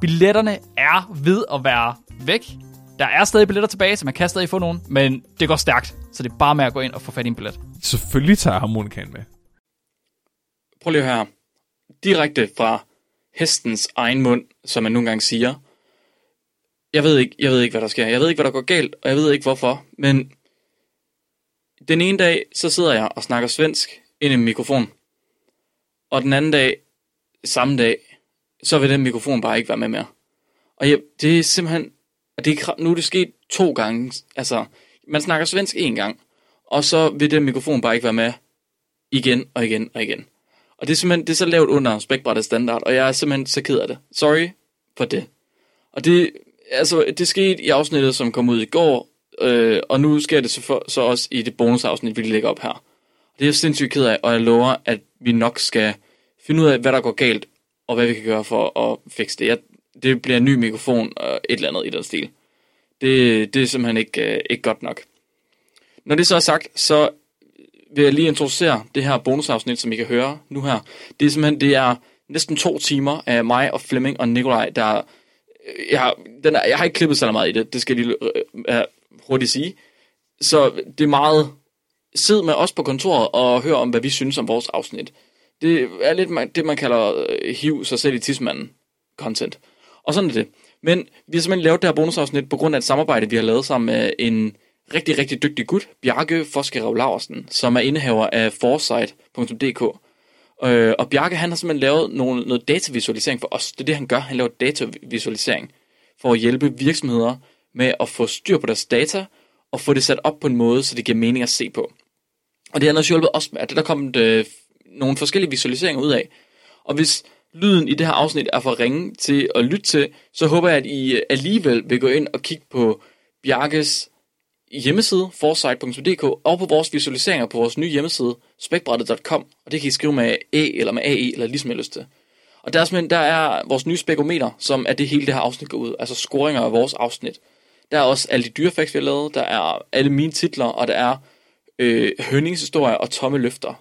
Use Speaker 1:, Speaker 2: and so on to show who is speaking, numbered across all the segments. Speaker 1: Billetterne er ved at være væk. Der er stadig billetter tilbage, så man kan stadig få nogen, men det går stærkt. Så det er bare med at gå ind og få fat i en billet.
Speaker 2: Selvfølgelig tager jeg harmonikaen med.
Speaker 3: Prøv lige at høre her. Direkte fra hestens egen mund, som man nogle gange siger. Jeg ved, ikke, jeg ved ikke, hvad der sker. Jeg ved ikke, hvad der går galt, og jeg ved ikke, hvorfor. Men den ene dag, så sidder jeg og snakker svensk ind i en mikrofon. Og den anden dag, samme dag, så vil den mikrofon bare ikke være med mere. Og jeg, det er simpelthen... og Det er, kra- nu er det sket to gange. Altså, man snakker svensk en gang, og så vil den mikrofon bare ikke være med igen og igen og igen. Og det er simpelthen det er så lavt under spækbrættet standard, og jeg er simpelthen så ked af det. Sorry for det. Og det, altså, det skete i afsnittet, som kom ud i går, øh, og nu sker det så, for, så også i det bonusafsnit, vi lægger op her. Det er jeg sindssygt ked af, og jeg lover, at vi nok skal finde ud af, hvad der går galt, og hvad vi kan gøre for at fikse det. Jeg, det bliver en ny mikrofon og et eller andet i den stil. Det, det er simpelthen ikke, øh, ikke godt nok. Når det så er sagt, så vil jeg lige introducere det her bonusafsnit, som I kan høre nu her. Det er simpelthen, det er næsten to timer af mig og Flemming og Nikolaj, der... øh, Jeg har, den er, jeg har ikke klippet så meget i det, det skal jeg lige øh, øh, hurtigt sige. Så det er meget... Sid med os på kontoret og hør om, hvad vi synes om vores afsnit. Det er lidt man- det, man kalder øh, hiv sig selv i tidsmanden content. Og sådan er det. Men vi har simpelthen lavet det her bonusafsnit på grund af et samarbejde, vi har lavet sammen med en rigtig, rigtig dygtig gut, Bjarke Foskerev Laversen, som er indehaver af foresight.dk. Øh, og Bjarke, han har simpelthen lavet nogle, noget datavisualisering for os. Det er det, han gør. Han laver datavisualisering for at hjælpe virksomheder med at få styr på deres data og få det sat op på en måde, så det giver mening at se på. Og det har han også hjulpet os med, at der er kommet øh, nogle forskellige visualiseringer ud af. Og hvis lyden i det her afsnit er for ringe til at lytte til, så håber jeg, at I øh, alligevel vil gå ind og kigge på Bjarkes hjemmeside, foresight.dk, og på vores visualiseringer på vores nye hjemmeside, spækbrættet.com, og det kan I skrive med A eller med AE, eller ligesom I har lyst til. Og der er, simpelthen- der er vores nye spekometer, som er det hele det her afsnit går ud, altså scoringer af vores afsnit. Der er også alle de dyrefacts, vi har lavet, der er alle mine titler, og der er øh, hønningshistorier og tomme løfter.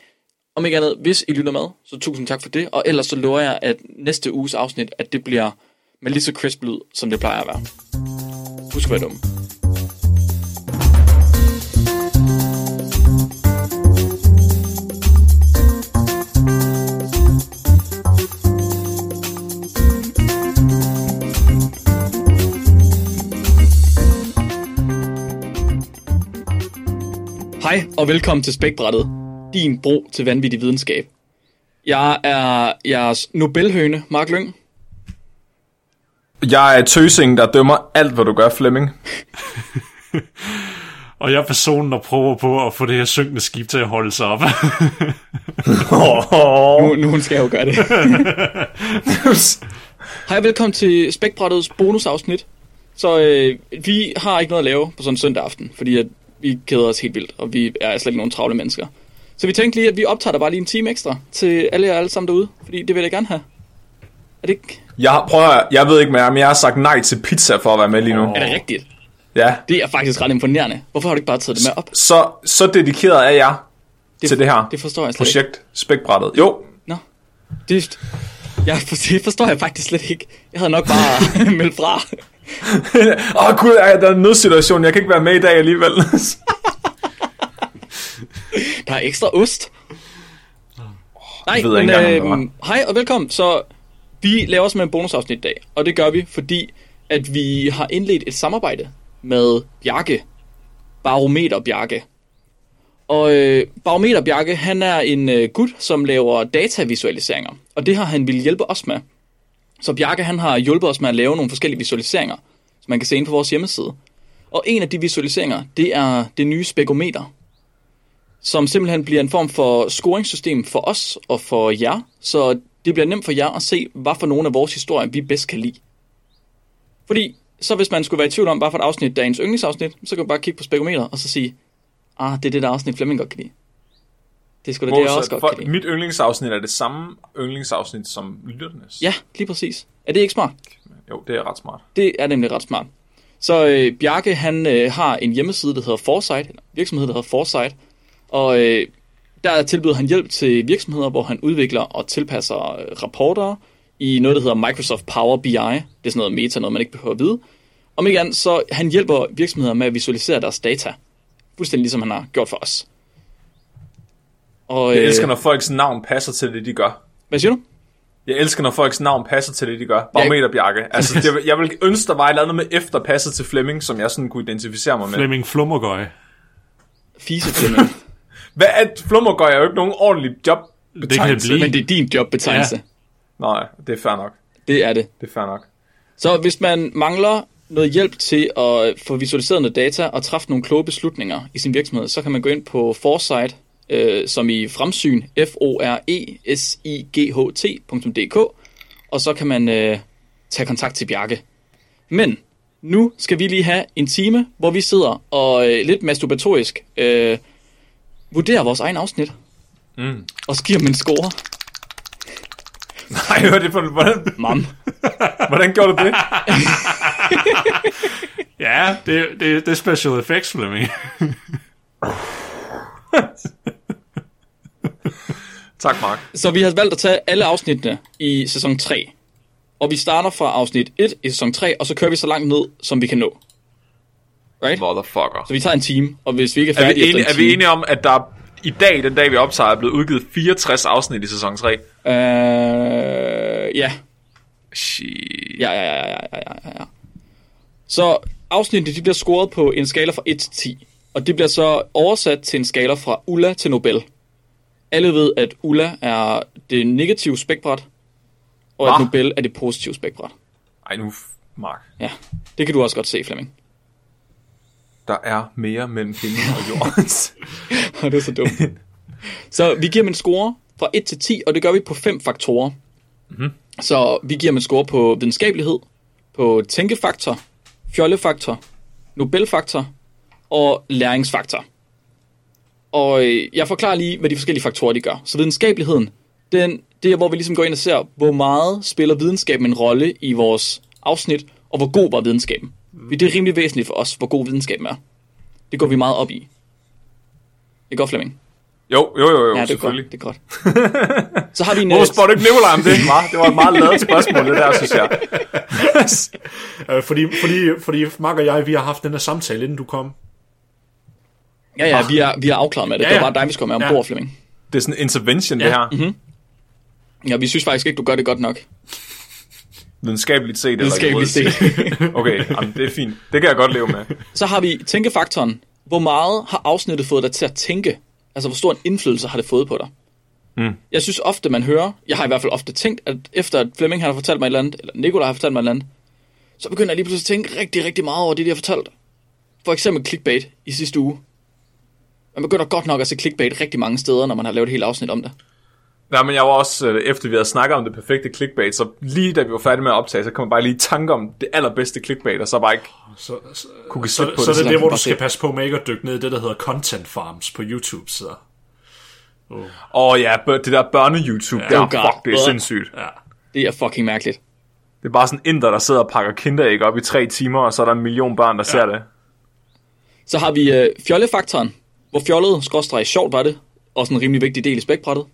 Speaker 3: Om ikke andet, hvis I lytter med, så tusind tak for det, og ellers så lover jeg, at næste uges afsnit, at det bliver med lige så crisp lyd, som det plejer at være. Husk at være dumme. Hej og velkommen til Spækbrættet, din bro til vanvittig videnskab. Jeg er jeres Nobelhøne, Mark Lyng.
Speaker 4: Jeg er tøsing, der dømmer alt, hvad du gør, Flemming.
Speaker 5: Og jeg er personen, der prøver på at få det her synkende skib til at holde sig op.
Speaker 3: Nu, nu hun skal jeg jo gøre det. Hej og velkommen til Spækbrættets bonusafsnit. Så øh, vi har ikke noget at lave på sådan en søndag aften, fordi at vi keder os helt vildt, og vi er slet ikke nogen travle mennesker. Så vi tænkte lige, at vi optager dig bare lige en time ekstra til alle jer alle sammen derude, fordi det vil jeg gerne have. Er det ikke?
Speaker 4: Jeg har, prøv at, høre, jeg ved ikke mere, men jeg har sagt nej til pizza for at være med lige nu.
Speaker 3: Er det rigtigt?
Speaker 4: Ja.
Speaker 3: Det er faktisk ret imponerende. Hvorfor har du ikke bare taget det med op?
Speaker 4: Så, så dedikeret er jeg det, til det her
Speaker 3: Det forstår jeg slet ikke.
Speaker 4: projekt, spækbrættet. Jo,
Speaker 3: Nå, det, jeg, det forstår jeg faktisk slet ikke. Jeg havde nok bare meldt fra.
Speaker 4: Åh oh, gud, ej, der er en nødsituation, jeg kan ikke være med i dag alligevel.
Speaker 3: Der er ekstra ost. Nej,
Speaker 4: ved jeg
Speaker 3: men,
Speaker 4: ikke engang, om der
Speaker 3: øhm, hej og velkommen. Så vi laver simpelthen en bonusafsnit i dag, og det gør vi, fordi at vi har indledt et samarbejde med Bjarke. Barometer Bjarke. Og øh, Barometer Bjarke, han er en øh, gut, som laver datavisualiseringer, og det har han ville hjælpe os med. Så Bjarke, han har hjulpet os med at lave nogle forskellige visualiseringer, som man kan se inde på vores hjemmeside. Og en af de visualiseringer, det er det nye spekometer, som simpelthen bliver en form for scoringssystem for os og for jer, så det bliver nemt for jer at se, hvad for nogle af vores historier vi bedst kan lide. Fordi
Speaker 4: Så hvis man skulle være i tvivl om, bare for et afsnit, der er ens yndlingsafsnit, så kan man bare kigge på spekometeret og så sige, ah, det er det der afsnit, Flemming godt kan lide. Det er sgu da det, jeg også godt kan lide.
Speaker 2: mit yndlingsafsnit er det samme yndlingsafsnit som lytternes.
Speaker 4: Ja, lige præcis. Er det ikke smart?
Speaker 2: Jo, det er ret smart.
Speaker 4: Det er nemlig ret smart. Så øh, Bjarke, han øh, har en hjemmeside, der hedder Foresight, eller virksomhed, der hedder Foresight, og øh, der tilbyder han hjælp til virksomheder, hvor han udvikler og tilpasser øh, rapporter i noget, der hedder Microsoft Power BI. Det er sådan noget meta, noget man ikke behøver at vide. Om ikke andet, så han hjælper virksomheder med at visualisere deres data, fuldstændig ligesom han har gjort for os. Og,
Speaker 2: Jeg
Speaker 4: øh,
Speaker 2: elsker, når folks navn passer til det, de gør.
Speaker 4: hvad siger du?
Speaker 2: Jeg elsker, når folks navn passer til det, de gør. Barometerbjarke. Altså, det, jeg vil- jeg vil ønske, der var et eller andet med efter passet til Flemming, som jeg sådan kunne identificere mig med.
Speaker 6: Flemming Flummergøj.
Speaker 4: Fise Flemming.
Speaker 2: Hvad er Flummer gør jeg jo ikke nogen ordentlig job
Speaker 6: Det kan det blive.
Speaker 4: Men det er din jobbetegnelse. Ja.
Speaker 6: Ja.
Speaker 2: Nej, det er fair nok.
Speaker 4: Det er det.
Speaker 2: Det er fair nok.
Speaker 4: Så hvis man mangler noget hjælp til at øh, få visualiseret noget data og træffe nogle kloge beslutninger i sin virksomhed, så kan man gå ind på Foresight, øh, som i fremsyn, f o r e s i g h t.dk, og så kan man øh, tage kontakt til Bjarke. Men nu skal vi lige have en time, hvor vi sidder og øh, lidt masturbatorisk øh, vurderer vores egen afsnit. Mm. Og så giver dem en score.
Speaker 2: Nej, hvad er det for, hvordan,
Speaker 4: Mam.
Speaker 2: hvordan gjorde du det?
Speaker 6: Ja, det, det, det er special effects, Flemming.
Speaker 2: Tak, Mark.
Speaker 4: Så vi har valgt at tage alle afsnittene i sæson 3. Og vi starter fra afsnit 1 i sæson 3, og så kører vi så langt ned, som vi kan nå. Right?
Speaker 2: Motherfucker.
Speaker 4: Så vi tager en time, og hvis vi ikke er
Speaker 2: Er
Speaker 4: færdige
Speaker 2: vi, enige,
Speaker 4: efter
Speaker 2: er
Speaker 4: en
Speaker 2: vi
Speaker 4: time...
Speaker 2: enige om, at der er- i dag, den dag vi optager, er blevet udgivet 64 afsnit i sæson 3?
Speaker 4: Øh, ja.
Speaker 2: Shit.
Speaker 4: Ja, ja, ja, ja, ja, ja, ja, ja. Så afsnittene de bliver scoret på en skala fra 1 til 10, og det bliver så oversat til en skala fra Ulla til Nobel. Alle ved, at Ulla er det negative spækbræt, og at
Speaker 2: Hva?
Speaker 4: Nobel er det positive spækbræt.
Speaker 2: Ej, nu, f- Mark.
Speaker 4: Ja, det kan du også godt se, Flemming.
Speaker 2: Der er mere mellem himlen og jorden.
Speaker 4: Og det er så dumt. så vi giver dem en score fra 1 til 10, og det gør vi på fem faktorer. Mm-hmm. Så vi giver dem en score på videnskabelighed, på tænkefaktor, fjollefaktor, nobelfaktor og læringsfaktor. Og øh, jeg forklarer lige, hvad de forskellige faktorer de gør. Så videnskabeligheden, den, det er, hvor vi ligesom går ind og ser, hvor meget spiller videnskaben en rolle i vores afsnit, og hvor god var videnskaben. Mm. Det er rimelig væsentligt for os, hvor god videnskaben er. Det går vi meget op i. Det går Flemming.
Speaker 2: Jo, jo, jo, jo,
Speaker 4: Ja,
Speaker 2: ja,
Speaker 4: det er godt.
Speaker 2: selvfølgelig.
Speaker 4: Det er godt. så har vi en... øh,
Speaker 2: Hvorfor spørger du ikke Nicolaj om det? Var? Det var et meget lavet spørgsmål, det der, synes jeg.
Speaker 5: Øh, fordi, fordi, fordi Mark og jeg, vi har haft den her samtale, inden du kom.
Speaker 4: Ja, ja, vi er, vi er afklaret med det. Ja,
Speaker 5: Ja,
Speaker 4: ja. Det
Speaker 5: ja.
Speaker 4: var bare dig, vi skulle have med
Speaker 5: Ja.
Speaker 4: ombord, Flemming.
Speaker 2: Det er sådan en intervention, ja. det
Speaker 5: Ja,
Speaker 2: her. Mm-hmm.
Speaker 4: Ja, vi synes faktisk ikke, du gør det godt nok.
Speaker 2: Videnskabeligt set. eller
Speaker 4: Videnskabeligt set.
Speaker 2: juridisk Okay, jamen, det er fint. Det kan jeg godt leve med.
Speaker 4: Så har vi tænkefaktoren. Hvor meget har afsnittet fået dig til at tænke? Altså, hvor stor en indflydelse har det fået på dig? Mm. Jeg synes ofte, man hører, jeg har i hvert fald ofte tænkt, at efter at Flemming han har fortalt mig et eller andet, eller Nicolaj har fortalt mig et eller andet, så begynder jeg lige pludselig at tænke rigtig, rigtig meget over det, de har fortalt. For eksempel clickbait i sidste uge. Man begynder godt nok at se clickbait rigtig mange steder, når man har lavet et helt afsnit om det.
Speaker 2: Nej, men jeg var også, øh, efter vi havde snakket om det perfekte clickbait, så lige da vi var færdige med at optage, så kom jeg bare lige i tanke om det allerbedste clickbait, og så bare ikke
Speaker 5: Så, så,
Speaker 2: kunne give
Speaker 5: så,
Speaker 2: slip på
Speaker 5: så
Speaker 2: det.
Speaker 5: det er
Speaker 4: kan
Speaker 5: det, hvor
Speaker 4: bare
Speaker 5: du
Speaker 4: se.
Speaker 5: skal passe på med ikke at dykke ned i det, der hedder content farms på YouTube. Så.
Speaker 2: Åh oh, ja, bør- det der børne-YouTube, ja. der,
Speaker 4: Oh God.
Speaker 2: fuck, det er sindssygt.
Speaker 5: Ja.
Speaker 4: Det er fucking mærkeligt.
Speaker 2: Det er bare sådan inder, der sidder og pakker kinderæg op i tre timer, og så er der en million børn, der ja. ser det.
Speaker 4: Så har vi øh, fjollefaktoren, hvor fjollet, skråstrej, sjovt var det. Også en rimelig vigtig del i spækbrættet.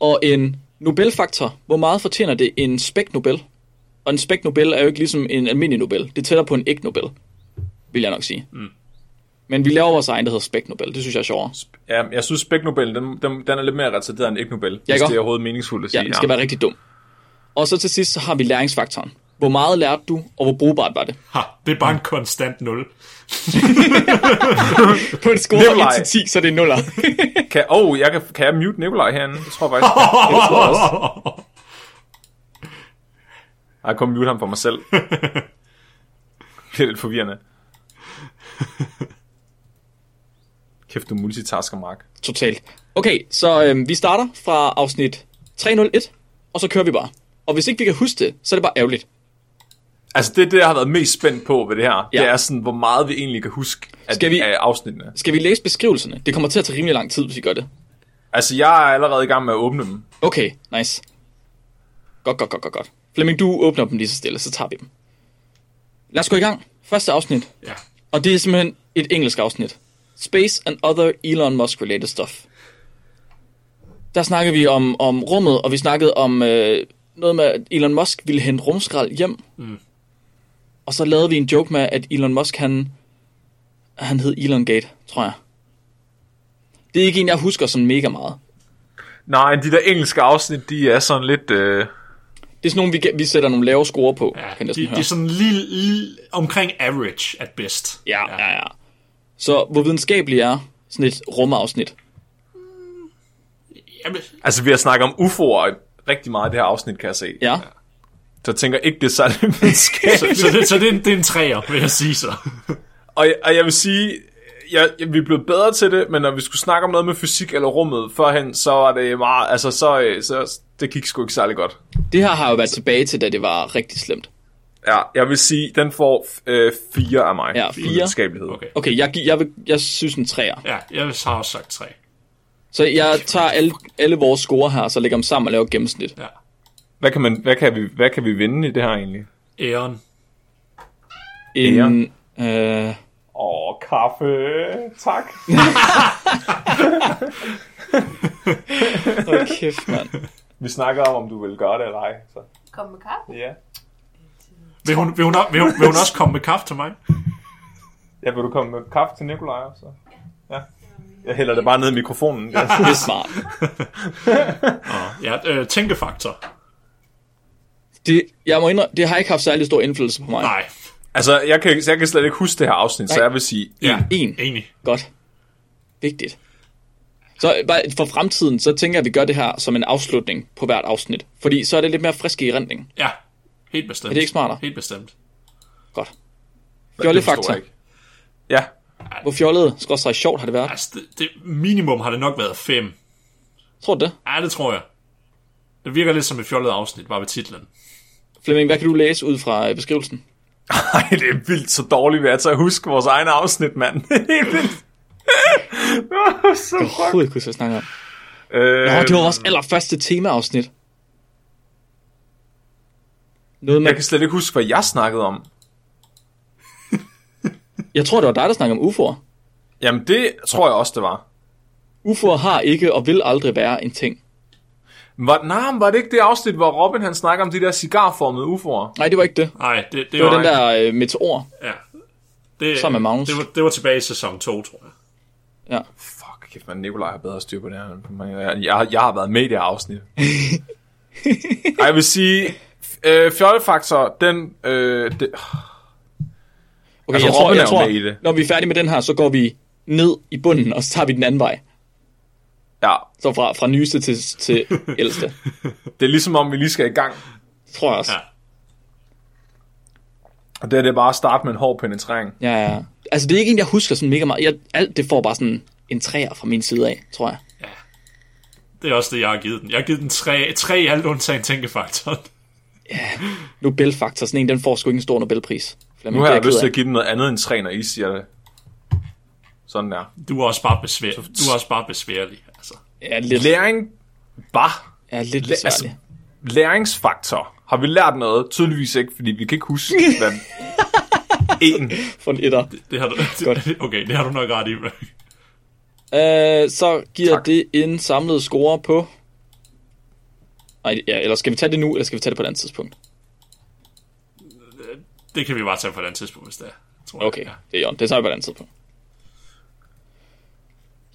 Speaker 4: Og en Nobelfaktor, hvor meget fortjener det en spæk-Nobel? Og en spæk-Nobel er jo ikke ligesom en almindelig Nobel. Det er tættere på en æg-Nobel, vil jeg nok sige. Mm. Men vi laver vores egen, der hedder spæk-Nobel. Det synes jeg er sjovere.
Speaker 2: Ja, jeg synes, Spæk-Nobel, den, den, den er lidt mere retarderet end Ig-Nobel, hvis
Speaker 4: godt.
Speaker 2: det er overhovedet meningsfuldt at sige.
Speaker 4: Ja, den skal være rigtig dum. Og så til sidst så har vi læringsfaktoren. Hvor meget lærte du, og hvor brugbart var det?
Speaker 5: Ha, det er bare en konstant nul.
Speaker 4: På en score fra
Speaker 2: Nikolaj.
Speaker 4: 1 til 10, så er det nuller.
Speaker 2: Kan, oh, jeg kan, kan jeg mute Nikolaj herinde? Jeg tror faktisk, jeg kan kun mute ham for mig selv. Det bliver lidt forvirrende. Kæft, du multitasker, Mark.
Speaker 4: Totalt. Okay, så øhm, vi starter fra afsnit 301, og så kører vi bare. Og hvis ikke vi kan huske det, så er det bare ærgerligt.
Speaker 2: Altså det, er det, jeg har været mest spændt på ved det her, ja.
Speaker 4: Ja.
Speaker 2: det er sådan, hvor meget vi egentlig kan huske af,
Speaker 4: Skal
Speaker 2: vi...
Speaker 4: vi-
Speaker 2: af afsnittene.
Speaker 4: Skal vi læse beskrivelserne? Det kommer til at tage rimelig lang tid, hvis vi gør det.
Speaker 2: Altså jeg er allerede i gang med at åbne dem.
Speaker 4: Okay, nice. Godt, godt, godt, godt, godt. Flemming, du åbner dem lige så stille, så tager vi dem. Lad os gå i gang. Første afsnit. Ja. Og det er simpelthen et engelsk afsnit. Space and other Elon Musk related stuff. Der snakkede vi om, om rummet, og vi snakkede om øh, noget med, at Elon Musk ville hente rumskrald hjem. Mm. Og så lavede vi en joke med, at Elon Musk, han, han hed Elon Gate, tror jeg. Det er ikke en, jeg husker sådan mega meget.
Speaker 2: Nej, de der engelske afsnit, de er sådan lidt... Øh...
Speaker 4: Det er sådan nogle, vi, kan- vi sætter nogle lave score på, ja,
Speaker 5: Ja,
Speaker 4: kan jeg
Speaker 5: det, det
Speaker 4: næsten høre.
Speaker 5: er sådan lige, lige omkring average at best.
Speaker 4: Ja, ja, ja. Så hvor videnskabelig er sådan et rumafsnit?
Speaker 5: Jamen,
Speaker 2: Altså vi har snakket om UFO'er rigtig meget i det her afsnit, kan jeg se.
Speaker 4: Ja.
Speaker 2: Så jeg tænker ikke, det er særlig videnskabeligt.
Speaker 5: så, så, det, så det, er en, det er en træer, vil jeg sige så.
Speaker 2: Og, jeg- og jeg vil sige, jeg, jeg, vi er blevet bedre til det, men når vi skulle snakke om noget med fysik eller rummet førhen, så var det meget, altså så, øh, så det gik sgu ikke særlig godt.
Speaker 4: Det her har jo været tilbage til, da det var rigtig slemt.
Speaker 2: Ja, jeg vil sige, den får øh, fire af mig.
Speaker 4: Ja,
Speaker 2: for
Speaker 4: fire.
Speaker 2: Videnskabelighed.
Speaker 5: Okay.
Speaker 4: Okay, jeg, gi- jeg, vil, jeg synes en træer.
Speaker 5: Ja, jeg har også sagt træ.
Speaker 4: Så jeg tager alle, alle vores score her, og så lægger dem sammen og laver et gennemsnit.
Speaker 5: Ja.
Speaker 2: Hvad, kan man, hvad, kan vi, hvad kan vi vinde i det her egentlig?
Speaker 5: Æren.
Speaker 4: En, øh,
Speaker 2: Åh, oh, kaffe. Tak.
Speaker 4: hold kæft, mand.
Speaker 2: vi snakker om, om du vil gøre det eller ej. Så.
Speaker 7: Kom med kaffe.
Speaker 2: Ja.
Speaker 5: Vil hun, vil, hun, vil, hun, vil hun også komme med kaffe til mig?
Speaker 2: ja, vil du komme med kaffe til Nikolaj også? Ja. Jeg hælder det bare ned i mikrofonen. Ja.
Speaker 4: Det er smart.
Speaker 5: Ja, øh, tænkefaktor.
Speaker 4: Det, jeg må indrømme, det har ikke haft særlig stor indflydelse på mig.
Speaker 5: Nej,
Speaker 2: Altså, jeg kan, jeg kan slet ikke huske det her afsnit, så
Speaker 4: Nej.
Speaker 2: jeg vil sige
Speaker 5: ja,
Speaker 4: En.
Speaker 5: enig.
Speaker 4: Godt. Vigtigt. Så øh, bare for fremtiden, så tænker jeg, at vi gør det her som en afslutning på hvert afsnit. Fordi så er det lidt mere frisk i rendning.
Speaker 5: Ja, helt bestemt.
Speaker 4: Er det ikke smartere?
Speaker 5: Helt bestemt.
Speaker 4: Godt. Fjollet fakta.
Speaker 2: Ja,
Speaker 4: Hvor fjollet, skråstrej sjovt har det været.
Speaker 5: Altså, det, det, minimum har det nok været fem.
Speaker 4: Tror du det?
Speaker 5: Ja, det tror jeg. Det virker lidt som et fjollet afsnit, bare ved titlen.
Speaker 4: Flemming, hvad kan du læse ud fra øh, beskrivelsen?
Speaker 2: Ej, det er vildt så dårligt, vi er til at huske vores egne afsnit, mand. Det er helt vildt. Åh, så fuck.
Speaker 4: Overhovedet kunne jeg snakke om.
Speaker 2: Øh,
Speaker 4: Nå, det var vores allerførste temaafsnit. Noget med,
Speaker 2: Jeg kan slet ikke huske, hvad jeg snakkede om.
Speaker 4: jeg tror, det var dig, der snakkede om UFO'er.
Speaker 2: Jamen, det tror jeg også, det var.
Speaker 4: UFO'er har ikke og vil aldrig være en ting.
Speaker 2: Var, nej, men var det ikke det afsnit, hvor Robin han snakker om de der cigarformede UFO'er?
Speaker 4: Nej, det var ikke det.
Speaker 5: Nej, det, det,
Speaker 4: Det var
Speaker 5: var
Speaker 4: den der øh, meteor.
Speaker 5: Ja. Det,
Speaker 4: Sammen med Magnus.
Speaker 5: Det var, det var tilbage i sæson 2, tror jeg.
Speaker 4: Ja.
Speaker 2: Fuck, kæft, man, Nikolaj har bedre styr på det her. end på mig. Jeg, jeg, jeg har været med i det her afsnit. Ej, jeg vil sige, øh, fjollefaktor, den... Øh, det,
Speaker 4: Okay,
Speaker 2: Altså,
Speaker 4: jeg tror,
Speaker 2: Robin er
Speaker 4: jeg
Speaker 2: jo
Speaker 4: tror
Speaker 2: med i det.
Speaker 4: når vi er færdige med den her, så går vi ned i bunden, og så tager vi den anden vej.
Speaker 2: ja,
Speaker 4: Så fra, fra nyeste til, til ældste,
Speaker 2: det er ligesom om, vi lige skal i gang.
Speaker 4: tror jeg også.
Speaker 5: Ja.
Speaker 2: Og det er det er bare at starte med en hård penetrering.
Speaker 4: Ja, ja. Altså, det er ikke en, jeg husker sådan mega meget. Jeg, alt det får bare sådan en træer fra min side af, tror jeg.
Speaker 5: Det er også det, jeg har givet den. Jeg har givet den tre, tre i alt undtagen tænkefaktoren.
Speaker 4: Nobelfaktor, sådan en, den får sgu ikke en stor Nobelpris. Flemming,
Speaker 2: Nu har
Speaker 4: det er
Speaker 2: jeg
Speaker 4: ked
Speaker 2: lyst til
Speaker 4: af.
Speaker 2: at give dem noget andet end tre, når I siger det. Sådan der.
Speaker 5: Du er også bare, besvær, du er også bare besværlig. Altså.
Speaker 4: Ja, lidt,
Speaker 2: Læring var
Speaker 4: ja, lidt
Speaker 2: altså-
Speaker 4: besværlig.
Speaker 2: læringsfaktor. Har vi lært noget? Tydeligvis ikke, fordi vi kan ikke huske, hvad en.
Speaker 4: For en etter.
Speaker 5: Det har du,
Speaker 4: Godt.
Speaker 5: okay, det har du nok ret i.
Speaker 4: Øh, så giver
Speaker 2: Tak.
Speaker 4: tak. det en samlet score på... Ej, ja, eller skal vi tage det nu, eller skal vi tage det på et andet tidspunkt?
Speaker 5: Det kan vi bare tage på et andet tidspunkt, hvis det er. Tror jeg.
Speaker 4: Okay,
Speaker 5: Ja.
Speaker 4: det er Jon. Det tager vi på et andet tidspunkt.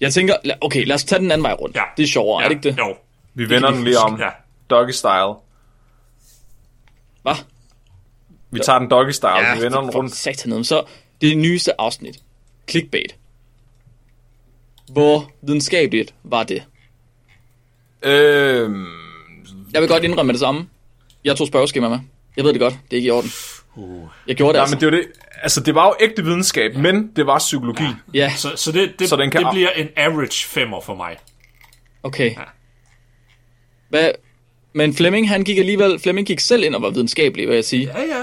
Speaker 4: Jeg tænker, la- okay, lad os tage den anden vej rundt.
Speaker 5: Ja.
Speaker 4: Det er sjovere, ja. er det ikke det?
Speaker 5: Jo.
Speaker 2: Vi vender den lige om.
Speaker 5: Ja.
Speaker 2: Doggy style.
Speaker 4: Hvad?
Speaker 2: Vi tager den doggy style. Ja, vi vender den
Speaker 4: for
Speaker 2: rundt.
Speaker 4: Satan, så det nyeste afsnit. Clickbait. Hvor videnskabeligt var det?
Speaker 2: Øhm,
Speaker 4: Jeg vil godt indrømme det samme. Jeg tog spørgeskema med. Jeg ved det godt. Det er ikke i orden. Jeg gjorde det
Speaker 2: nej,
Speaker 4: altså.
Speaker 2: men det var det. Altså, det var jo ægte videnskab, men det var psykologi.
Speaker 4: Ja,
Speaker 5: Så, så, det, det,
Speaker 2: Så
Speaker 5: så
Speaker 2: den
Speaker 5: den
Speaker 2: kan-
Speaker 5: det bliver en average femmer for mig.
Speaker 4: okay. Hvad? Men Flemming, han gik alligevel... Flemming gik selv ind og var videnskabelig, vil jeg sige.
Speaker 5: Ja, ja.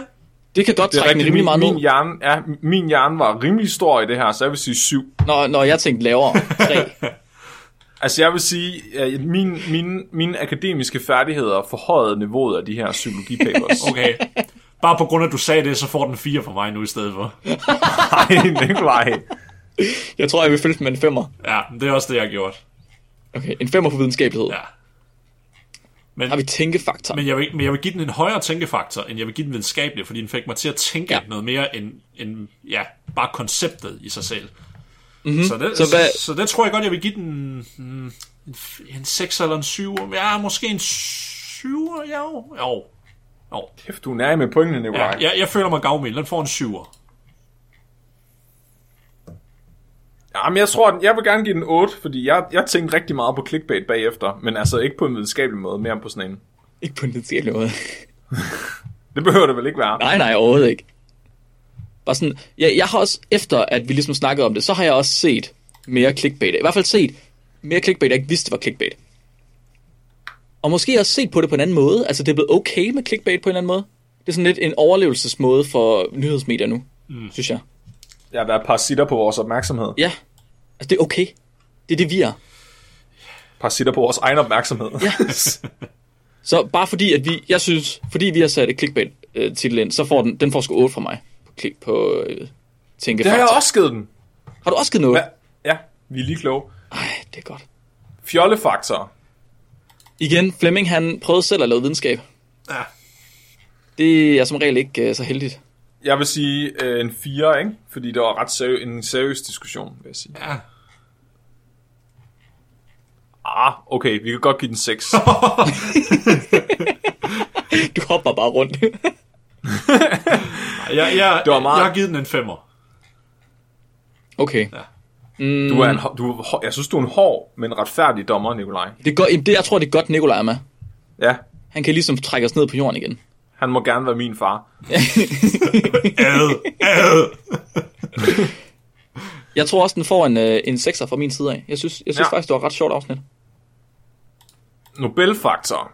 Speaker 4: Det kan godt
Speaker 2: Det er
Speaker 4: trække
Speaker 2: rigtigt.
Speaker 4: en rimelig
Speaker 2: Min,
Speaker 4: meget
Speaker 2: min,
Speaker 4: ned.
Speaker 2: hjerne, ja, min hjerne var rimelig stor i det her, så jeg vil sige 7.
Speaker 4: Når, når jeg tænkte lavere. Tre.
Speaker 2: Altså jeg vil sige, at min, mine, mine akademiske færdigheder forhøjede niveauet af de her psykologipapers.
Speaker 5: Okay. Bare på grund af, at du sagde det, så får den 4 fra mig nu i stedet for.
Speaker 2: Nej, Nikolaj.
Speaker 4: Jeg tror, jeg vil følge med en femmer.
Speaker 5: Ja, det er også det, jeg har gjort.
Speaker 4: Okay, en femmer på videnskabelighed.
Speaker 5: Ja.
Speaker 4: Ja.
Speaker 5: Men,
Speaker 4: Har vi tænkefaktor? Men...
Speaker 5: men, jeg vil, men jeg vil give den en højere tænkefaktor, end jeg vil give den videnskabelig, fordi den fik mig til at tænke ja. noget mere end, end ja, bare konceptet i sig selv. Mm-hmm. Så, det,
Speaker 4: Så
Speaker 5: så,
Speaker 4: hvad-
Speaker 5: så det tror jeg godt, jeg vil give den mm, en, f- en 6 eller en 7. Ja, måske en 7. Ja, jo. jo.
Speaker 2: Kæft, du er nær med pointene,
Speaker 5: Ja,
Speaker 2: Nikolaj.
Speaker 5: jeg, jeg føler mig gavmild. Den får en 7.
Speaker 2: Jamen, jeg tror, den- jeg vil gerne give den 8, fordi jeg, jeg tænkte rigtig meget på clickbait bagefter, men altså ikke på en videnskabelig måde, mere på sådan en.
Speaker 4: Ikke på en videnskabelig måde.
Speaker 2: Det behøver det vel ikke være.
Speaker 4: Nej, nej, overhovedet ikke. Bare sådan, jeg, jeg har også, efter at vi ligesom snakkede om det, så har jeg også set mere clickbait. I hvert fald set mere clickbait, jeg ikke vidste, var clickbait. Og måske også set på det på en anden måde. Altså, det er blevet okay med clickbait på en eller anden måde. Det er sådan lidt en overlevelsesmåde for nyhedsmedier nu, mm. synes jeg.
Speaker 2: Jeg har været parasitter på vores opmærksomhed.
Speaker 4: Ja, altså det er okay. Det er det, vi er.
Speaker 2: Parasitter på vores egen opmærksomhed. Ja.
Speaker 4: Så bare fordi, at vi, jeg synes, fordi vi har sat et clickbait-titel ind, så får den, den får sgu 8 fra mig på, klik, på øh, tænkefaktor.
Speaker 2: det har jeg også givet den.
Speaker 4: Har du også givet noget?
Speaker 2: Ja, ja vi er lige kloge.
Speaker 4: Ej, det er godt.
Speaker 2: Fjollefaktor.
Speaker 4: Igen, Flemming han prøvede selv at lave videnskab.
Speaker 5: Ja.
Speaker 4: Det er som regel ikke uh, så heldigt.
Speaker 2: Jeg vil sige øh, en 4, ikke? Fordi det var ret seri- en seriøs diskussion, vil jeg sige.
Speaker 5: Ja.
Speaker 2: Ah, okay, vi kan godt give den 6.
Speaker 4: Du hopper bare rundt.
Speaker 5: Jeg, jeg,
Speaker 2: Det var meget-
Speaker 5: jeg har givet den en 5'er.
Speaker 4: okay. Mm.
Speaker 2: Du er en, hår- du, er hår- jeg synes, du er en hård, men retfærdig dommer, Nikolaj.
Speaker 4: Det er godt, jamen, det, jeg tror, det er godt, Nikolaj er med.
Speaker 2: Ja,
Speaker 4: Han kan ligesom trække os ned på jorden igen.
Speaker 2: han må gerne være min far.
Speaker 4: Jeg tror også, den får en, øh, en sekser fra min side af. Jeg synes, jeg synes
Speaker 2: Ja.
Speaker 4: ja. faktisk, det var et ret sjovt afsnit.
Speaker 2: Nobelfaktor.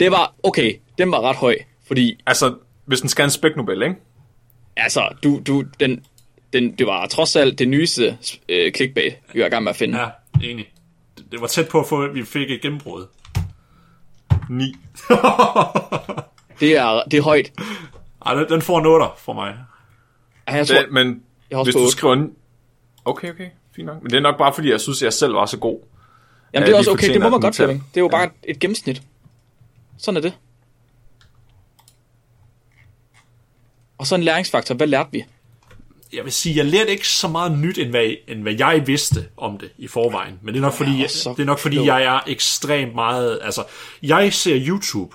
Speaker 4: Det var, okay, den var ret høj. Fordi,
Speaker 2: Altså, hvis den skal have en spæknobel, ikke?
Speaker 4: altså, du, du, den, den, det var trods alt det nyeste øh, clickbait, vi var i gang med at finde. Ja.
Speaker 5: Ja, enig. Det, det var tæt på at få, at vi fik et gennembrud.
Speaker 2: 9.
Speaker 4: Det, er, det er højt.
Speaker 5: Ej, den, den får en 8'er fra mig.
Speaker 4: Ej, Jeg tror,
Speaker 2: Det, men
Speaker 4: jeg har også
Speaker 2: hvis
Speaker 4: på
Speaker 2: du
Speaker 4: otte.
Speaker 2: skriver... en- Okay, okay, fint nok. Men det er nok bare fordi, jeg synes, jeg selv var så god.
Speaker 4: Jamen, det
Speaker 2: Ja,
Speaker 4: er
Speaker 2: vi
Speaker 4: også okay. Det
Speaker 2: fortjener
Speaker 4: må man
Speaker 2: den
Speaker 4: godt,
Speaker 2: til.
Speaker 4: Flemming. Det er jo bare et- et gennemsnit. Sådan er det. Og så en læringsfaktor. Hvad lærte vi?
Speaker 5: Jeg vil sige, jeg lærte ikke så meget nyt, end hvad, end hvad jeg vidste om det i forvejen. Men det er nok fordi,
Speaker 4: Jeg
Speaker 5: jeg,
Speaker 4: er så
Speaker 5: det er nok, fordi
Speaker 4: klog.
Speaker 5: jeg er ekstremt meget... Altså, jeg ser YouTube,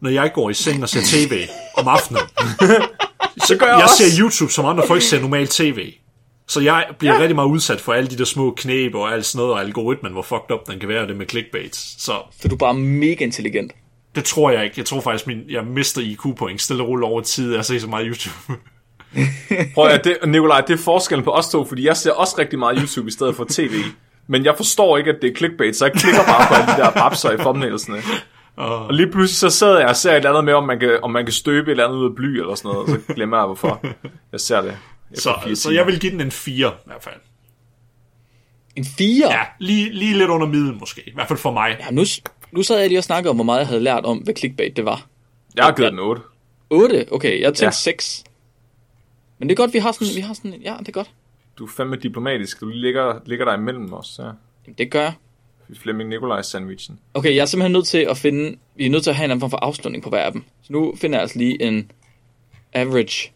Speaker 5: når jeg går i seng og ser tv om aftenen.
Speaker 2: Så gør jeg,
Speaker 5: Jeg
Speaker 2: også.
Speaker 5: ser YouTube, som andre folk ser normalt tv. Så jeg bliver ja. rigtig meget udsat for alle de der små knæb og alt sådan noget, og algoritmen, hvor fucked up den kan være, og det med clickbait. Så
Speaker 4: For du er bare mega intelligent.
Speaker 5: det tror jeg ikke. Jeg tror faktisk, min, jeg mister IQ-point stille og roligt over tid, af at se så meget YouTube.
Speaker 2: Prøv at det, Nikolaj, det er forskellen på os to, fordi jeg ser også rigtig meget YouTube i stedet for tv. Men jeg forstår ikke, at det er clickbait, så jeg klikker bare på alle de der babser i thumbnailsene. Og lige pludselig så sidder jeg og ser et eller andet med, om man kan, om man kan støbe et eller andet ud af bly eller sådan noget, og så glemmer jeg, hvorfor jeg ser det. efter
Speaker 5: Så,
Speaker 2: fire
Speaker 5: så
Speaker 2: timer.
Speaker 5: jeg vil give den en 4, i hvert fald.
Speaker 4: En 4?
Speaker 5: Ja, lige, lige lidt under middel måske. I hvert fald for mig.
Speaker 4: Ja, nu, s- nu sad jeg lige og snakkede om, hvor meget jeg havde lært om, hvad clickbait det var.
Speaker 2: Jeg har givet den 8.
Speaker 4: 8? Okay, jeg tænkte
Speaker 2: Ja.
Speaker 4: 6. Men det er godt, vi har sådan... Vi har sådan ja, det er godt.
Speaker 2: Du er fandme diplomatisk. Du ligger, ligger der imellem os. Ja.
Speaker 4: Jamen, det gør jeg.
Speaker 2: Flemming Nikolaj sandwichen.
Speaker 4: Okay, jeg er simpelthen nødt til at finde... Vi er nødt til at have en eller anden form for afslutning på hver af dem. Så nu finder jeg altså lige en average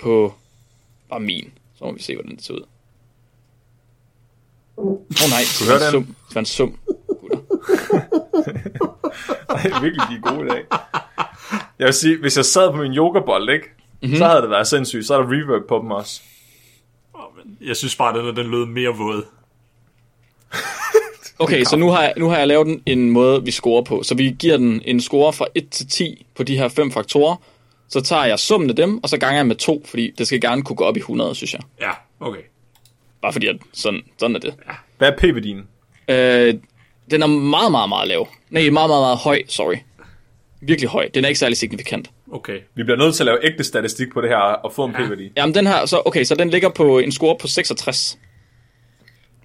Speaker 4: på bare min. Så må vi se, hvordan det ser ud. Åh oh, nej, du
Speaker 2: hører
Speaker 4: det var
Speaker 2: den?
Speaker 4: en sum. Det var en sum.
Speaker 2: Det er virkelig, de er gode i dag. Jeg vil sige, hvis jeg sad på min yogabold, ikke? Mm-hmm.
Speaker 5: Mhm.
Speaker 2: Så havde det været sindssygt. Så er der reverb på dem også.
Speaker 5: Jeg synes bare, at den, den lød mere våd.
Speaker 4: Okay, så nu har, jeg, nu har jeg lavet den en måde, vi scorer på. Så vi giver den en score fra 1 til 10 på de her fem faktorer. Så tager jeg summen af dem, og så ganger jeg med 2, fordi det skal gerne kunne gå op i 100, synes jeg.
Speaker 5: Ja, okay.
Speaker 4: Bare fordi, at sådan, sådan er det.
Speaker 2: Hvad er p-værdien?
Speaker 4: Øh, den er meget, meget, meget lav. Nej, meget, meget, meget høj, sorry. virkelig høj. Den er ikke særlig signifikant.
Speaker 5: Okay.
Speaker 2: Vi bliver nødt til at lave ægte statistik på det her og få en p-værdi.
Speaker 4: Jamen den her, så, okay, så den ligger på en score på 66.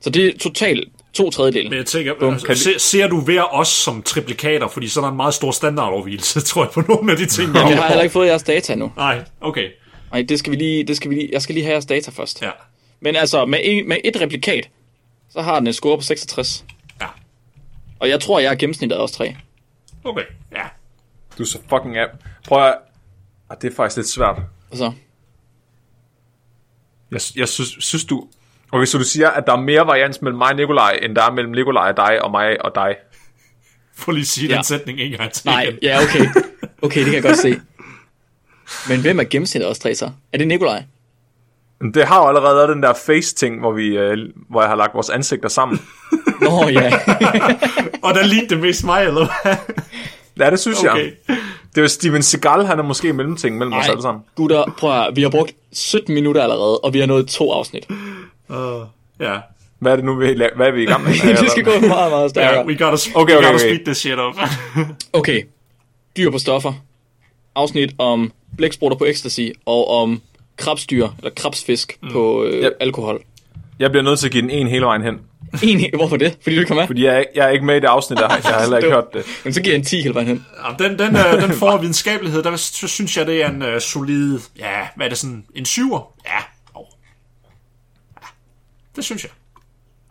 Speaker 4: Så det er totalt to tredjedele.
Speaker 5: Men jeg tænker, Bum, altså,
Speaker 2: kan vi-
Speaker 5: se, ser du hver os som triplikater? Fordi så er der en meget stor standardovervielse, tror jeg, på nogle af de ting.
Speaker 4: Jeg har heller ikke fået jeres data nu.
Speaker 5: Nej, okay.
Speaker 4: Nej, det skal vi lige, det skal vi lige, jeg skal lige have jeres data først.
Speaker 5: Ja.
Speaker 4: Men altså, med, en, med et replikat, så har den en score på 66.
Speaker 5: Ja.
Speaker 4: Og jeg tror, jeg er gennemsnittet af os tre.
Speaker 5: Okay. Ja.
Speaker 2: Du er så fucking af. Prøv at... Ah, det er faktisk lidt svært.
Speaker 4: Altså,
Speaker 2: Jeg, jeg synes, synes du... Okay, så du siger, at der er mere varians mellem mig og Nikolaj, end der er mellem Nikolaj og dig og mig og dig.
Speaker 5: Prøv lige at sige ja.
Speaker 4: Ja.
Speaker 5: den sætning en gang til.
Speaker 4: nej,
Speaker 5: igen.
Speaker 4: ja, okay. Okay, det kan jeg godt se. Men hvem er gennemsnittet af os tre så? Er det Nikolaj?
Speaker 2: Men Det har jo allerede været den der face-ting, hvor, vi, øh, hvor jeg har lagt vores ansigter sammen.
Speaker 4: Nå ja.
Speaker 5: Og der lignede det mest mig, eller hvad?
Speaker 2: Ja, det synes okay.
Speaker 5: Okay.
Speaker 2: jeg. Det er jo Steven Seagal, han er måske mellemting mellem Ej. os alle sammen.
Speaker 4: gutter, prøv at, vi har brugt 17 minutter allerede, og vi har nået to afsnit.
Speaker 5: Ja.
Speaker 2: Hvad er det nu, vi, la- hvad er vi i gang med?
Speaker 4: det skal gå meget, meget
Speaker 5: Ja,
Speaker 4: stærkere.
Speaker 5: we gotta, sp-
Speaker 2: Okay,
Speaker 5: okay,
Speaker 2: okay,
Speaker 5: we gotta
Speaker 2: okay.
Speaker 5: speed this shit up.
Speaker 4: Okay, dyr på stoffer. Afsnit om blæksprutter på ecstasy, og om krabstyr, eller krabsfisk mm. på øh,
Speaker 2: Yep.
Speaker 4: yep. alkohol.
Speaker 2: Jeg bliver nødt til at give den en hele vejen hen.
Speaker 4: Egentlig, hvorfor det? Fordi du ikke kom med?
Speaker 2: Fordi jeg, er ikke- jeg er ikke med i det afsnit, der jeg har heller ikke
Speaker 4: Dum.
Speaker 2: hørt det.
Speaker 4: Jamen, så giver jeg en 10 hele vejen hen.
Speaker 5: Jamen, den, den, øh, den får videnskabelighed, der så synes jeg, det er en øh, solid... Ja, hvad er det sådan? En syver? Ja. Oh. ja. Det synes jeg.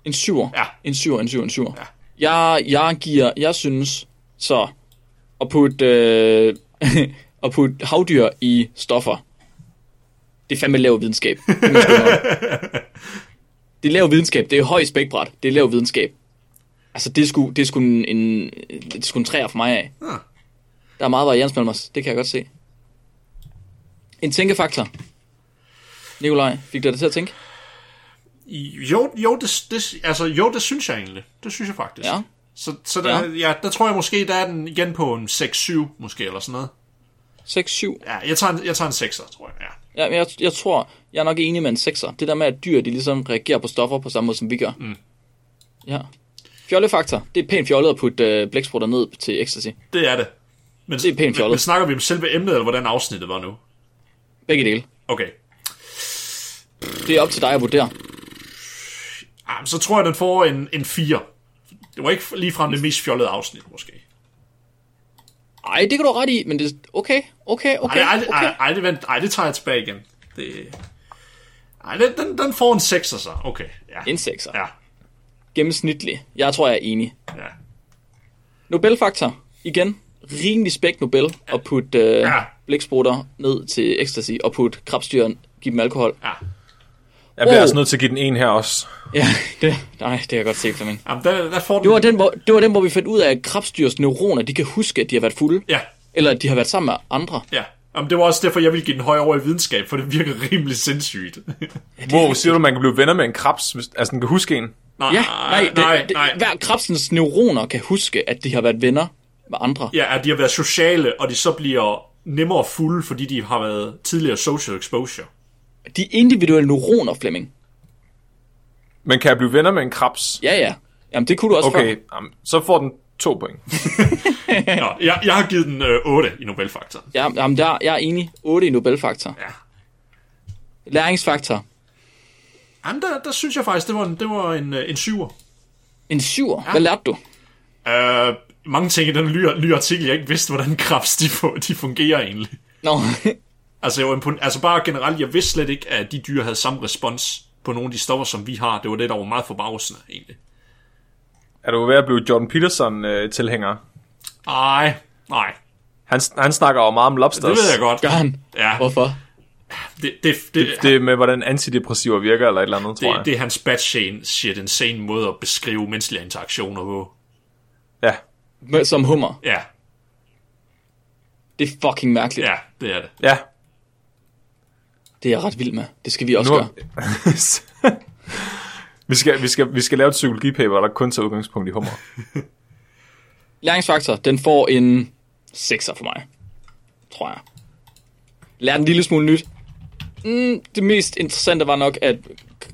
Speaker 4: En 7'er.
Speaker 5: Ja.
Speaker 4: En 7'er, en 7'er, en 7'er. Ja. Jeg, jeg giver, jeg synes, så at putte, øh, at putte havdyr i stoffer, det er fandme lav videnskab. Det må jeg sgu indrømme. Det er lav videnskab, det er høj spækbræt, det er lav videnskab. Altså, det er sgu, det er sgu en, en, det er sgu en træer for mig af. Ja. Der er meget varians mellem os, det kan jeg godt se. En tænkefaktor. Nikolaj, fik du dig til at tænke?
Speaker 5: Jo, jo, det, det, altså, jo, det synes jeg egentlig. Det synes jeg faktisk.
Speaker 4: Ja.
Speaker 5: Så, så der, ja. Ja, der tror jeg måske, der er den igen på en 6-7, måske, eller sådan noget.
Speaker 4: 6, 7,
Speaker 5: Ja, jeg tager en, jeg tager en 6'er, tror jeg. Ja.
Speaker 4: Ja, men jeg, jeg tror, jeg er nok enig med en sekser. Det der med, at dyr, de ligesom reagerer på stoffer på samme måde, som vi gør. Mm. Ja. Fjollefaktor. Det er pænt fjollet at putte øh, blæksprutter ned til ecstasy.
Speaker 5: Det er det. Men,
Speaker 4: Det er pænt
Speaker 5: men,
Speaker 4: fjollet.
Speaker 5: men snakker vi om selve emnet, eller hvordan afsnittet var nu?
Speaker 4: Begge dele.
Speaker 5: Okay.
Speaker 4: Det er op til dig at vurdere.
Speaker 5: Ah, men så tror jeg, den får en, en 4. Det var ikke ligefrem det mest fjollede afsnit, måske.
Speaker 4: Ej, det kan du have ret i, men det okay, okay, okay,
Speaker 5: Ej, ej,
Speaker 4: okay.
Speaker 5: ej, ej, det, vent, ej, det tager jeg tilbage igen. Det, ej, den, den, den får en 6 så. Okay, ja.
Speaker 4: En sekser.
Speaker 5: Ja,
Speaker 4: Gennemsnitlig. Jeg tror, jeg er enig.
Speaker 5: ja.
Speaker 4: Nobelfaktor. Igen. Rimelig spæk Nobel at putte øh,
Speaker 5: Ja.
Speaker 4: blæksprutter ned til ecstasy og putte krabstyren, give dem alkohol.
Speaker 2: Jeg bliver
Speaker 4: Wow.
Speaker 2: altså nødt til at give den en her også.
Speaker 4: Ja, det, nej, det har jeg godt set, Flemming.
Speaker 5: Jamen, der, der får den...
Speaker 4: Det var, den, hvor, det var den, hvor vi fandt ud af, at krabstyrs neuroner, de kan huske, at de har været fulde.
Speaker 5: Ja,
Speaker 4: Eller at de har været sammen med andre.
Speaker 5: ja. Jamen, det var også derfor, jeg ville give den højere over i videnskab, for det virker rimelig sindssygt.
Speaker 2: Wow, siger du, man kan blive venner med en krebs, hvis altså, den kan huske en?
Speaker 5: nej,
Speaker 4: Ja, nej, det,
Speaker 5: Ah, nej,
Speaker 4: det,
Speaker 5: nej.
Speaker 4: Hver krebsens neuroner kan huske, at de har været venner med andre.
Speaker 5: Ja, at de har været sociale, og de så bliver nemmere fulde, fordi de har været tidligere social exposure.
Speaker 4: De er individuelle neuroner, Flemming.
Speaker 2: Men kan jeg blive venner med en krebs?
Speaker 4: Ja, ja. Jamen, det kunne du også før.
Speaker 2: Okay, jamen, så får den to point.
Speaker 5: Nå, jeg, jeg har givet den øh, 8 i Nobelfaktor.
Speaker 4: Ja, jamen, der, jeg er enig. 8 i Nobelfaktor.
Speaker 5: Ja.
Speaker 4: Læringsfaktor.
Speaker 5: Jamen, der, der synes jeg faktisk, det var en, det var en, øh, en syver.
Speaker 4: En 7. Ja. Hvad lærte du?
Speaker 5: Øh, mange ting i den nye, nye artikel, jeg ikke vidste, hvordan krebs de, fu- de fungerer egentlig.
Speaker 4: Nå,
Speaker 5: Altså, jeg var impon- altså bare generelt, jeg vidste slet ikke, at de dyr havde samme respons på nogle af de stoffer, som vi har. Det var det, der var meget forbavsende, egentlig.
Speaker 2: Er du ved at blive Jordan Peterson-tilhænger?
Speaker 5: Ej, nej.
Speaker 2: Han, han snakker jo meget om lobsters.
Speaker 5: Det ved jeg godt.
Speaker 4: gør han.
Speaker 5: Ja,
Speaker 4: Hvorfor?
Speaker 5: det, det, det, det,
Speaker 2: Det med, hvordan antidepressiver virker, eller et eller andet, tror
Speaker 5: det,
Speaker 2: jeg.
Speaker 5: det er hans batshane shit insane måde at beskrive menneskelige interaktioner på.
Speaker 2: Ja.
Speaker 4: Med- Som hummer.
Speaker 5: Ja,
Speaker 4: Det er fucking mærkeligt. Ja.
Speaker 5: ja, det er det.
Speaker 2: Ja.
Speaker 4: Det er jeg ret vild med. Det skal vi også
Speaker 2: Nu...
Speaker 4: gøre.
Speaker 2: vi, skal, vi, skal, vi skal lave et psykologipaper, der kun tager udgangspunkt i hummer.
Speaker 4: Læringsfaktor, den får en 6'er for mig. Tror jeg. Lær den en lille smule nyt. Mm, det mest interessante var nok, at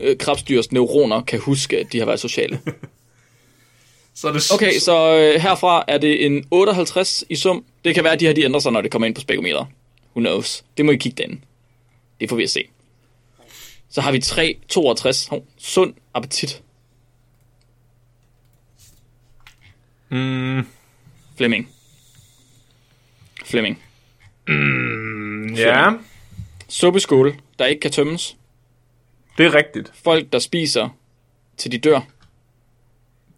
Speaker 4: øh, krebsdyrs neuroner kan huske, at de har været sociale.
Speaker 5: Så er det
Speaker 4: Okay, så øh, herfra er det en 58 i sum. Det kan være, at de her de ændrer sig, når det kommer ind på spekometer. Who knows? Det må I kigge derinde. Det får vi at se. Så har vi 3, 62. Hov, sund appetit. Mm. Flemming. Flemming.
Speaker 2: Ja,
Speaker 4: Suppeskål, der ikke kan tømmes.
Speaker 2: det er rigtigt.
Speaker 4: Folk, der spiser til de dør.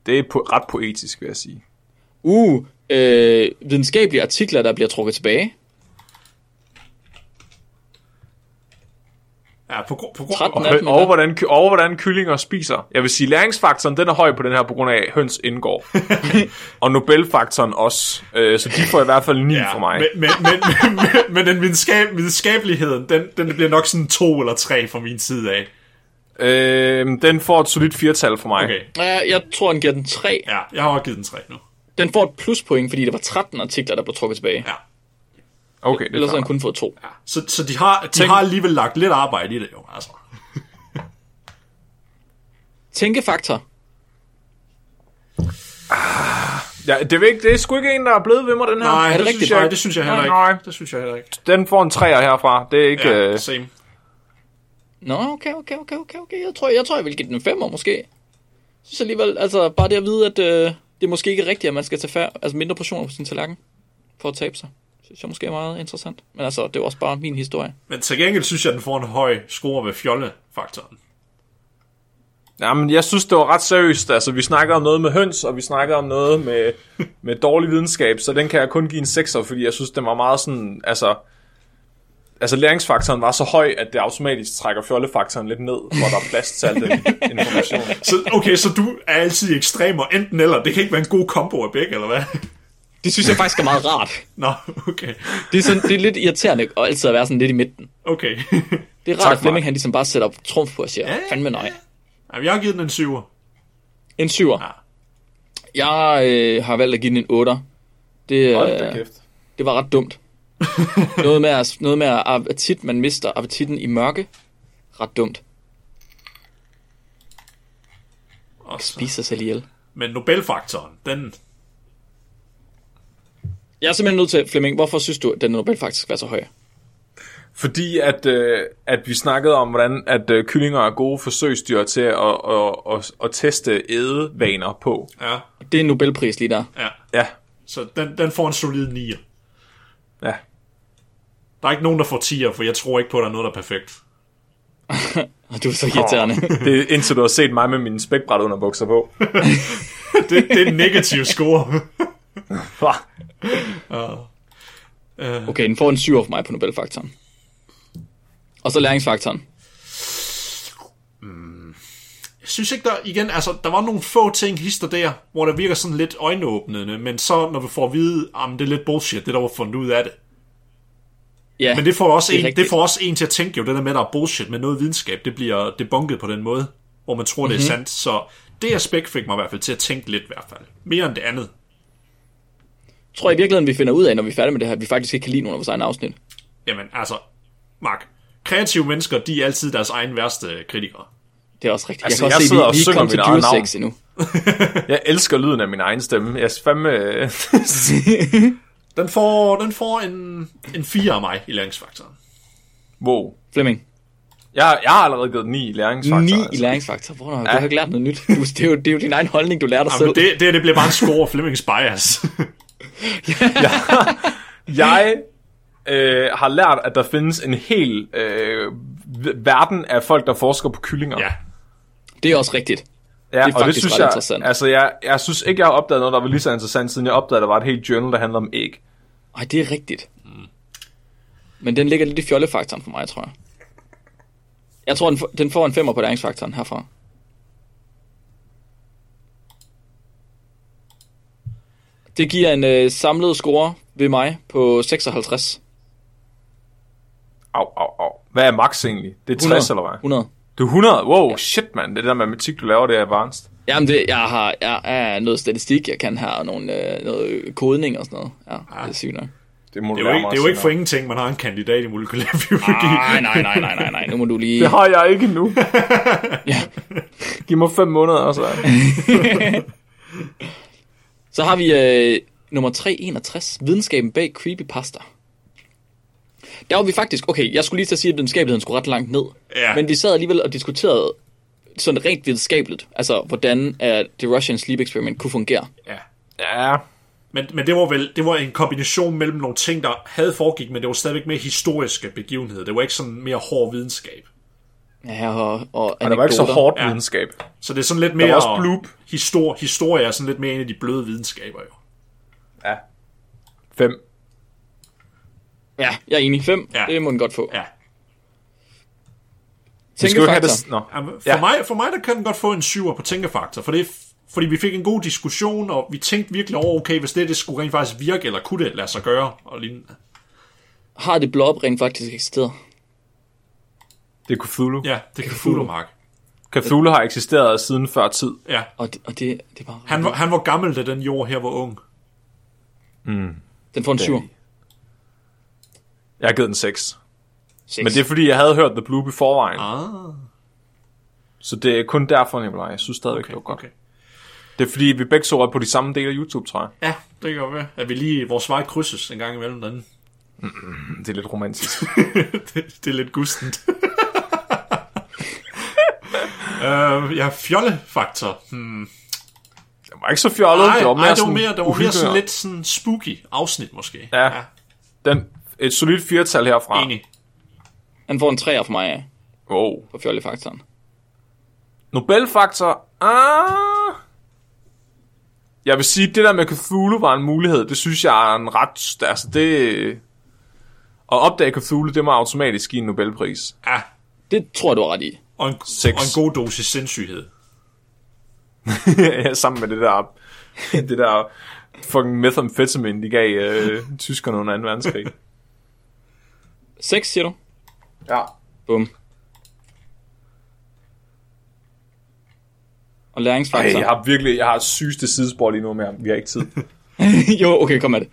Speaker 2: Det er po- ret poetisk, vil jeg sige.
Speaker 4: Uh, øh, videnskabelige artikler, der bliver trukket tilbage.
Speaker 5: Ja, på, gru- på grund
Speaker 4: 13
Speaker 5: af...
Speaker 4: af dem.
Speaker 2: Og, og, hvordan, ky- og hvordan kyllinger spiser. Jeg vil sige, læringsfaktoren den er høj på den her, på grund af at høns indgår. og Nobelfaktoren også. Øh, så de får i hvert fald 9 ja,
Speaker 5: Ja,
Speaker 2: for mig.
Speaker 5: Men, men, men, men, men den videnskab, videnskabeligheden, den, den bliver nok sådan to eller tre fra min side af.
Speaker 2: Øh, den får et solidt firtal for mig.
Speaker 5: Okay,
Speaker 4: Uh, jeg tror, den giver den 3.
Speaker 5: ja, jeg har også givet den tre nu.
Speaker 4: Den får et pluspoint, fordi det var 13 artikler, der blev trukket tilbage.
Speaker 5: Ja.
Speaker 2: okay det er
Speaker 4: Ellers havde
Speaker 2: fair.
Speaker 4: han kun fået to. Ja.
Speaker 5: Så, så de, har, de har alligevel lagt lidt arbejde i det, jo, altså.
Speaker 4: Tænkefaktor.
Speaker 2: ja, det, er ikke, det er sgu ikke en, der er blevet ved mig, den her.
Speaker 5: Nej, det,
Speaker 4: det
Speaker 5: det,
Speaker 4: rigtigt?
Speaker 5: synes jeg, ikke- det synes jeg heller
Speaker 2: Nej,
Speaker 5: ikke.
Speaker 2: nej.
Speaker 5: Det synes jeg heller ikke.
Speaker 2: Den får en 3'er herfra. Det er ikke... Ja,
Speaker 5: Ja,
Speaker 2: øh,
Speaker 5: same.
Speaker 4: Nå, okay, okay, okay, okay, okay. Jeg tror, jeg, tror, jeg vil give den en femmer, måske. Jeg synes alligevel, altså bare det at vide, at øh, det er måske ikke rigtigt, at man skal tage færre, altså mindre portioner på sin tallerken, for at tabe sig. Synes jeg måske er meget interessant. Men altså, det er jo også bare min historie.
Speaker 5: Men til gengæld synes jeg, den får en høj score ved fjollefaktoren.
Speaker 2: Jamen, jeg synes, det var ret seriøst. Altså, vi snakker om noget med høns, og vi snakker om noget med, med dårlig videnskab, så den kan jeg kun give en 6'er, fordi jeg synes, den var meget sådan, altså... Altså, læringsfaktoren var så høj, at det automatisk trækker fjollefaktoren lidt ned, hvor der er plads til al den information.
Speaker 5: Så, okay, så du er altid ekstrem og enten eller. Det kan ikke være en god kombo af begge, eller hvad?
Speaker 4: Det synes jeg faktisk er meget rart.
Speaker 5: Nå, okay.
Speaker 4: Det er, sådan, det er lidt irriterende at altid at være sådan lidt i midten.
Speaker 5: Okay.
Speaker 4: Det er rart,
Speaker 2: Tak,
Speaker 4: at Flemming
Speaker 2: Mark.
Speaker 4: han ligesom bare sætter op trumf på og siger,
Speaker 5: Ja,
Speaker 4: fandme nej.
Speaker 5: Jamen, jeg har givet den en syver.
Speaker 4: En syver.
Speaker 5: Ja.
Speaker 4: Jeg øh, har valgt at give den en otter. Det,
Speaker 2: Hold da
Speaker 4: øh,
Speaker 2: kæft.
Speaker 4: det var ret dumt. noget med, at- noget med at appetit, man mister appetitten i mørke. Ret dumt.
Speaker 5: Og så-
Speaker 4: Spise sig selv ihjel.
Speaker 5: Men Nobelfaktoren, den...
Speaker 4: Jeg er simpelthen nødt til, Flemming, hvorfor synes du, at den Nobel faktisk var så høj?
Speaker 2: Fordi at, øh, at vi snakkede om, hvordan at øh, kyllinger er gode forsøgsdyr til at, at, at, at teste ædevaner på.
Speaker 5: Ja,
Speaker 4: Det er en Nobelpris lige der.
Speaker 5: ja.
Speaker 2: Ja,
Speaker 5: Så den, den får en solid 9.
Speaker 2: ja.
Speaker 5: Der er ikke nogen, der får 10'er, for jeg tror ikke på, at der er noget, der er perfekt.
Speaker 4: Og du er så irriterende.
Speaker 2: Det er indtil du har set mig med mine spækbræt under bukser på.
Speaker 5: Det, det er en negativ score.
Speaker 2: Hva?
Speaker 4: Okay, den får en syver for mig på Nobelfaktoren. Og så læringsfaktoren.
Speaker 5: Jeg synes ikke, der, igen, altså, der var nogle få ting hister der, hvor der virker sådan lidt øjenåbnende, men så, når du får at vide, at det er lidt bullshit, det der var fundet ud af det.
Speaker 4: Ja,
Speaker 5: Men det får, også
Speaker 4: Det er
Speaker 5: det, en,
Speaker 4: rigtigt.
Speaker 5: det får også en til at tænke jo, det der med, at der er bullshit med noget videnskab, det bliver debunket på den måde, hvor man tror,
Speaker 4: Mhm.
Speaker 5: mm-hmm. det er sandt. Så det aspekt fik mig i hvert fald til at tænke lidt i hvert fald. Mere end det andet.
Speaker 4: tror jeg i virkeligheden, vi finder ud af, når vi er færdige med det her, at vi faktisk ikke kan lide nogen af vores egne afsnit.
Speaker 5: Jamen, altså, Mark, kreative mennesker, de er altid deres egen værste kritikere.
Speaker 4: Det er også rigtigt.
Speaker 2: Altså,
Speaker 4: jeg kan
Speaker 2: jeg
Speaker 4: også se,
Speaker 2: sidder og
Speaker 4: vi, vi er
Speaker 2: synger
Speaker 4: kommet til
Speaker 2: mit eget
Speaker 4: dyresex endnu.
Speaker 2: Jeg elsker lyden af min egen stemme. Jeg er fandme... øh,
Speaker 5: Den får, den får en, en 4 af mig i læringsfaktoren.
Speaker 2: wow.
Speaker 4: Flemming,
Speaker 2: Jeg, jeg har allerede givet 9 i læringsfaktor.
Speaker 4: 9 i
Speaker 2: altså.
Speaker 4: læringsfaktor. Hvor ja. du har ikke lært noget nyt. Du, det, er jo, det er jo din egen holdning, du lærer dig
Speaker 5: Jamen,
Speaker 4: selv.
Speaker 5: det, det, det bliver bare en score Flemings bias.
Speaker 2: Jeg øh, har lært, at der findes en hel øh, verden af folk, der forsker på kyllinger.
Speaker 5: ja,
Speaker 4: Det er også rigtigt.
Speaker 2: ja
Speaker 4: det er
Speaker 2: og det
Speaker 4: faktisk
Speaker 2: synes
Speaker 4: ret
Speaker 2: jeg,
Speaker 4: interessant.
Speaker 2: Altså, jeg, jeg synes ikke, jeg har opdaget noget, der var lige så interessant, siden jeg opdagede, at der var et helt journal, der handler om æg.
Speaker 4: Ej, det er rigtigt.
Speaker 2: Mm.
Speaker 4: Men den ligger lidt i fjollefaktoren for mig, tror jeg. Jeg tror, den, får- den får en femmer på læringsfaktoren herfra. Det giver en øh, samlet score ved mig på 56.
Speaker 2: Au, au, au. Hvad er max egentlig? Det er 60 eller hvad?
Speaker 4: 100.
Speaker 2: Det er 100. Wow, shit, mand. Det der matematik, du laver, det er advanced.
Speaker 4: Jamen, det, jeg har jeg, er noget statistik, jeg kan her, og nogle, øh, noget kodning og sådan noget.
Speaker 2: Ah.
Speaker 4: Ja, det er sygt nok.
Speaker 2: Det, må
Speaker 5: det
Speaker 2: du
Speaker 5: er jo
Speaker 2: lære
Speaker 5: ikke,
Speaker 2: mig
Speaker 5: det er jo ikke for
Speaker 2: senere.
Speaker 5: ingenting, man har en kandidat i molekylær biologi.
Speaker 4: Ah, Nej, nej, nej, nej, nej, nej. Nu må du lige...
Speaker 2: Det har jeg ikke nu.
Speaker 4: Ja.
Speaker 2: Giv mig 5 måneder, og så...
Speaker 4: Så har vi øh, nummer 361, videnskaben bag creepypasta. Der var vi faktisk, okay, jeg skulle lige til at sige, at videnskabeligheden skulle ret langt ned.
Speaker 5: Ja.
Speaker 4: Men vi sad alligevel og diskuterede sådan rent videnskabeligt, altså hvordan er det Russian Sleep Experiment kunne fungere.
Speaker 5: Ja.
Speaker 2: Ja,
Speaker 5: Men, men det var vel det var en kombination mellem nogle ting, der havde foregik, men det var stadigvæk mere historiske begivenheder. Det var ikke sådan mere hård videnskab.
Speaker 4: Ja, og, og
Speaker 2: og det var ikke så
Speaker 4: anekdoter.
Speaker 2: hårdt
Speaker 5: Ja.
Speaker 2: videnskab.
Speaker 5: Så det er sådan lidt mere...
Speaker 2: var også bloop.
Speaker 5: Histor, historie er sådan lidt mere en af de bløde videnskaber, jo.
Speaker 2: Ja. Fem.
Speaker 4: Ja, jeg er enig. Fem,
Speaker 5: Ja.
Speaker 4: ja. det må den godt få.
Speaker 5: Ja.
Speaker 2: Vi skal jo ikke have
Speaker 4: Tænkefaktor.
Speaker 2: det... Nå.
Speaker 5: Jamen, For,
Speaker 2: Ja.
Speaker 5: ja. mig, for mig, der kan den godt få en syver på tænkefaktor, for det er f- fordi vi fik en god diskussion, og vi tænkte virkelig over, okay, hvis det, det skulle rent faktisk virke, eller kunne det lade sig gøre, og lignende.
Speaker 4: Har det blob rent faktisk eksisteret?
Speaker 2: Det er Cthulhu.
Speaker 5: Ja, det kan fulde Mark.
Speaker 2: Cthulhu har eksisteret siden før tid.
Speaker 5: Ja.
Speaker 4: Og det, og det, det er bare...
Speaker 5: Han var, han var gammel, da den jord her var ung.
Speaker 4: Den får en syv.
Speaker 2: Jeg har givet den 6.
Speaker 4: Seks.
Speaker 2: Men det er fordi, jeg havde hørt The Bloop i forvejen.
Speaker 5: Ah,
Speaker 2: Så det er kun derfor, Nikolaj. Jeg synes stadigvæk, okay,
Speaker 5: okay,
Speaker 2: det var godt.
Speaker 5: okay.
Speaker 2: Det er fordi, vi begge så er på de samme dele af YouTube, tror jeg.
Speaker 5: Ja, det kan godt være. At vi lige, vores vej krydses en gang imellem den. Mm,
Speaker 2: Det er lidt romantisk.
Speaker 5: det, det er lidt gustent. uh, ja, fjollefaktor. Hmm.
Speaker 2: det var ikke så fjollet.
Speaker 5: Nej,
Speaker 2: det var mere,
Speaker 5: nej, det var
Speaker 2: sådan
Speaker 5: mere, det var mere sådan
Speaker 2: uhyggeligt.
Speaker 5: lidt sådan spooky afsnit, måske.
Speaker 2: Ja. Den, et solidt firtal herfra.
Speaker 5: Enig.
Speaker 4: Han får en træer for mig af,
Speaker 2: Wow.
Speaker 4: på fjollefaktoren.
Speaker 2: Nobelfaktor. Ah. Jeg vil sige, det der med Cthulhu var en mulighed. Det synes jeg er en ret... Altså det... At opdage Cthulhu, det må automatisk give en Nobelpris.
Speaker 5: Ja,
Speaker 4: Det tror jeg, du har ret i.
Speaker 5: og en,
Speaker 2: Seks.
Speaker 5: og en god dosis sindssyghed.
Speaker 2: ja, sammen med det der... det der fucking methamphetamine, de gav øh, tyskerne under 2. verdenskrig.
Speaker 4: 6, siger du?
Speaker 2: ja.
Speaker 4: Bum. Og læringsfaktor.
Speaker 2: Ej, jeg har virkelig, jeg har sygeste sidespor lige nu med ham. Vi har ikke tid.
Speaker 4: jo, okay, kom med det.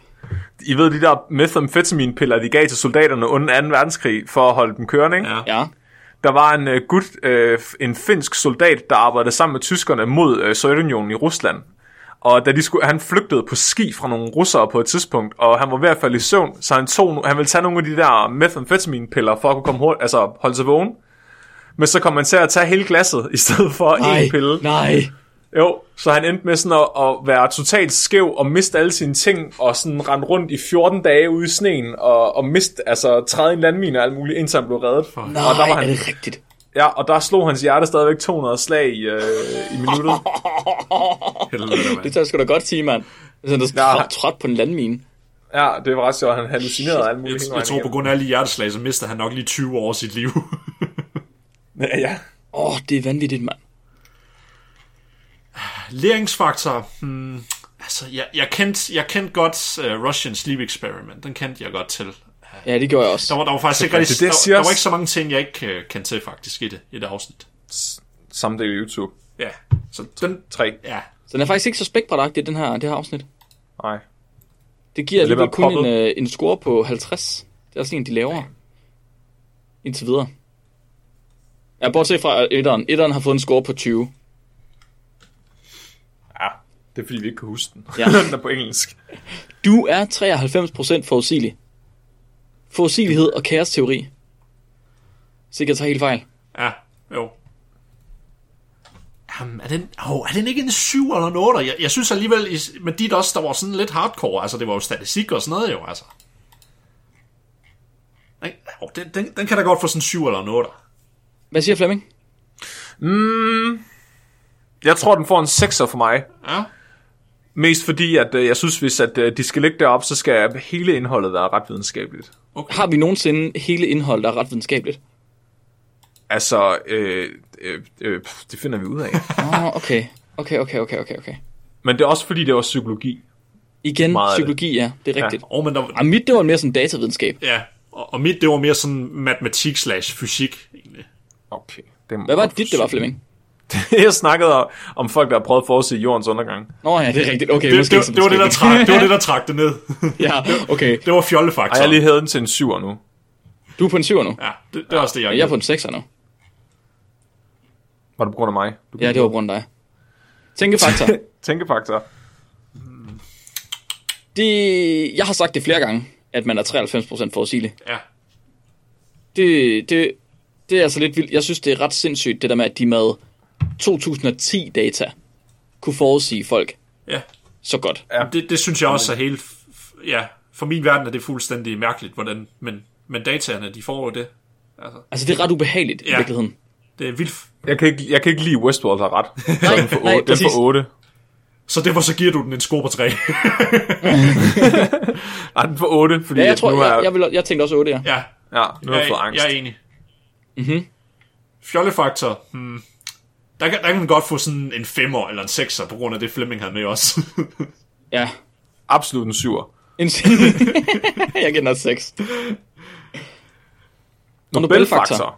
Speaker 2: I ved, de der methamphetamine-piller, de gav til soldaterne under 2. verdenskrig, for at holde dem kørende, ikke?
Speaker 5: Ja.
Speaker 4: Ja.
Speaker 2: Der var en uh, gut, uh, en finsk soldat, der arbejdede sammen med tyskerne mod uh, Sovjetunionen i Rusland. Og da de skulle, han flygtede på ski fra nogle russere på et tidspunkt, og han var ved at falde i søvn, så han, tog, no- han ville tage nogle af de der methamphetamine-piller for at kunne komme hurtigt, altså holde sig vågen. Men så kom han til at tage hele glasset, i stedet for
Speaker 4: Nej,
Speaker 2: en pille.
Speaker 4: nej.
Speaker 2: Jo, så han endte med sådan at, at være totalt skæv og miste alle sine ting, og sådan rende rundt i 14 dage ude i sneen, og, og miste, altså træde i en landmine og alt muligt, indtil han blev reddet. Nej,
Speaker 4: Nej,
Speaker 2: og der var han
Speaker 4: er det rigtigt?
Speaker 2: Ja, og der slog hans hjerte stadigvæk 200 slag i, øh, i minuttet.
Speaker 5: Helvede,
Speaker 4: Det
Speaker 5: mand.
Speaker 4: tør jeg sgu da godt sige, mand. Det er sådan, der
Speaker 2: Ja.
Speaker 4: er trådt på en landmine.
Speaker 2: Ja, det var ret sjovt. Han hallucinerede og alt muligt.
Speaker 5: Jeg,
Speaker 2: hele
Speaker 5: jeg
Speaker 2: vejen
Speaker 5: tror, på
Speaker 2: igennem.
Speaker 5: grund af alle de hjerteslag, så mister han nok lige 20 år af sit liv.
Speaker 2: Ja, ja.
Speaker 4: Åh, oh, det er vanvittigt, mand.
Speaker 5: Læringsfaktor. Hmm. Altså, jeg, jeg, kendte, jeg kendte godt uh, Russian Sleep Experiment. Den kendte jeg godt til.
Speaker 4: Ja, det gjorde jeg også.
Speaker 5: Der var, der var faktisk ikke,
Speaker 2: rigtigt.
Speaker 5: rigtig,
Speaker 2: Det
Speaker 5: der,
Speaker 2: siger
Speaker 5: der var
Speaker 2: også-
Speaker 5: ikke så mange ting, jeg ikke uh, kendte til faktisk i det, i det afsnit.
Speaker 2: Samme del af YouTube.
Speaker 5: Ja, så den...
Speaker 2: 3.
Speaker 5: Ja,
Speaker 4: Så den er faktisk ikke så spækbrætagtig, den her, det her afsnit.
Speaker 2: Nej.
Speaker 4: Det giver
Speaker 2: Det er
Speaker 4: alligevel
Speaker 2: lidt
Speaker 4: kun en,
Speaker 2: poppet.
Speaker 4: øh, en score på 50. Det er også en, de laver. Indtil videre. Ja, bortset fra etteren. Etteren har fået en score på 20.
Speaker 2: Ja, det er fordi, vi ikke kan huske den.
Speaker 4: Ja.
Speaker 2: den er på engelsk.
Speaker 4: Du er 93% forudsigelig. Forudsigelighed og kaosteori. Sikkert tager helt fejl.
Speaker 5: ja, jo. Jamen, er den, oh, er den ikke en 7 eller en 8? Jeg, jeg synes alligevel, i- med dit også, der var sådan lidt hardcore. Altså, det var jo statistik og sådan noget jo, altså. Nej, oh, den, den, den kan da godt få sådan en 7 eller en 8.
Speaker 4: Hvad siger Flemming?
Speaker 2: Jeg tror, den får en 6'er for mig.
Speaker 5: Ja,
Speaker 2: Mest fordi, at øh, jeg synes, hvis at, øh, de skal ligge deroppe, så skal hele indholdet være ret videnskabeligt.
Speaker 4: Har vi nogensinde hele indholdet, der er ret videnskabeligt?
Speaker 2: Altså, øh, øh, øh, pff, det finder vi ud af.
Speaker 4: Åh, oh, okay. Okay, okay, okay, okay, okay.
Speaker 2: Men det er også fordi, det var psykologi.
Speaker 4: Igen,
Speaker 2: Meget af det.
Speaker 4: psykologi, ja. Det er rigtigt. Ja.
Speaker 5: oh, men der,
Speaker 4: Og mit, det var mere sådan datavidenskab.
Speaker 5: ja. Og, og mit, det var mere sådan matematik slash fysik, egentlig.
Speaker 2: Okay. Det
Speaker 4: Hvad var dit, det var, Flemming?
Speaker 2: jeg snakkede om- om folk, der har prøvet at forudse jordens undergang.
Speaker 4: Nå ja, det er rigtigt. Okay,
Speaker 5: Det,
Speaker 4: måske ikke
Speaker 5: det,
Speaker 4: så
Speaker 5: det, var det, der
Speaker 4: videnskabeligt.
Speaker 5: trak, det var det, der trak det ned.
Speaker 4: ja, okay.
Speaker 5: Det var
Speaker 2: Og
Speaker 5: fjollefaktor.
Speaker 2: jeg har lige hævet den til en 7'er nu.
Speaker 4: Du er på en 7 nu.
Speaker 5: Ja, det, det er også det, jeg,
Speaker 4: Og jeg er på en 6 nu.
Speaker 2: Var det på grund af mig? Du
Speaker 4: Ja, det var på grund af dig. Tænkefaktor.
Speaker 2: Tænkefaktor.
Speaker 4: Det, jeg har sagt det flere gange, at man er 93% fossile.
Speaker 5: Ja.
Speaker 4: Det, det, det er altså lidt vildt. Jeg synes, det er ret sindssygt, det der med, at de med 2010-data kunne forudsige folk
Speaker 5: Ja.
Speaker 4: så godt.
Speaker 5: ja. Det, det synes jeg også er helt... f- f- Ja, for min verden er det fuldstændig mærkeligt, hvordan... Men, men dataerne, de får jo det.
Speaker 4: Altså, det er ret ubehageligt ja. i
Speaker 5: Ja.
Speaker 4: virkeligheden.
Speaker 5: Det er vildt... f-
Speaker 2: Jeg kan ikke, jeg kan ikke lide Westworld har ret.
Speaker 4: Nej,
Speaker 2: Den for 8. Den
Speaker 4: præcis.
Speaker 2: for 8.
Speaker 5: Så derfor så giver du den en score på 3.
Speaker 2: Nej, den for 8, fordi
Speaker 4: Ja, jeg, tror,
Speaker 2: at nu er,
Speaker 4: jeg, jeg, vil, jeg tænkte også 8, ja.
Speaker 5: ja,
Speaker 2: ja, nu har jeg fået
Speaker 5: jeg,
Speaker 2: angst.
Speaker 5: jeg er enig. Mhm. Fjollefaktor. Hmm. Der kan, der kan man godt få sådan en 5'er eller en 6'er, på grund af det Flemming havde med os.
Speaker 4: ja.
Speaker 2: Absolut en 7.
Speaker 4: En jeg giver den også 6.
Speaker 2: Nobelfaktor.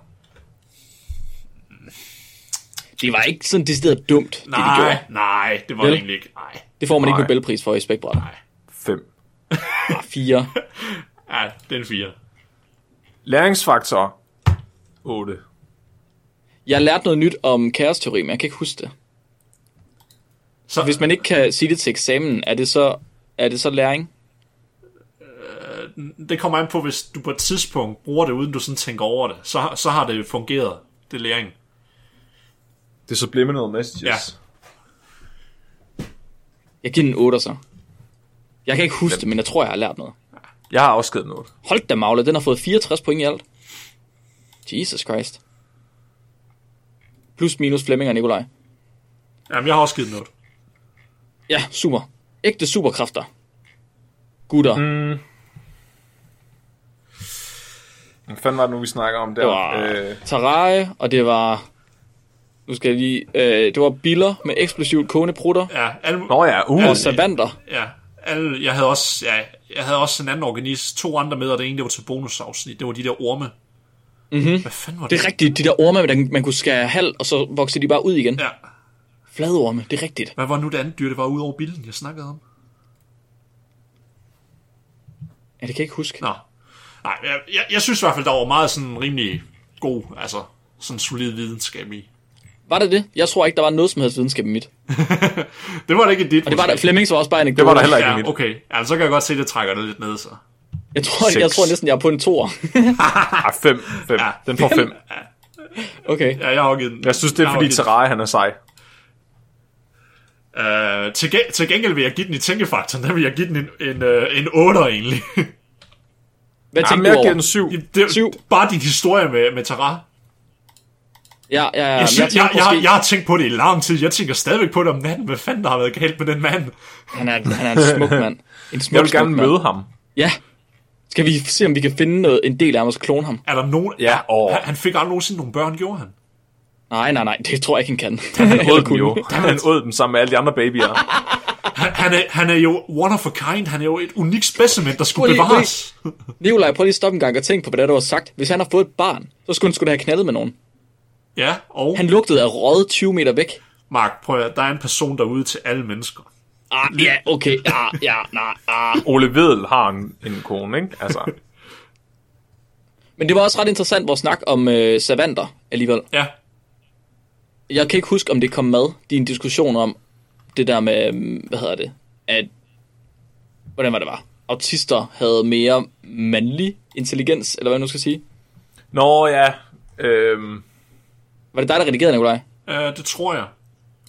Speaker 4: Det var ikke sådan decideret dumt, det de gjorde.
Speaker 5: nej, nej, det var det
Speaker 4: Vel?
Speaker 5: egentlig ikke. Nej.
Speaker 4: Det får man ikke
Speaker 2: Nej.
Speaker 4: Nobelpris for i spækbrætter.
Speaker 2: 5.
Speaker 4: Ah, 4.
Speaker 5: Ja, det er en 4.
Speaker 2: Læringsfaktor. 8.
Speaker 4: Jeg lærte noget nyt om kaosteori, men jeg kan ikke huske det.
Speaker 5: Så
Speaker 4: Hvis man ikke kan sige det til eksamen, er det så, er det så læring?
Speaker 5: Det kommer an på, hvis du på et tidspunkt bruger det, uden du sådan tænker over det, så, så har det fungeret. Det er læring.
Speaker 2: Det er subliminal messages.
Speaker 4: Jeg giver den 8 så. Jeg kan ikke huske det, men jeg tror, jeg har lært noget.
Speaker 2: Jeg har også givet den 8.
Speaker 4: Hold da, Magle, den har fået 64 point i alt. Jesus Christ. Plus minus Flemming og Nikolaj.
Speaker 5: Jamen, jeg har også givet noget.
Speaker 4: Ja, super. Ægte superkræfter. Gutter. Mm.
Speaker 2: Hvad fanden var det nu, vi snakker om der?
Speaker 4: Det var
Speaker 2: Øh,
Speaker 4: Taraje, og det var... Nu skal jeg lige... Øh, det var biller med eksplosivt kogende prutter.
Speaker 5: Ja, alle,
Speaker 2: Nå ja, uh,
Speaker 4: Og savanter.
Speaker 5: ja, alle, jeg, havde også, ja, jeg havde også en anden organist, to andre med, og det ene, det var til bonusafsnit. Det var de der orme. Mm-hmm. Hvad fanden var
Speaker 4: Det
Speaker 5: det?
Speaker 4: er rigtigt, de der orme, der, man kunne skære halv, og så voksede de bare ud igen.
Speaker 5: Ja.
Speaker 4: Fladorme, det er rigtigt.
Speaker 5: Hvad var nu det andet dyr, det var ude over bilden, jeg snakkede om?
Speaker 4: Ja, det kan jeg ikke huske.
Speaker 5: Nå. Nej, jeg, jeg, jeg synes i hvert fald, der var meget sådan rimelig god, altså sådan solid videnskab i.
Speaker 4: Var det det? Jeg tror ikke, der var noget som helst videnskab i mit.
Speaker 5: Det var det ikke i dit.
Speaker 4: Og det var der, Flemmings var også bare en
Speaker 2: det var der heller ikke i
Speaker 5: Ja,
Speaker 2: mit.
Speaker 5: okay. Ja, så kan jeg godt se, det trækker det lidt ned, så.
Speaker 4: Jeg tror, jeg
Speaker 2: Seks.
Speaker 4: tror næsten, jeg er på en toer.
Speaker 2: Ah, 5. 5. Den får 5.
Speaker 4: Okay.
Speaker 5: Ja, jeg har også givet den.
Speaker 2: Jeg synes, det er
Speaker 5: har
Speaker 2: fordi
Speaker 5: også givet
Speaker 2: Terraria, han er sej.
Speaker 5: den. Øh, til, gæ- til gengæld vil jeg give den i tænkefaktoren, der vil jeg give den en, en, øh, en 8 egentlig.
Speaker 4: Hvad tænker
Speaker 2: Jamen,
Speaker 4: du
Speaker 2: jeg
Speaker 4: over?
Speaker 2: giver den 7.
Speaker 5: det er
Speaker 4: Syv.
Speaker 5: jo bare din historie med, med Terra.
Speaker 4: Ja, ja, ja.
Speaker 5: Jeg,
Speaker 4: Jeg, jeg,
Speaker 5: synes, jeg,
Speaker 4: tænkte
Speaker 5: jeg, jeg,
Speaker 4: måske,
Speaker 5: jeg har tænkt på det i lang tid. Jeg tænker stadigvæk på det om natten. Hvad fanden der har været galt med den mand?
Speaker 4: han er, han er en smuk mand. En smuk,
Speaker 2: Jeg vil gerne
Speaker 4: smuk mand.
Speaker 2: møde ham.
Speaker 4: Ja. Skal vi se, om vi kan finde noget, en del af ham, og så klone ham?
Speaker 5: Er der nogen...
Speaker 2: Ja, åh.
Speaker 5: han, han fik aldrig nogensinde nogle børn, gjorde han?
Speaker 4: Nej, nej, nej, det tror jeg ikke, han kan.
Speaker 2: Han åd dem jo. Han åd dem sammen med alle de andre babyer.
Speaker 5: Han, han, er, han er jo one of a kind. Han er jo et unikt specimen, der
Speaker 4: Prøv
Speaker 5: skulle
Speaker 4: lige-
Speaker 5: bevares.
Speaker 4: Nikolaj, prøv lige at stoppe en gang og tænk på, hvad der, der var sagt. Hvis han har fået et barn, så skulle han skulle have knaldet med nogen.
Speaker 5: Ja, og
Speaker 4: Han lugtede af røget 20 meter væk.
Speaker 5: Mark, prøv at, der er en person derude til alle mennesker.
Speaker 4: Ah, ja, okay. Ah, ja, nej, ah.
Speaker 2: Ole Vedel har en, en kone, ikke? Altså,
Speaker 4: Men det var også ret interessant, vores snak om øh, savanter alligevel.
Speaker 5: Ja,
Speaker 4: Jeg kan ikke huske, om det kom med, din diskussion om det der med, øhm, hvad hedder det, at, hvordan var det var? Autister havde mere mandlig intelligens, eller hvad jeg nu skal sige.
Speaker 2: Nå ja, øhm,
Speaker 4: Var det dig, der redigerede, Nikolaj?
Speaker 5: øh, det tror jeg.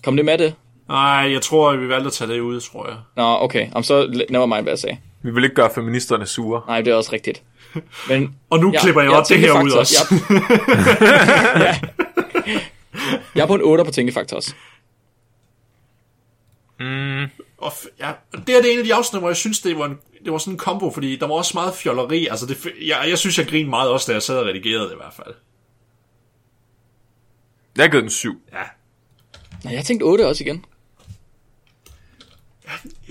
Speaker 4: Kom det med det?
Speaker 5: Nej, jeg tror, vi valgte at tage det ud, tror jeg.
Speaker 4: Nå, okay. Om så never mind, hvad jeg sagde.
Speaker 2: vi vil ikke gøre feministerne sure.
Speaker 4: Nej, det er også rigtigt. Men
Speaker 5: Og nu ja, klipper jeg, jeg også det her ud
Speaker 4: tænkefaktor-
Speaker 5: også. Ja.
Speaker 4: Jeg, ja. jeg er på en 8 på tænkefaktor også.
Speaker 5: Og f- ja, det her det er en af de afsnit, hvor jeg synes, det var, en, det var sådan en kombo, fordi der var også meget fjolleri. Altså det, f- jeg, jeg synes, jeg grinede meget også, da jeg sad og redigerede det i hvert fald.
Speaker 2: Jeg gav den 7.
Speaker 4: Nej, jeg tænkte 8 også igen.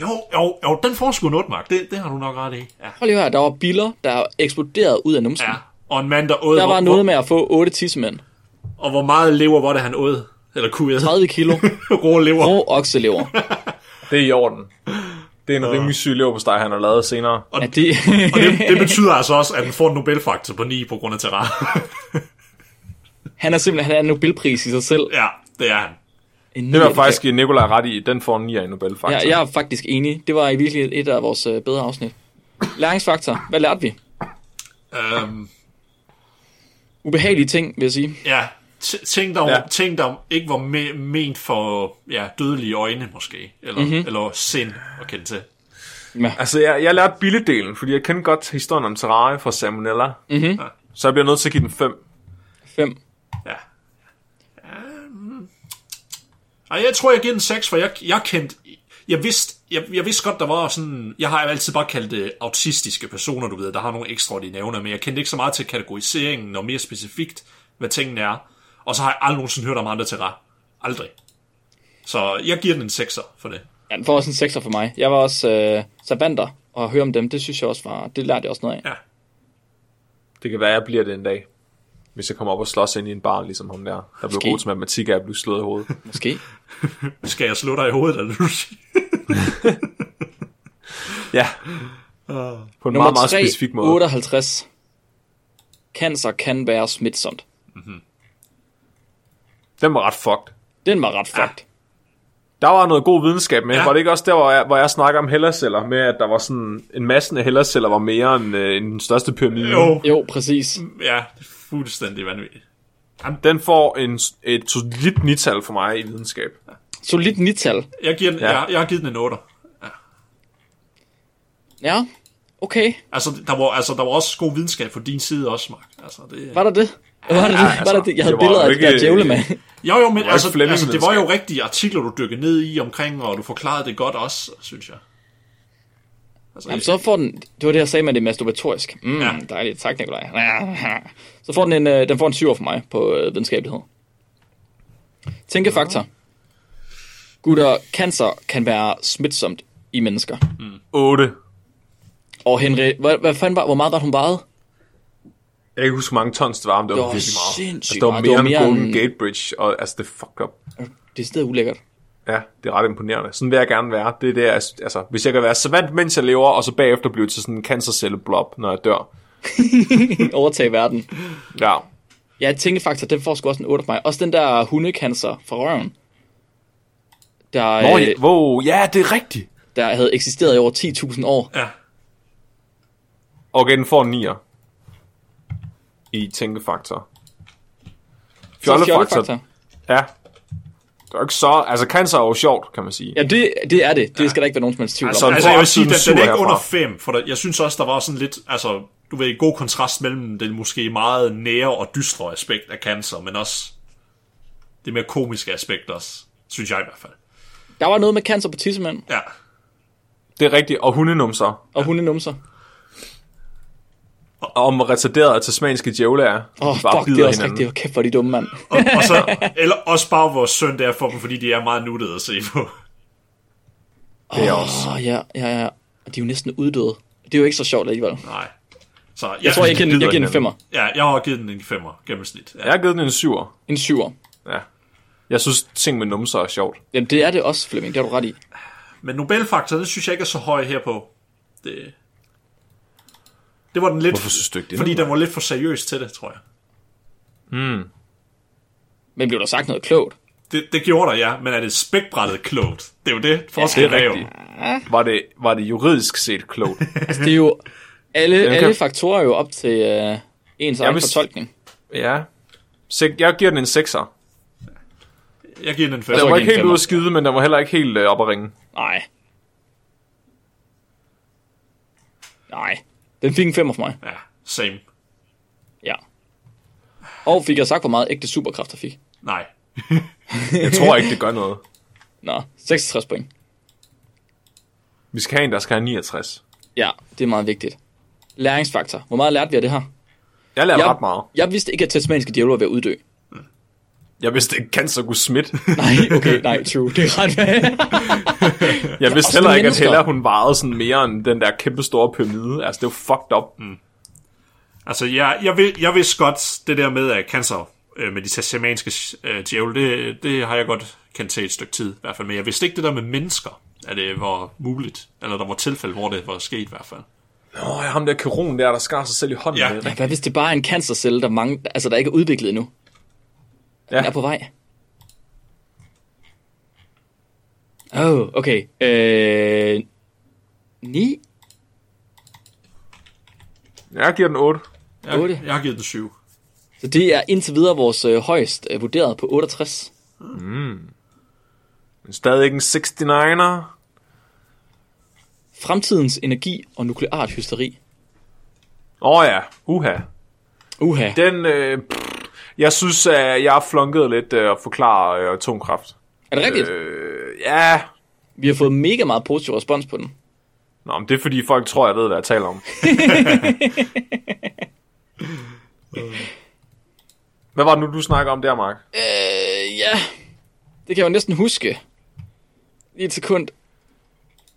Speaker 5: Jo, jo, jo, den får sgu en otmark. Det, det har du nok ret i. Ja.
Speaker 4: Prøv lige at høre, der var biller, der eksploderede ud af numsen.
Speaker 5: ja.
Speaker 4: Ja,
Speaker 5: Og en mand, der åd,
Speaker 4: der var
Speaker 5: hvor,
Speaker 4: noget med at få 8 tissemænd.
Speaker 5: hvor- og hvor meget lever var det, han åd? Eller kunne jeg?
Speaker 4: 30 kilo.
Speaker 5: Rå lever.
Speaker 4: Rå okselever.
Speaker 2: Det er i orden. Det er en rimelig syg lever på dig, han har lavet senere.
Speaker 4: Er det...
Speaker 5: Og det, det betyder altså også, at den får en Nobelfaktor på 9 på grund af Terra.
Speaker 4: han er simpelthen han er en Nobelpris i sig selv.
Speaker 5: ja, det er han.
Speaker 4: En
Speaker 2: Det vil
Speaker 4: nier,
Speaker 2: jeg faktisk give Nikolaj ret i. Den får en 9 i Nobel,
Speaker 4: Ja,
Speaker 2: faktisk.
Speaker 4: jeg er faktisk enig. Det var i virkelig et af vores øh, bedre afsnit. Læringsfaktor. Hvad lærte vi?
Speaker 5: Øhm,
Speaker 4: Ubehagelige ting, vil jeg sige.
Speaker 5: ja, t- ting, der,
Speaker 2: Ja.
Speaker 5: ja. ting, der ikke var me- ment for ja, dødelige øjne, måske. Eller, mm-hmm.
Speaker 4: Mhm.
Speaker 5: eller sind at kende til.
Speaker 2: Altså, jeg, jeg lærte billedelen, fordi jeg kender godt historien om Terrarie fra Salmonella. Mm-hmm. Så jeg bliver nødt til at give den 5.
Speaker 4: 5.
Speaker 5: Ja. Øhm. Ej, jeg tror, jeg giver den 6, for jeg, jeg kendte... Jeg vidste, jeg, jeg vidste godt, der var sådan... Jeg har jo altid bare kaldt det autistiske personer, du ved, der har nogle ekstraordinære evner, men jeg kendte ikke så meget til kategoriseringen og mere specifikt, hvad tingene er. Og så har jeg aldrig nogensinde hørt om andre til Aldrig. Så jeg giver den en 6'er for det.
Speaker 4: Ja, den får også en 6 for mig. Jeg var også øh, savanter, og at høre om dem, det synes jeg også var... Det lærte jeg også noget af.
Speaker 5: Ja.
Speaker 2: Det kan være, jeg bliver det en dag. Hvis jeg kommer op og slås ind i en bar, ligesom ham der, der blev
Speaker 4: Måske.
Speaker 2: god til matematik af at blive slået i hovedet.
Speaker 4: Måske.
Speaker 5: Skal jeg slå dig i hovedet, eller du siger?
Speaker 2: ja. På en
Speaker 4: Nummer
Speaker 2: meget, meget specifik måde.
Speaker 4: 58. Cancer kan være smitsomt.
Speaker 2: Den var ret fucked.
Speaker 4: Den var ret fucked.
Speaker 2: Der var noget god videnskab med. Ja.
Speaker 5: Ja.
Speaker 2: Var det ikke også der, hvor jeg, hvor jeg snakker om hellerceller, med at der var sådan, en masse af hellerceller var mere end, øh, end den største pyramide?
Speaker 5: Jo,
Speaker 4: Jo, præcis.
Speaker 5: ja, det er fuldstændig vanvittigt.
Speaker 2: Den får en, et solidt nital for mig i videnskab.
Speaker 4: Solid nital.
Speaker 5: Jeg, giver den,
Speaker 2: Ja.
Speaker 5: ja. jeg, jeg har givet den en 8'er.
Speaker 4: Ja, okay.
Speaker 5: Altså der, var, altså, der var også god videnskab på din side også, Mark. Altså, det...
Speaker 4: Var der det? Var der det? Var der det? Jeg havde
Speaker 2: det var
Speaker 4: billeder af det
Speaker 2: ikke-
Speaker 4: der djævle med.
Speaker 5: Jo, jo, men
Speaker 2: ikke
Speaker 5: altså,
Speaker 2: Flemming,
Speaker 5: altså, det var
Speaker 2: videnskab.
Speaker 5: jo rigtige artikler, du dykkede ned i omkring, og du forklarede det godt også, synes jeg. Altså,
Speaker 4: Jamen, så får den... Det var det, jeg sagde med det er masturbatorisk. Mm, ja.
Speaker 5: Ja.
Speaker 4: Dejligt. Tak, Nikolaj. Så får den en, øh, den får en syver for mig på øh, videnskabelighed. Tænkefaktor. Gutter, cancer kan være smitsomt i mennesker.
Speaker 2: 8.
Speaker 4: Og Henry, hvad, hvad fanden var, hvor meget var det, hun vejede?
Speaker 2: Jeg kan ikke huske, hvor mange tons det var, men det var,
Speaker 4: Det var
Speaker 2: virkelig meget.
Speaker 4: sindssygt
Speaker 2: altså, det var
Speaker 4: meget.
Speaker 2: mere,
Speaker 4: Det var mere
Speaker 2: end Golden
Speaker 4: end-
Speaker 2: Gate Bridge, og altså, det er fucked up.
Speaker 4: Det er stedet ulækkert.
Speaker 2: Ja, det er ret imponerende. Sådan vil jeg gerne være. Det er det, jeg- altså, hvis jeg kan være savant, mens jeg lever, og så bagefter blive til sådan en cancercelleblob, når jeg dør.
Speaker 4: Overtage verden.
Speaker 2: Ja.
Speaker 4: Ja, tænkefaktor, den får sgu også en 8 for mig. Også den der hundecancer fra røven. Der,
Speaker 2: Nå,
Speaker 4: øh,
Speaker 2: ja, wow, ja, det er rigtigt.
Speaker 4: der havde eksisteret i over 10.000 år.
Speaker 5: Ja.
Speaker 2: Okay, den får en 9'er. I tænkefaktor.
Speaker 4: Så er
Speaker 2: Fjollefaktor.
Speaker 4: fjollefaktor.
Speaker 2: Ja. Det er jo ikke så... Altså, cancer er jo sjovt, kan man sige.
Speaker 4: Ja, det, det er det. Det skal der ikke være nogen som helst tvivl
Speaker 2: Altså,
Speaker 4: om.
Speaker 2: den
Speaker 5: Altså,
Speaker 2: får
Speaker 5: jeg vil
Speaker 2: også
Speaker 5: sige,
Speaker 2: en
Speaker 5: den,
Speaker 2: syver
Speaker 5: den er ikke
Speaker 2: herfra.
Speaker 5: under 5, for der, jeg synes også, der var sådan lidt, altså, du ved, god kontrast mellem den måske meget nære og dystre aspekt af cancer, men også det mere komiske aspekt også, synes jeg i hvert fald.
Speaker 4: Der var noget med cancer på tissemænd
Speaker 5: Ja.
Speaker 2: Det er rigtigt. Og hundenumser.
Speaker 4: og hundenumser.
Speaker 2: Og om hvor retarderet tasmanske djævle er.
Speaker 4: Åh, oh,
Speaker 2: De bare
Speaker 4: fuck, det
Speaker 2: bider
Speaker 4: er også
Speaker 2: hinanden.
Speaker 4: rigtigt. Hvor kæft, hvor er de dumme, mand.
Speaker 5: Og, og så, eller også bare, hvor synd det er for dem, fordi de er meget nuttede at se på.
Speaker 2: Det er jeg også.
Speaker 4: Åh, oh, ja, ja, ja. Og de er jo næsten uddøde. Det er jo ikke så sjovt alligevel.
Speaker 5: Nej. Så jeg,
Speaker 4: Jeg tror, jeg giver den, jeg
Speaker 2: Bider
Speaker 4: giver den
Speaker 2: hinanden.
Speaker 4: en femmer.
Speaker 5: Ja, jeg har givet den en 5'er gennemsnit. Ja.
Speaker 2: Jeg har givet den en syver.
Speaker 4: En syver.
Speaker 2: Ja. Jeg synes, ting med numser er sjovt.
Speaker 4: Jamen, det er det også, Flemming. Det har du ret i.
Speaker 5: Men Nobelfaktor, den synes jeg ikke er så høj herpå. Det, det var den lidt...
Speaker 2: Hvorfor synes du ikke det?
Speaker 5: Fordi den var lidt for seriøs til det, tror jeg.
Speaker 4: Men blev der sagt noget klogt?
Speaker 5: Det, det gjorde der, ja. Men er det spækbrættet klogt? Det er jo det, forskellen
Speaker 2: det er
Speaker 5: er jo.
Speaker 2: rigtigt. Var det, var det juridisk set klogt?
Speaker 4: Altså, det er jo... Alle,
Speaker 2: kan-
Speaker 4: alle faktorer er jo op til øh, ens egen
Speaker 2: vil s-
Speaker 4: fortolkning.
Speaker 2: ja. Se, jeg giver den en sekser.
Speaker 5: Jeg giver den en
Speaker 2: Den
Speaker 5: femmer.
Speaker 2: var
Speaker 4: ikke
Speaker 2: ikke
Speaker 4: en
Speaker 2: helt ude at skide, men den var heller ikke helt øh, op at ringe.
Speaker 4: Nej. Nej. Den fik en femmer for mig.
Speaker 5: Ja, same.
Speaker 4: Ja. Og fik jeg sagt, hvor meget ægte superkræfter fik?
Speaker 5: Nej.
Speaker 2: Jeg tror ikke, det gør noget.
Speaker 4: Nå, 66 point.
Speaker 2: Vi skal have en, der skal have 69.
Speaker 4: Ja, det er meget vigtigt. Læringsfaktor. Hvor meget lærte vi af det her?
Speaker 2: Jeg lærte
Speaker 4: Jeg-
Speaker 2: ret meget.
Speaker 4: Jeg vidste ikke, at tasmanske djævle var ved at uddø.
Speaker 2: Jeg vidste ikke, cancer kunne smitte.
Speaker 4: Nej, okay, nej, true. Det er ret
Speaker 2: Jeg vidste
Speaker 4: også
Speaker 2: heller ikke, at
Speaker 4: mennesker.
Speaker 2: Hella, hun varede sådan mere end den der kæmpe store pyramide. Altså, det var fucked up. Mm.
Speaker 5: Altså, jeg, jeg, ved, jeg vidste godt det der med at cancer øh, med de tasmanske øh, djævle, det, det har jeg godt kendt til et stykke tid i hvert fald. Men jeg vidste ikke det der med mennesker, at det var muligt. Eller der var tilfælde, hvor det var sket i hvert fald.
Speaker 2: Åh, jeg har ham der keron der, der skar sig selv i hånden.
Speaker 5: Ja.
Speaker 2: Det er rigtigt.
Speaker 4: Hvad hvis det bare er en cancercelle, der, mange, altså, der ikke er udviklet endnu? Ja.
Speaker 2: Ja.
Speaker 4: Den er på vej. Åh, oh, okay. Øh, 9?
Speaker 2: Jeg giver den 8.
Speaker 5: Jeg,
Speaker 4: Otte.
Speaker 5: jeg har givet den 7.
Speaker 4: Så det er indtil videre vores øh, højst øh, vurderet på 68.
Speaker 2: Men stadig en 69'er.
Speaker 4: Fremtidens energi og nukleart hysteri.
Speaker 2: Åh oh, ja, uha.
Speaker 4: Uha. Det...
Speaker 2: Den, øh, pff, jeg synes, at jeg har flunket lidt øh, at forklare øh, atomkraft.
Speaker 4: Er det rigtigt? Øh...
Speaker 2: Øh, ja,
Speaker 4: Vi har fået mega meget positiv respons på den.
Speaker 2: Nå, men det er fordi folk tror, jeg ved, hvad jeg taler om. hvad var det nu, du snakker om der, Mark?
Speaker 4: Øh, ja. Det kan jeg jo næsten huske. Lige et sekund.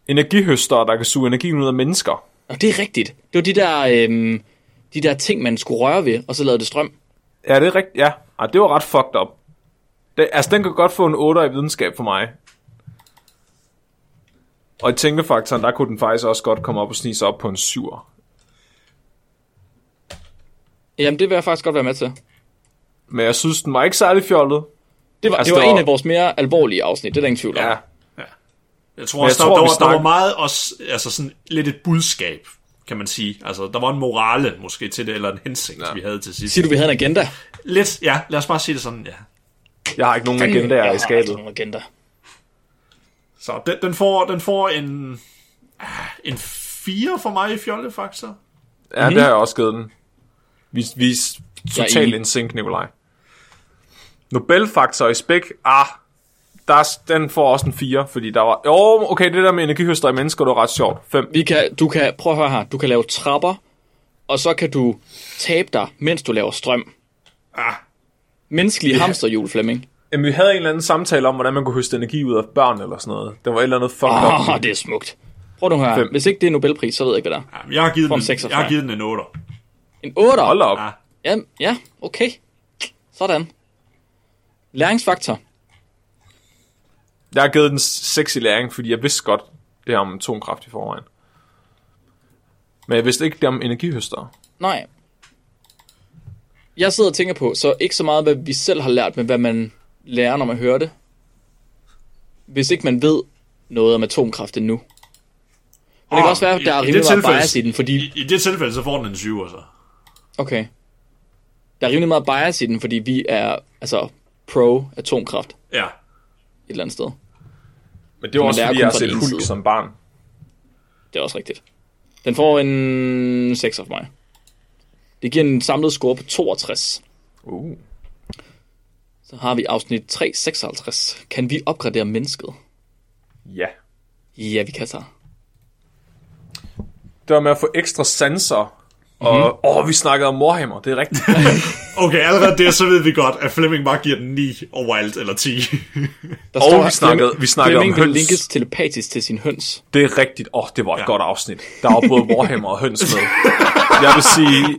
Speaker 2: Energihøster, der kan suge energien ud af mennesker.
Speaker 4: Nå, det er rigtigt. Det var de der, øhm, de der ting, man skulle røre ved, og så lavede det strøm.
Speaker 2: Ja, det er rigtigt. Ja, Ej, det var ret fucked up. Det, altså, den kan godt få en 8 i videnskab for mig. Og i tænkefaktoren, der kunne den faktisk også godt komme op og snige sig op på en 7'er.
Speaker 4: Jamen, det vil jeg faktisk godt være med til.
Speaker 2: Men jeg synes, den var ikke særlig fjollet.
Speaker 4: Det var,
Speaker 2: Altså,
Speaker 4: altså, det
Speaker 2: der-
Speaker 4: var en af vores mere alvorlige afsnit, det er der ingen tvivl om.
Speaker 2: Ja,
Speaker 5: Jeg tror også,
Speaker 2: jeg tror,
Speaker 5: der,
Speaker 2: vi
Speaker 5: der, var, der
Speaker 2: snakker-
Speaker 5: var meget også, altså sådan lidt et budskab, kan man sige. Altså, der var en morale måske til det, eller en hensigt, ja. vi havde til sidst.
Speaker 4: Siger du, vi havde en agenda?
Speaker 5: Lidt, ja, lad os bare sige det sådan, ja.
Speaker 2: jeg har ikke nogen agendaer i
Speaker 4: Jeg har
Speaker 2: skabet.
Speaker 4: aldrig nogen altså, agenda.
Speaker 5: Så den, den, får, den får en, ah, en 4 for mig i fjollefaktor.
Speaker 2: Ja, det har jeg også givet den. Vi, vi er
Speaker 4: Jeg er
Speaker 2: totalt
Speaker 4: enig.
Speaker 2: in sync, Nikolaj. Nobelfaktor i spæk, ah, der, er s- den får også en 4, fordi der var... Jo, okay, det der med energihøster i mennesker, det var ret sjovt. 5.
Speaker 4: Vi kan, du kan, prøv at høre her, du kan lave trapper, og så kan du tabe dig, mens du laver strøm.
Speaker 5: Ah.
Speaker 4: Menneskelige yeah. hamsterhjul, Flemming.
Speaker 2: Jamen, vi havde en eller anden samtale om, hvordan man kunne høste energi ud af børn eller sådan noget. Det var et eller andet fucked up.
Speaker 4: Åh, oh, det er smukt. Prøv nu her,
Speaker 2: Fem.
Speaker 4: hvis ikke det er Nobelpris, så ved jeg ikke, hvad der er.
Speaker 5: Jamen, Jeg har givet,
Speaker 4: Får
Speaker 5: den,
Speaker 4: en sekser
Speaker 5: jeg har
Speaker 4: fra.
Speaker 5: givet den en 8.
Speaker 4: En 8.
Speaker 2: Hold da op.
Speaker 5: Ah.
Speaker 4: Ja, ja, okay. Sådan. Læringsfaktor.
Speaker 2: Jeg har givet den 6 i læring, fordi jeg vidste godt det her om atomkraft i forvejen. Men jeg vidste ikke det om energihøster.
Speaker 4: Nej. Jeg sidder og tænker på, så ikke så meget, hvad vi selv har lært, men hvad man lærer, når man hører det. Hvis ikke man ved noget om atomkraft endnu. Men det kan
Speaker 5: Åh,
Speaker 4: også være, at
Speaker 5: i-
Speaker 4: der er
Speaker 5: i Ah, det
Speaker 4: rimelig meget
Speaker 5: tilfælde-
Speaker 4: bias i den, fordi...
Speaker 5: I, I det tilfælde, så får den en 7 så.
Speaker 4: Okay. Der er rimelig meget bias i den, fordi vi er altså pro-atomkraft et
Speaker 5: Ja.
Speaker 4: eller andet sted.
Speaker 2: Men det var
Speaker 4: Men
Speaker 2: også,
Speaker 4: det er
Speaker 2: fordi
Speaker 4: kun
Speaker 2: jeg har
Speaker 4: fra
Speaker 2: set
Speaker 4: den ene
Speaker 2: Hulk
Speaker 4: side.
Speaker 2: som barn.
Speaker 4: Det er også rigtigt. Den får en 6 af mig. Det giver en samlet score på 62.
Speaker 2: Uh.
Speaker 4: Så har vi afsnit 356. Kan vi opgradere mennesket?
Speaker 2: Ja.
Speaker 4: Ja, vi kan så.
Speaker 2: Det var med at få ekstra sanser. Og mm-hmm. åh, vi snakkede om Warhammer, det er rigtigt.
Speaker 5: Okay, allerede der, så ved vi godt, at Flemming bare giver den 9 overalt, eller 10.
Speaker 4: Der
Speaker 2: Og
Speaker 4: står
Speaker 2: vi
Speaker 4: her,
Speaker 2: snakkede-
Speaker 4: Flemming-
Speaker 2: vi snakkede om
Speaker 4: Flemming vil
Speaker 2: høns.
Speaker 4: linkes telepatisk til sin høns.
Speaker 2: Det er rigtigt. Åh, oh, det var et ja. godt afsnit. Der var både Warhammer og høns med. Jeg vil sige,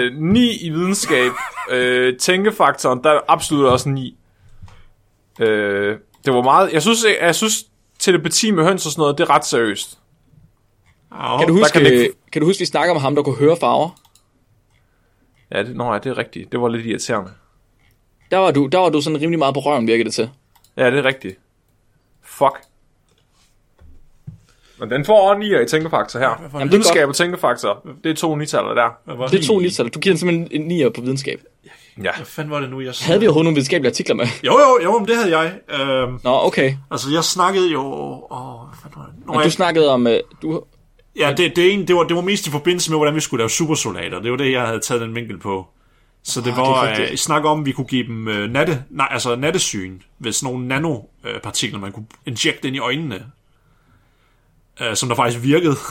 Speaker 2: øh, 9 i videnskab. Øh, tænkefaktoren, der er absolut også 9. Øh, det var meget... Jeg synes, jeg, jeg synes telepati med høns og sådan noget, det er ret seriøst.
Speaker 5: Au.
Speaker 4: Kan du, huske,
Speaker 2: kan
Speaker 4: kan,
Speaker 2: det ikke-
Speaker 4: kan du huske, vi snakker om ham, der kunne høre farver?
Speaker 2: Ja, det, nå, ja, det er rigtigt. Det var lidt irriterende.
Speaker 4: Der var du, der var du sådan rimelig meget på røven, virkede det til.
Speaker 2: Ja, det er rigtigt. Fuck. Men den får også 9'er i tænkefaktor her.
Speaker 5: Jamen,
Speaker 4: Jamen, det er
Speaker 2: Videnskab
Speaker 4: godt.
Speaker 2: og tænkefaktor, det er to nitaller der.
Speaker 5: Hvad
Speaker 4: Det er to nitsaler. Du giver den simpelthen en nier på videnskab.
Speaker 2: Ja.
Speaker 5: fanden var det nu, jeg sagde?
Speaker 4: Havde vi overhovedet nogle videnskabelige artikler med?
Speaker 5: Jo, jo, jo, men det havde jeg. Øhm,
Speaker 4: Nå, okay.
Speaker 5: altså, jeg snakkede jo... Åh, hvad fanden var det? Nå,
Speaker 4: Men du
Speaker 5: jeg,
Speaker 4: snakkede om... øh, Du,
Speaker 5: ja, det, det, ene, det, var, det var mest i forbindelse med, hvordan vi skulle lave supersoldater. Det var det, jeg havde taget den vinkel på. Så det var
Speaker 4: Ah, det er rigtigt.
Speaker 5: øh, snak om, at vi kunne give dem øh, natte, nej, altså nattesyn, ved sådan nogle nanopartikler, man kunne injekte ind i øjnene, øh, som der faktisk virkede.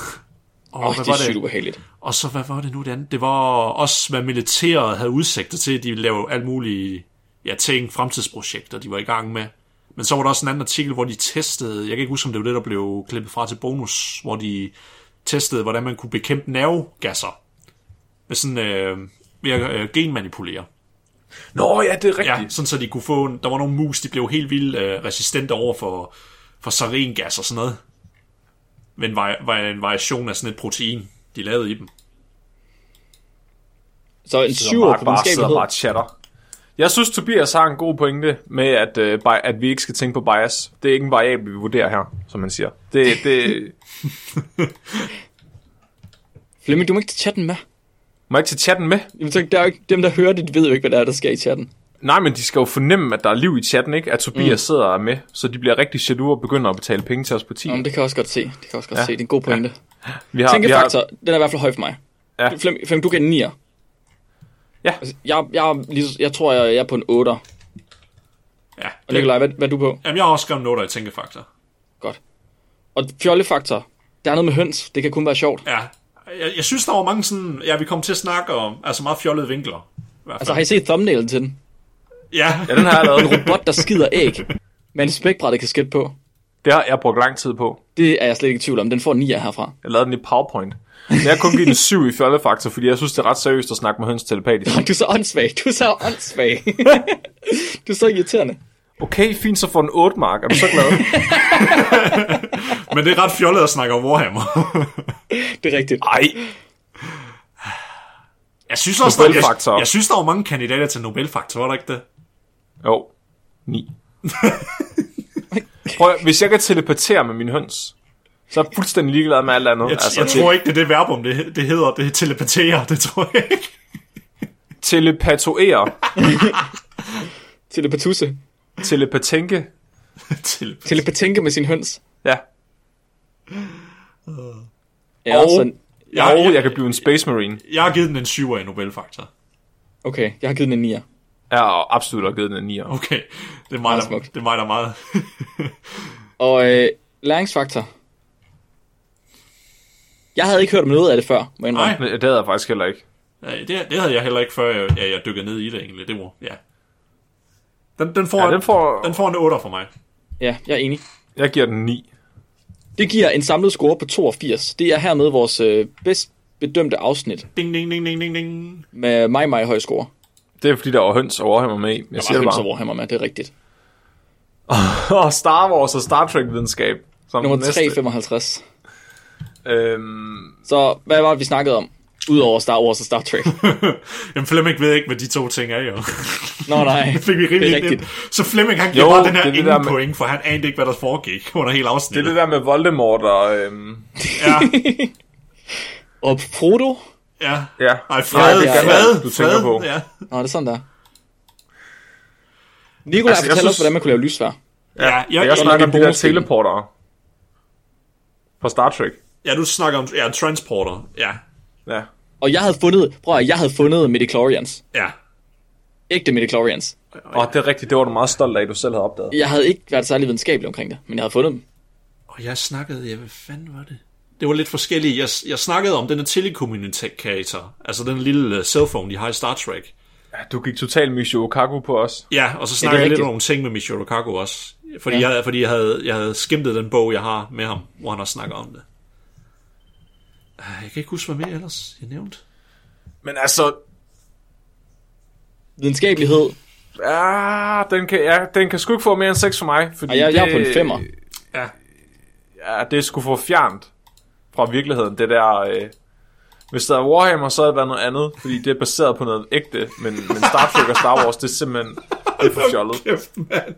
Speaker 5: Og
Speaker 4: åh, det er sygt ubehageligt.
Speaker 5: Og så, hvad var det nu, det andet? Det var også, hvad militæret havde udsigter til. De ville lave alt mulige ja, ting, fremtidsprojekter, de var i gang med. Men så var der også en anden artikel, hvor de testede, jeg kan ikke huske, om det var det, der blev klippet fra til bonus, hvor de testede, hvordan man kunne bekæmpe nervegasser med sådan, øh, ved at øh, genmanipulere.
Speaker 2: Nå ja, det er rigtigt.
Speaker 5: Ja, sådan så de kunne få, en, der var nogle mus, de blev helt vildt øh, resistente over for, for saringas og sådan noget. Men var, var en variation af sådan et protein, de lavede i dem.
Speaker 4: Så en
Speaker 2: Så
Speaker 4: syver
Speaker 2: Mark
Speaker 4: på
Speaker 2: bare sidder og
Speaker 4: videnskabelighed.
Speaker 2: bare chatter. Jeg synes, Tobias har en god pointe med, at, øh, bi- at vi ikke skal tænke på bias. Det er ikke en variabel, vi vurderer her, som man siger. Det, det,
Speaker 4: Flemming, du må ikke tage chatten med.
Speaker 2: må jeg ikke tage chatten med?
Speaker 4: Jamen, så, der er jo ikke, dem, der hører det, de ved jo ikke, hvad der er, der sker i chatten.
Speaker 2: Nej, men de skal jo fornemme, at der er liv i chatten, ikke? At Tobias mm. sidder og er med, så de bliver rigtig jaloux og begynder at betale penge til os på 10.
Speaker 4: Jamen, det kan jeg også godt se. Det kan jeg også godt ja. se. Det er en god pointe.
Speaker 2: vi
Speaker 4: Ja.
Speaker 2: har, vi har,
Speaker 4: Tænkefaktor, den er i hvert fald høj for mig.
Speaker 2: Ja.
Speaker 4: Flem, Flem du kan en 9'er.
Speaker 2: Ja.
Speaker 4: Altså, jeg, jeg, er lige, så- jeg tror, jeg, jeg er på en 8'er.
Speaker 5: Ja,
Speaker 4: Og
Speaker 5: det,
Speaker 4: Nikolaj, hvad, hvad er du på?
Speaker 5: jamen, jeg har også skrevet noter i tænkefaktor.
Speaker 4: Og fjollefaktor. Der er noget med høns. Det kan kun være sjovt.
Speaker 5: Ja. Jeg, jeg synes, der var mange sådan... Ja, vi kom til at snakke om altså meget fjollede vinkler. I hvert
Speaker 4: Altså,
Speaker 5: fald.
Speaker 4: har I set thumbnailen til den?
Speaker 5: ja.
Speaker 2: ja, den har jeg lavet.
Speaker 4: En robot, der skider æg. Med en spækbræt, kan skætte på.
Speaker 2: Det har jeg brugt lang tid på.
Speaker 4: Det er jeg slet ikke i tvivl om. Den får 9 herfra.
Speaker 2: Jeg lavede den i PowerPoint. Men jeg har kun givet den 7 i fjollefaktor, fordi jeg synes, det er ret seriøst at snakke med høns telepatisk.
Speaker 4: Du er så åndssvag. Du er så åndssvag. du er så irriterende.
Speaker 2: Okay, fint, så får den 8 mark. Er du så glad?
Speaker 5: Men det er ret fjollet at snakke om Warhammer.
Speaker 4: Det er rigtigt.
Speaker 2: Ej,
Speaker 5: Jeg synes også, der,
Speaker 2: Nobelfaktor.
Speaker 5: jeg, jeg synes, der var mange kandidater til Nobelfaktor, var der ikke det?
Speaker 2: Jo, 9. Prøv, at- hvis jeg kan telepatere med min høns, så er jeg fuldstændig ligeglad med alt andet.
Speaker 5: Jeg, altså, jeg
Speaker 2: det-
Speaker 5: tror ikke, det er det verbum, det, det hedder. Det er telepatere, det tror jeg ikke.
Speaker 2: Telepatoere,
Speaker 4: Telepatusse.
Speaker 2: telepatænke,
Speaker 5: Telep-
Speaker 4: Telepatænke med sin høns.
Speaker 2: ja.
Speaker 4: Ja,
Speaker 2: Og-
Speaker 4: sådan,
Speaker 5: Ja,
Speaker 2: og
Speaker 5: ja.
Speaker 2: jeg kan blive en space marine.
Speaker 5: jeg har givet den en 7'er i Nobelfaktor.
Speaker 4: okay, jeg har givet den en 9'er.
Speaker 2: Jeg har absolut også givet den en 9.
Speaker 5: Okay, det er mig,
Speaker 4: Meget
Speaker 5: der,
Speaker 4: smukt.
Speaker 5: det er mig, der er meget.
Speaker 4: Og øh, læringsfaktor. Jeg havde ikke hørt om noget af det før, må jeg indrømme.
Speaker 5: Nej,
Speaker 2: Det havde jeg faktisk heller ikke.
Speaker 5: ja, det, det havde jeg heller ikke, før jeg, ja, jeg dykkede ned i det egentlig. Det var, ja. Den, den, får,
Speaker 2: Ja, den får-
Speaker 5: den får en 8'er for mig.
Speaker 4: Ja, jeg er enig.
Speaker 2: Jeg giver den 9.
Speaker 4: Det giver en samlet score på 82. Det er hermed vores øh, bedst bedømte afsnit
Speaker 5: Ding, ding, ding, ding, ding, ding.
Speaker 4: med meget, meget høj score.
Speaker 2: Det er fordi, der var høns og Warhammer med i. Jeg
Speaker 4: Jeg
Speaker 2: siger
Speaker 4: var
Speaker 2: det
Speaker 4: helt så
Speaker 2: bare.
Speaker 4: Warhammer med, det er rigtigt.
Speaker 2: Og Star Wars og Star Trek-videnskab. Som
Speaker 4: Nummer
Speaker 2: den næste.
Speaker 4: 355.
Speaker 2: Øhm,
Speaker 4: Så hvad var det, vi snakkede om? Udover Star Wars og Star Trek.
Speaker 5: Jamen, Flemming ved ikke, hvad de to ting er, jo.
Speaker 4: Nå nej,
Speaker 5: Det fik vi
Speaker 4: det
Speaker 5: rimelig
Speaker 4: er
Speaker 5: det
Speaker 4: rigtigt.
Speaker 5: Så Flemming, han giver
Speaker 2: Jo,
Speaker 5: bare den
Speaker 2: det er
Speaker 5: her
Speaker 2: det
Speaker 5: ingen
Speaker 2: der med-
Speaker 5: point, for han anede ikke, hvad der foregik under hele
Speaker 2: det er
Speaker 5: afsnittet.
Speaker 2: det der med Voldemort og... Øhm,
Speaker 5: Ja,
Speaker 4: Og Frodo?
Speaker 5: ja.
Speaker 2: ja.
Speaker 5: Ej, fred,
Speaker 4: det
Speaker 5: ja,
Speaker 4: er
Speaker 5: fred, fred,
Speaker 2: Gandalf, du tænker på.
Speaker 5: Ja.
Speaker 4: Nå, det er sådan der. Nikolaj
Speaker 2: Altså,
Speaker 4: altså,
Speaker 2: jeg
Speaker 4: fortalte synes...
Speaker 2: synes-
Speaker 4: os, hvordan man kunne lave lysvær.
Speaker 5: Ja, jeg, jeg,
Speaker 2: Jeg snakker om de der
Speaker 4: bonusdelen.
Speaker 2: teleportere. Fra Star Trek.
Speaker 5: ja, du snakker om ja, transporter. Ja,
Speaker 2: Ja.
Speaker 4: Og jeg havde fundet, prøv at høre, jeg havde fundet midichlorians.
Speaker 5: ja.
Speaker 4: Ægte midichlorians.
Speaker 2: Åh, oh, det er rigtigt. Det var du meget stolt af, at du selv havde opdaget.
Speaker 4: Jeg havde ikke været særlig videnskabelig omkring det, men jeg havde fundet dem.
Speaker 5: Og jeg snakkede, ja, hvad fanden var det? Det var lidt forskelligt. Jeg, jeg snakkede om den her telekommunikator, altså den lille uh, cellphone, de har i Star Trek.
Speaker 2: Ja, du gik totalt Michio Kaku på os.
Speaker 5: Ja, og så snakkede jeg lidt
Speaker 4: rigtigt.
Speaker 5: om nogle ting med Michio Kaku også. Fordi,
Speaker 4: Ja.
Speaker 5: ja. jeg, fordi jeg, havde, jeg havde skimtet den bog, jeg har med ham, hvor han også snakker om det. Ah, Jeg kan ikke huske, hvad mere ellers jeg nævnte.
Speaker 2: Men altså,
Speaker 4: Videnskabelighed,
Speaker 2: ja, den kan, ja, den kan sgu ikke få mere end 6 for mig. Fordi
Speaker 4: og jeg, jeg er på en
Speaker 2: det-
Speaker 4: femmer.
Speaker 5: Ja.
Speaker 2: Ja, det skulle få fjernt fra virkeligheden, det der... Øh, hvis der er Warhammer, så havde det været noget andet, fordi det er baseret på noget ægte, men, men Star Trek og Star Wars, det er simpelthen det er for fjollet.
Speaker 5: Kæft, mand.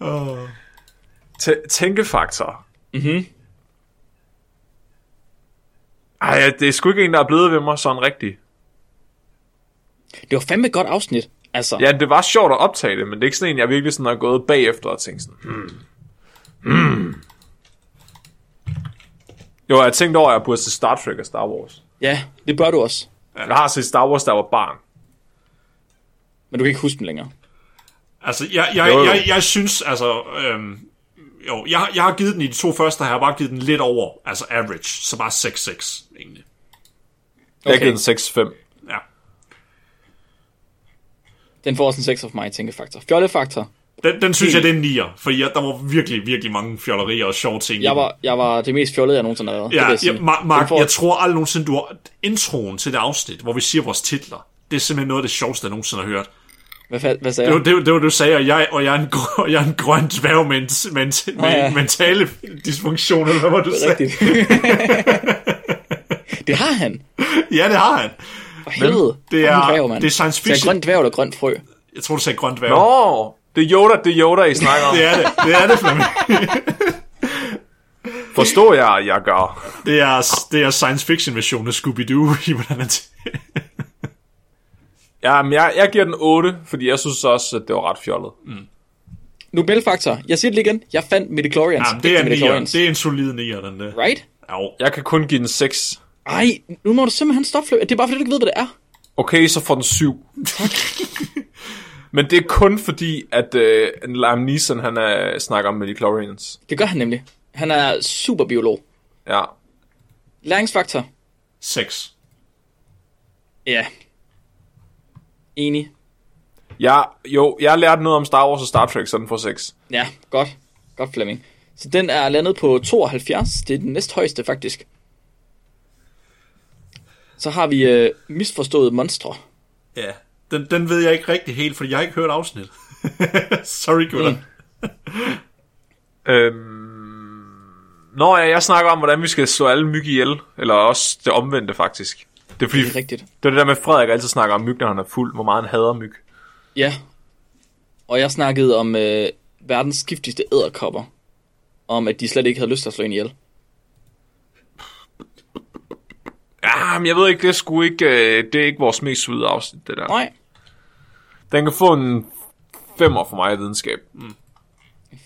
Speaker 5: oh.
Speaker 2: Tæ- tænkefaktor. Mhm. Ej, det er sgu ikke en, der er blevet ved mig sådan rigtigt.
Speaker 4: Det var fandme et godt afsnit, altså.
Speaker 2: Ja, det var sjovt at optage det, men det er ikke sådan en, jeg virkelig sådan har gået bagefter og tænkt sådan, hmm. Hmm. Jo, jeg tænkte over, at jeg burde se Star Trek og Star Wars.
Speaker 4: ja det bør du også.
Speaker 2: Jeg har set Star Wars, der var barn.
Speaker 4: Men du kan ikke huske dem længere.
Speaker 5: Altså, jeg, jeg,
Speaker 2: Jo, jo.
Speaker 5: jeg, jeg synes, altså... Øhm, jo, jeg, jeg har givet den i de to første, og jeg har bare givet den lidt over, altså average, så bare 6-6, egentlig.
Speaker 2: Okay. Jeg
Speaker 4: Okay.
Speaker 2: gav den 6-5.
Speaker 5: Ja.
Speaker 4: Den får også en 6 of mig, tænkefaktor. Fjollefaktor.
Speaker 5: Den, den synes jeg,
Speaker 4: Helt.
Speaker 5: det er en nier, fordi jeg, der var virkelig, virkelig mange fjollerier og sjove ting. i
Speaker 4: Jeg
Speaker 5: den.
Speaker 4: var, jeg var det mest fjollede, jeg nogensinde har været. det vil
Speaker 5: Ja,
Speaker 4: jeg
Speaker 5: ja
Speaker 4: sige.
Speaker 5: Mark,
Speaker 4: Den
Speaker 5: Mark
Speaker 4: får-
Speaker 5: jeg tror aldrig nogensinde, du har... Introen til det afsnit, hvor vi siger vores titler, det er simpelthen noget af det sjoveste, jeg nogensinde har hørt.
Speaker 4: Hvad, fa- hvad sagde
Speaker 5: Det var
Speaker 4: jeg?
Speaker 5: det, var- det var, du sagde, og jeg, og jeg, er, en, gr- og jeg er en grøn dværg med, en, med, en, med
Speaker 4: ja.
Speaker 5: en mentale dysfunktion, eller hvad var du sagde?
Speaker 4: Rigtigt. det har han.
Speaker 5: Ja, det har han.
Speaker 4: For helvede.
Speaker 5: det er-
Speaker 4: Grøn dværg, mand.
Speaker 5: det er science
Speaker 4: Så
Speaker 5: fiction.
Speaker 4: grøn dværg eller grøn frø.
Speaker 5: Jeg tror, du sagde grønt værv.
Speaker 2: Nå, det er Yoda, det er Yoda, I snakker om.
Speaker 5: Det er det, det er det, Flemming.
Speaker 2: Forstår jeg, jeg gør.
Speaker 5: Det er, det er science fiction version af Scooby-Doo, i hvordan man t-
Speaker 2: Jamen, jeg, jeg giver den 8, fordi jeg synes også, at det var ret fjollet.
Speaker 4: Nobelfaktor. Jeg siger det lige igen. Jeg fandt midichlorians.
Speaker 5: Jamen, det er en
Speaker 4: Ægte
Speaker 5: nier.
Speaker 4: midichlorians.
Speaker 5: Det er en solid nier, den der.
Speaker 4: Right?
Speaker 5: Au.
Speaker 2: Jeg kan kun give den 6.
Speaker 4: Ej, nu må du simpelthen stoppe. Flemming. Det er bare fordi, du ikke ved, hvad det er.
Speaker 2: Okay, så får den 7. Men det er kun fordi, at øh, Liam Neeson, han er, snakker om midichlorians.
Speaker 4: Det gør han nemlig. Han er superbiolog.
Speaker 2: Ja.
Speaker 4: Læringsfaktor.
Speaker 5: 6.
Speaker 4: Ja. Enig.
Speaker 2: Jeg, jo, jeg lærte noget om Star Wars og Star Trek, så den får 6.
Speaker 4: Ja, godt. Godt, Flemming. Så den er landet på 72. Det er den næsthøjeste, faktisk. Så har vi øh, misforståede monstre.
Speaker 5: Ja. Den, den ved jeg ikke rigtig helt, fordi jeg har ikke hørt afsnit. Sorry, gutter. Mm.
Speaker 2: Øhm... Nå ja, jeg snakker om, hvordan vi skal slå alle myg ihjel. Eller også det omvendte, faktisk. Det er fordi,
Speaker 4: Det er rigtigt.
Speaker 2: det, er det der med, at Frederik altid snakker om myg, når han er fuld. Hvor meget han hader myg.
Speaker 4: Ja. Og jeg snakkede om øh, verdens giftigste æderkopper. Om at de slet ikke havde lyst til at slå en ihjel.
Speaker 2: Ja, men jeg ved ikke, det er sgu ikke, øh, det er ikke vores mest søde afsnit, det der.
Speaker 4: Nej.
Speaker 2: Den kan få en femmer for mig i videnskab.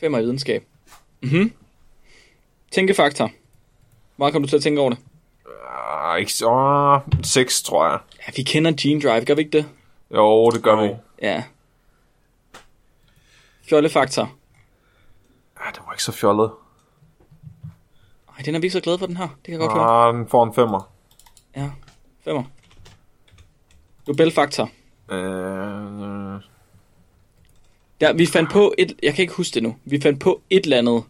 Speaker 4: Femmer i videnskab. Mhm. Tænkefaktor. Hvor kom du til at tænke over det?
Speaker 2: Ah, ikke så... 6, tror jeg.
Speaker 4: Ja, vi kender Gene Drive, gør vi ikke det?
Speaker 2: Jo, det gør vi.
Speaker 4: Ja. Fjollefaktor.
Speaker 2: Ah, det var ikke så fjollet.
Speaker 4: Ej, den er vi ikke så glade for, den her. Det kan jeg godt høre.
Speaker 2: Ah, den får en femmer.
Speaker 4: Ja. Femmer. Nobelfaktor.
Speaker 2: Øh,
Speaker 4: Ja, vi fandt på et... Jeg kan ikke huske det nu. Vi fandt på et eller andet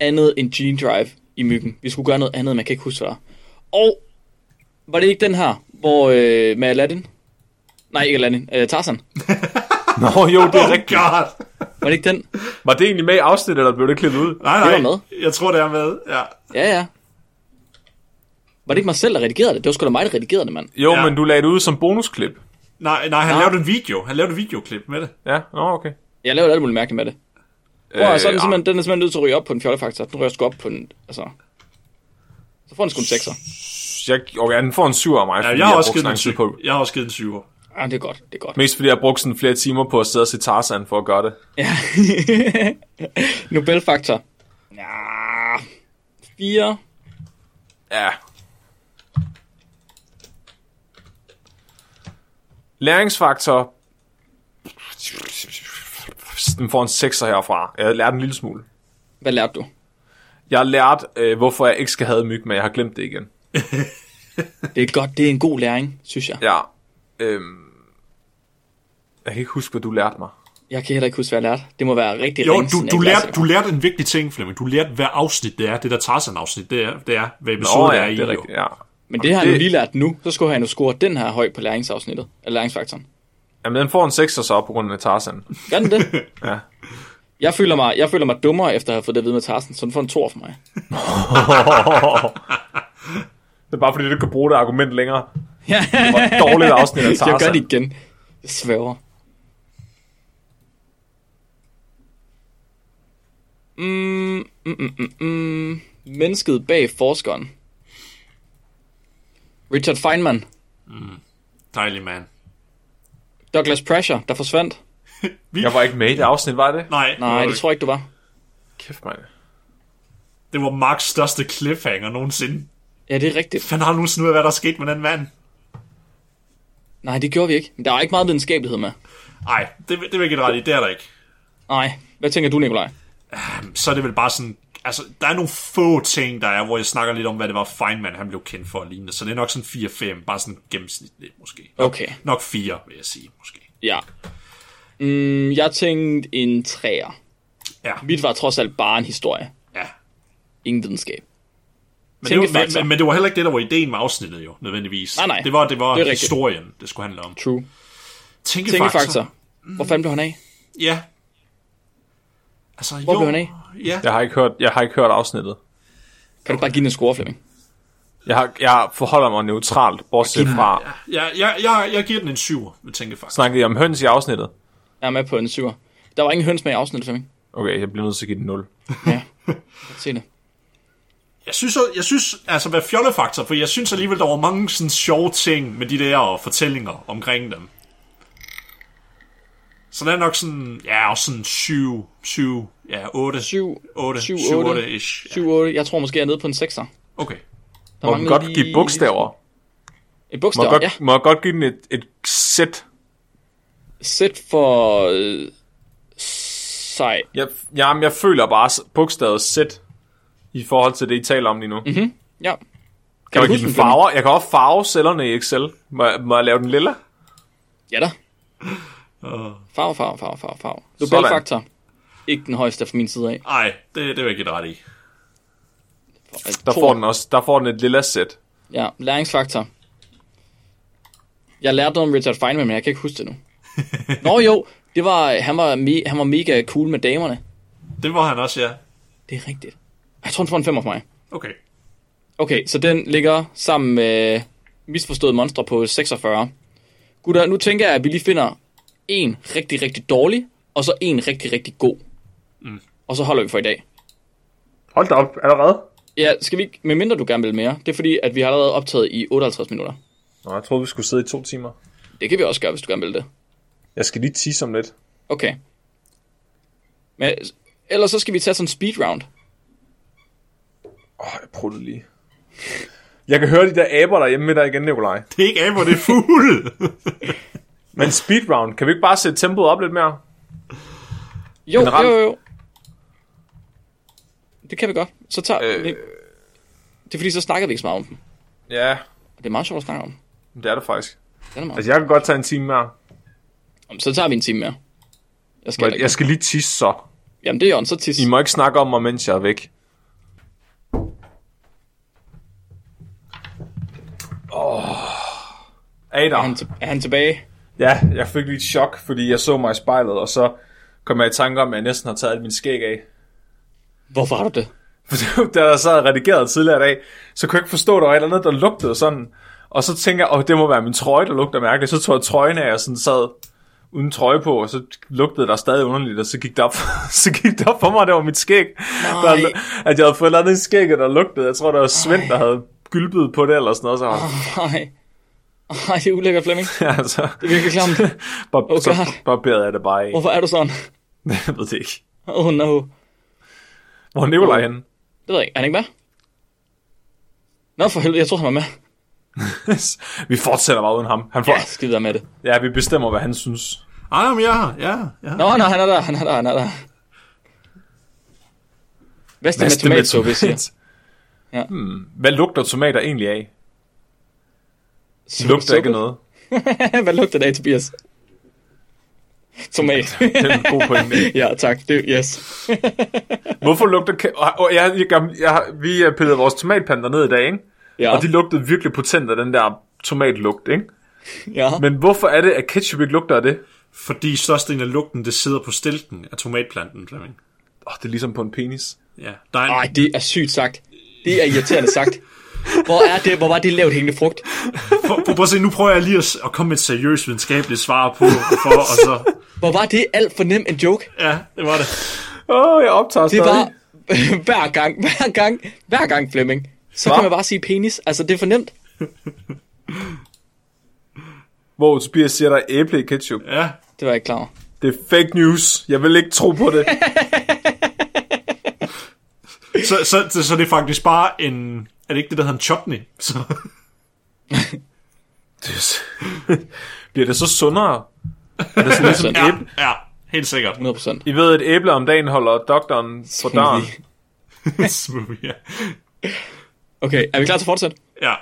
Speaker 4: andet end Gene Drive i myggen. Vi skulle gøre noget andet, man kan ikke huske, hvad det var. Og var det ikke den her, hvor øh, med Aladdin? Nej, ikke Aladdin. Øh, Tarzan.
Speaker 2: Nå, jo, det er
Speaker 5: Oh
Speaker 2: rigtigt.
Speaker 5: god!
Speaker 4: Var det ikke den?
Speaker 2: Var det egentlig med i afsnittet, eller blev det klippet ud?
Speaker 5: Nej, nej.
Speaker 4: Det var
Speaker 5: Jeg tror, det er med. Ja.
Speaker 4: Ja, ja. Var det ikke mig selv, der redigerede det? Det var sgu da mig, der redigerede det, mand.
Speaker 2: Jo,
Speaker 5: Ja.
Speaker 2: ja. men du lagde det ud som bonusklip.
Speaker 5: Nej, nej, han
Speaker 4: Nå.
Speaker 5: lavede en video. Han lavede et videoklip med det.
Speaker 2: Ja, nå, okay.
Speaker 4: Jeg lavede alt muligt mærkeligt med det. Prøv, øh,
Speaker 2: Øh,
Speaker 4: så er den,
Speaker 2: ja.
Speaker 5: ah.
Speaker 4: simpelthen, den er simpelthen nødt til at ryge op på en fjollefaktor. Den ryger sgu op på en... Altså... Så får den sgu en 6'er.
Speaker 2: ah, Jeg, okay, den får en 7 af mig,
Speaker 5: Ja, jeg har
Speaker 2: brugte
Speaker 5: også givet
Speaker 2: så
Speaker 5: den
Speaker 2: lang
Speaker 5: en
Speaker 2: tid på
Speaker 5: syv. Jeg har også givet den syv.
Speaker 4: Ja, Ah, det er godt, det er godt.
Speaker 2: Mest fordi jeg brugte sådan flere timer på at sidde og se Tarzan for at gøre det.
Speaker 4: Ja. Nobelfaktor. Ja. 4.
Speaker 2: Ja. Læringsfaktor. Den får en 6'er herfra. Jeg lærte en lille smule.
Speaker 4: Hvad lærte du?
Speaker 2: Jeg har lært, øh, hvorfor jeg ikke skal have myg, men jeg har glemt det igen.
Speaker 4: Det er godt, det er en god læring, synes jeg.
Speaker 2: Ja. Øhm, jeg kan ikke huske, hvad du lærte mig.
Speaker 4: Jeg kan heller ikke huske, hvad jeg lærte. Det må være rigtig
Speaker 5: Jo,
Speaker 4: ringe
Speaker 5: du,
Speaker 4: siden,
Speaker 5: du,
Speaker 4: jeg
Speaker 5: lærte,
Speaker 4: lærte
Speaker 5: du lærte en vigtig ting, Flemming. Du lærte, hvad afsnit det er. Det der Tarzan-afsnit, det er, det er hvad episode
Speaker 2: Nå,
Speaker 5: det
Speaker 2: ja,
Speaker 5: er i.
Speaker 2: det er
Speaker 5: jo.
Speaker 2: rigtigt, ja.
Speaker 4: Men det har han jo
Speaker 2: Det-
Speaker 4: lige lært nu. Så skulle han jo score den her høj på læringsafsnittet. Eller læringsfaktoren.
Speaker 2: Jamen, den får en 6'er så på grund af Tarzan.
Speaker 4: Gør den det?
Speaker 2: Ja.
Speaker 4: Jeg føler, mig, jeg føler mig dummere, efter at have fået det at vide med Tarsen, så den får en tor for mig.
Speaker 2: Det er bare fordi, du kan bruge det argument længere.
Speaker 4: Ja.
Speaker 2: Det var et dårligt afsnit af Tarzan.
Speaker 4: Jeg gør det igen. Jeg sværger. Mm, mm, mm, mm, mm. Mennesket bag forskeren. Richard Feynman.
Speaker 5: Dejlig mand.
Speaker 4: Douglas Pressure, der forsvandt.
Speaker 2: Jeg var ikke med i det afsnit, var det?
Speaker 5: Nej,
Speaker 4: Nej, det tror jeg ikke, du var.
Speaker 2: Kæft, mand.
Speaker 5: det var Marks største cliffhanger nogensinde.
Speaker 4: Ja, det er rigtigt.
Speaker 5: Fanden har du nogensinde ud af, hvad der er sket med den mand?
Speaker 4: Nej, det gjorde vi ikke. Men der var ikke meget videnskabelighed med.
Speaker 5: Nej, det, det vil jeg ikke ret i. Det er der ikke.
Speaker 4: Nej, hvad tænker du, Nikolaj?
Speaker 5: Så er det vel bare sådan... Altså, der er nogle få ting, der er, hvor jeg snakker lidt om, hvad det var Feynman, han blev kendt for at ligne. Så det er nok sådan 4-5, bare sådan gennemsnitligt måske. Nok,
Speaker 4: Okay.
Speaker 5: nok 4, vil jeg sige, måske.
Speaker 4: Ja. Mm, jeg tænkte en træer.
Speaker 5: Ja,
Speaker 4: Mit var trods alt bare en historie.
Speaker 5: ja.
Speaker 4: Ingen videnskab.
Speaker 5: Men det, var,
Speaker 4: Tænkefaktor.
Speaker 5: men, men det var heller ikke det, der var ideen med afsnittet jo, nødvendigvis.
Speaker 4: Nej, nej.
Speaker 5: Det var, det var
Speaker 4: Det er
Speaker 5: det
Speaker 4: rigtigt.
Speaker 5: historien, det skulle handle om.
Speaker 4: True.
Speaker 5: Tænkefaktor.
Speaker 4: Tænkefaktor. Hvor fanden blev han af?
Speaker 5: Ja. Altså,
Speaker 4: Hvor
Speaker 5: jo,
Speaker 4: blev han af?
Speaker 5: Ja.
Speaker 2: Jeg har ikke hørt, jeg har ikke hørt afsnittet.
Speaker 4: Kan du bare give den en score, Flemming?
Speaker 2: Jeg, har, jeg forholder mig neutralt, bortset fra,
Speaker 5: Jeg, jeg, jeg, jeg giver den en syver, vil tænke faktisk.
Speaker 2: snakkede jeg om høns i afsnittet?
Speaker 4: Jeg er med på en syver. Der var ingen høns med i afsnittet, Flemming.
Speaker 2: Okay, jeg bliver nødt til at give den 0.
Speaker 4: Se det.
Speaker 5: Jeg synes, jeg synes altså, hvad fjollefaktor, for jeg synes alligevel, der var mange sådan sjove ting med de der fortællinger omkring dem. Så der er nok sådan, ja, også sådan 7, 7, ja, 8,
Speaker 4: 7,
Speaker 5: 8,
Speaker 4: 7,
Speaker 5: 7,
Speaker 4: 8.
Speaker 5: 8 ish. Ja,
Speaker 4: 7, 8. Jeg tror måske, jeg er nede på en 6'er.
Speaker 5: okay.
Speaker 4: Der
Speaker 2: Må man godt give bogstaver?
Speaker 4: Et
Speaker 2: Må
Speaker 4: bogstav,
Speaker 2: jeg godt,
Speaker 4: ja.
Speaker 2: må jeg godt give den et, et sæt?
Speaker 4: Sæt for... Øh, sej.
Speaker 2: Jeg, jamen, jeg føler bare s- bogstavet sæt i forhold til det, I taler om lige nu. Mm-hmm.
Speaker 4: Ja.
Speaker 2: Kan jeg, give
Speaker 4: du huske
Speaker 2: den
Speaker 4: den, Flemming?
Speaker 2: farver? jeg kan også farve cellerne i Excel. Må, jeg- må jeg lave den lilla?
Speaker 4: Ja da. Farve, farve, farve, farve, farve. Nobelfaktor. Ikke den højeste fra min side af.
Speaker 5: Ej, det, det vil jeg give dig ret i.
Speaker 2: Der får, den også, der får den et lilla sæt.
Speaker 4: Ja, læringsfaktor. Jeg lærte noget om Richard Feynman, men jeg kan ikke huske det nu. Nå jo, det var, han, var me, han var mega cool med damerne.
Speaker 5: Det var han også, ja.
Speaker 4: Det er rigtigt. Jeg tror, han får en femmer for mig.
Speaker 5: Okay.
Speaker 4: Okay, så den ligger sammen med misforståede monstre på 46. Gutter, nu tænker jeg, at vi lige finder en rigtig, rigtig dårlig, og så en rigtig, rigtig god. Mm. Og så holder vi for i dag.
Speaker 2: Hold da op, allerede?
Speaker 4: Ja, skal vi ikke, medmindre du gerne vil mere, det er fordi, at vi har allerede optaget i 58 minutter.
Speaker 2: Nå, jeg troede, vi skulle sidde i to timer.
Speaker 4: Det kan vi også gøre, hvis du gerne vil det.
Speaker 2: Jeg skal lige tisse om lidt.
Speaker 4: Okay. Men ellers så skal vi tage sådan en speed round.
Speaker 2: Åh, oh, jeg pruttede lige. Jeg kan høre de der aber derhjemme med dig igen, Nikolaj.
Speaker 5: Det er ikke af, hvor det er fugle.
Speaker 2: Men speedround, kan vi ikke bare sætte tempoet op lidt mere?
Speaker 4: Jo,
Speaker 2: Generelt.
Speaker 4: jo, jo, jo. Det kan vi godt. Så tager øh...
Speaker 2: Øh.
Speaker 4: det. det er fordi, så snakker vi ikke så meget om dem.
Speaker 2: Ja,
Speaker 4: Og Det er meget sjovt at snakke om.
Speaker 2: det er det faktisk.
Speaker 4: Den er meget.
Speaker 2: Altså, jeg kan godt tage en time mere.
Speaker 4: Jamen, Så tager vi en time mere. Jeg skal,
Speaker 2: Men
Speaker 4: jeg
Speaker 2: jeg
Speaker 4: skal...
Speaker 2: skal lige tisse så.
Speaker 4: Jamen, det er jo en så tis.
Speaker 2: I må ikke snakke om mig, mens jeg er væk. Oh.
Speaker 4: Er han,
Speaker 2: Ada.
Speaker 4: til... er han tilbage?
Speaker 2: Ja, jeg fik lidt chok, fordi jeg så mig i spejlet, og så kom jeg i tanke om, at jeg næsten har taget alt min skæg af.
Speaker 4: Hvorfor har du det?
Speaker 2: da jeg sad og redigerede tidligere i dag, så kunne jeg ikke forstå, at der var et eller andet, der lugtede sådan. Og så tænker jeg, åh, det må være min trøje, der lugter mærkeligt. Så tog jeg trøjen af, og sådan sad uden trøje på, og så lugtede der stadig underligt, og så gik det op, så gik det op for mig, at det var mit skæg. Der, at jeg havde fået et eller andet i skægget, der lugtede. Jeg tror, der var Svend, der havde gylpet på det eller sådan noget. Så,
Speaker 4: Nej. Nej, det er ulækkert, Flemming.
Speaker 2: ja, så,
Speaker 4: Ah. Det er virkelig Oh. klamt.
Speaker 2: bare,
Speaker 4: Oh,
Speaker 2: Altså. så
Speaker 4: God.
Speaker 2: barberede jeg det bare i.
Speaker 4: Hvorfor er du sådan?
Speaker 2: Jeg ved det ikke.
Speaker 4: Oh no.
Speaker 2: Hvor er Nikolaj henne?
Speaker 4: Det ved jeg ikke. Er han ikke med? Nå, for helvede, jeg tror han var med.
Speaker 2: vi fortsætter bare uden ham. Han får,
Speaker 4: Ja, skide være med det.
Speaker 2: ja, vi bestemmer, hvad han synes.
Speaker 5: Ej, men ja, ja, ja.
Speaker 4: Nå, nå, han er der, han er der, han er der. Hvad er med
Speaker 2: Vaske
Speaker 4: tomat, så vi siger? Ja.
Speaker 2: Ja. Hmm. Hvad lugter tomater egentlig af?
Speaker 4: Suppe,
Speaker 2: Lugter
Speaker 4: suppe?
Speaker 2: ikke noget.
Speaker 4: Hvad lugter det af, Tobias? Tomat.
Speaker 2: Det er en god pointe.
Speaker 4: ja, tak. Det, yes.
Speaker 2: Hvorfor lugter... ka- Åh, åh, jeg, jeg, jeg, jeg, vi øh, pillede vores tomatplanter ned i dag, ikke?
Speaker 4: Ja,
Speaker 2: Og de lugtede virkelig potent af den der tomatlugt, ikke?
Speaker 4: ja.
Speaker 2: Men hvorfor er det, at ketchup ikke lugter af det?
Speaker 5: Fordi størstedelen af lugten, det sidder på stilken af tomatplanten, Flemming.
Speaker 2: Åh, det er ligesom på en penis.
Speaker 5: Ja, der er en,
Speaker 4: Ej, det er sygt sagt. Det er irriterende sagt. Hvor er det, hvor var det lavt hængende frugt?
Speaker 5: prøv, prøv, prøv at se, nu prøver jeg lige at, s- at komme med et seriøst videnskabeligt svar på, for, og så...
Speaker 4: Hvor var det alt for nem en joke?
Speaker 5: Ja, det var det.
Speaker 2: Åh, oh, jeg optager
Speaker 4: Det
Speaker 2: stadig.
Speaker 4: var hver gang, hver gang, hver gang, Flemming. Så kan man bare sige penis. Altså, det er for nemt.
Speaker 2: Hvor Tobias siger, der er æble i ketchup.
Speaker 5: Ja,
Speaker 4: Det var jeg ikke klar over.
Speaker 2: Det er fake news. Jeg vil ikke tro på det.
Speaker 5: så, så, så, så det er faktisk bare en... Er det ikke det, der hedder en chutney? Så,
Speaker 2: Det er s- Bliver det så sundere? Er det sådan ligesom
Speaker 4: Ja.
Speaker 2: æble?
Speaker 5: ja, helt sikkert.
Speaker 4: 100 procent.
Speaker 2: I ved, at et æble om dagen holder doktoren på døren.
Speaker 5: Smoothie, ja.
Speaker 4: Okay, er vi klar til at fortsætte?
Speaker 5: ja.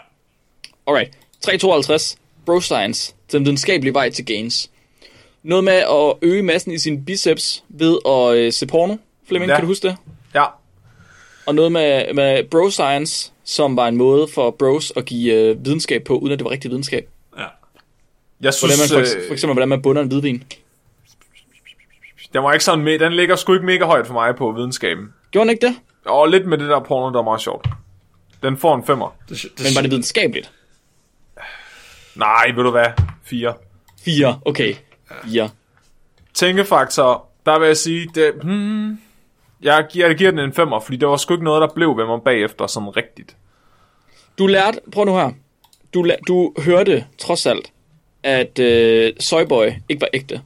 Speaker 4: Alright. 352. Bro Science. Den videnskabelige vej til gains. Noget med at øge massen i sin biceps ved at øh, se porno. Flemming, ja.
Speaker 2: Ja.
Speaker 4: kan du huske det?
Speaker 2: Ja,
Speaker 4: Og noget med, med bro science, som var en måde for bros at give øh, videnskab på, uden at det var rigtig videnskab.
Speaker 5: ja.
Speaker 2: jeg
Speaker 4: Hvordan man
Speaker 2: synes,
Speaker 4: for,
Speaker 2: øh,
Speaker 4: eks- for eksempel, hvordan man bunder en hvidvin.
Speaker 2: den, var ikke sådan med, den ligger sgu ikke mega højt for mig på videnskaben.
Speaker 4: Gjorde han ikke det?
Speaker 2: Og lidt med det der porno, der er meget sjovt. Den får en femmer.
Speaker 5: Det, det,
Speaker 4: Men var det videnskabeligt?
Speaker 2: Nej, ved du hvad? Fire.
Speaker 4: 4, okay. 4.
Speaker 2: Tænkefaktor, der vil jeg sige, det, hmm, jeg, giver, jeg giver den en femmer, fordi der var sgu ikke noget, der blev ved mig bagefter sådan rigtigt.
Speaker 4: Du lærte, prøv nu her, du, la- du hørte trods alt, at øh, Soyboy ikke var ægte.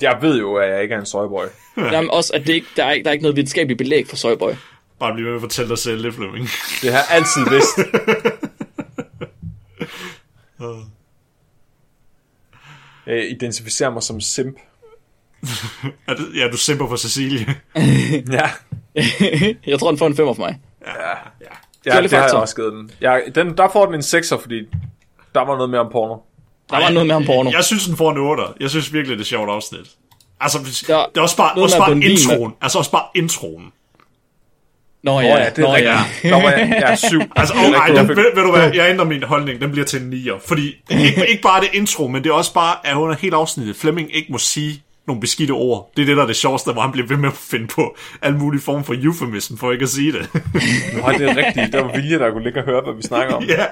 Speaker 2: Jeg ved jo, at jeg ikke er en søjbøj.
Speaker 4: Jamen også, at det ikke, der, er, ikke- der er ikke noget videnskabeligt belæg for Soyboy.
Speaker 5: Bare blive ved med at fortælle dig selv det, Flemming.
Speaker 2: Det har jeg altid vidst.
Speaker 4: Øh.
Speaker 2: Jeg identificerer Øh, mig som simp.
Speaker 5: Er det- Ja, du simper for Cecilie.
Speaker 2: Ja,
Speaker 4: jeg tror, den får en 5 for mig.
Speaker 2: ja det har jeg også givet den. Jeg, den. Der får den en sekser, fordi der var noget mere om porno.
Speaker 4: Der var noget med ham porno.
Speaker 5: Jeg synes, den får en 8. Jeg synes virkelig, det er et sjovt afsnit. Altså, hvis-
Speaker 4: Der-
Speaker 5: det er også bare,
Speaker 4: noget
Speaker 5: også
Speaker 4: med
Speaker 5: bare
Speaker 4: Blondine,
Speaker 5: introen. Altså, også bare introen.
Speaker 4: Nå
Speaker 2: Åh
Speaker 4: ja,
Speaker 2: ja, det er
Speaker 4: nå ja.
Speaker 2: rigtigt. Der var jeg, jeg er syv.
Speaker 5: Altså,
Speaker 2: Det er
Speaker 5: oh, ej,
Speaker 2: rigtigt.
Speaker 5: den, ved, ved du hvad, jeg ændrer min holdning, den bliver til en 9'er. Fordi ikke, ikke bare det intro, men det er også bare, at under hele afsnittet, Flemming ikke må sige nogle beskidte ord. Det er det, der er det sjoveste, hvor han bliver ved med at finde på alle mulige former for euphemism, for ikke at sige det.
Speaker 2: Nej, det er rigtigt. Det var Vilje, der kunne ligge og høre, hvad vi snakker om.
Speaker 5: ja.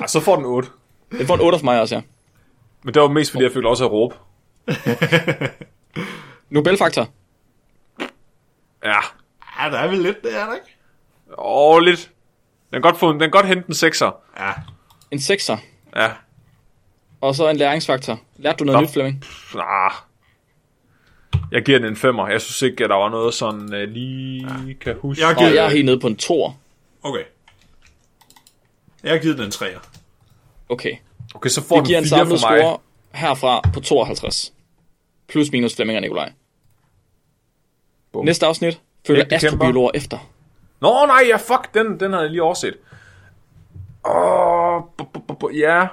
Speaker 2: Ej, så får den 8.
Speaker 4: Den får en 8 for mig også, ja.
Speaker 2: Men det var mest, fordi jeg følte også at råbe.
Speaker 4: Nobelfaktor.
Speaker 2: Ja,
Speaker 5: ja, der er vel lidt, det er der ikke?
Speaker 2: åh, lidt. Den kan godt, få, en- den kan godt hente en sekser.
Speaker 5: Ja.
Speaker 4: En 6'er.
Speaker 2: Ja,
Speaker 4: Og så en læringsfaktor. Lærte du noget
Speaker 2: Nå.
Speaker 4: nyt, Flemming?
Speaker 2: nah. Ah. Jeg giver den en femmer. Jeg synes ikke, at der var noget sådan uh, lige ja. kan huske.
Speaker 5: Jeg
Speaker 4: Og
Speaker 5: giver,
Speaker 4: jeg er helt nede på en 2'er.
Speaker 5: Okay. Jeg har givet den en 3'er.
Speaker 4: Okay.
Speaker 2: Okay, så får den
Speaker 4: Det giver en
Speaker 2: fire
Speaker 4: samlet
Speaker 2: for mig.
Speaker 4: score herfra på 52. Plus minus Flemming og Nikolaj.
Speaker 2: Bum.
Speaker 4: Næste afsnit følger
Speaker 2: Ægte kæmper.
Speaker 4: astrobiologer efter.
Speaker 2: Nå nej, ja fuck, den, den havde jeg lige overset. Åh, bu- bu- bu- bu- ja.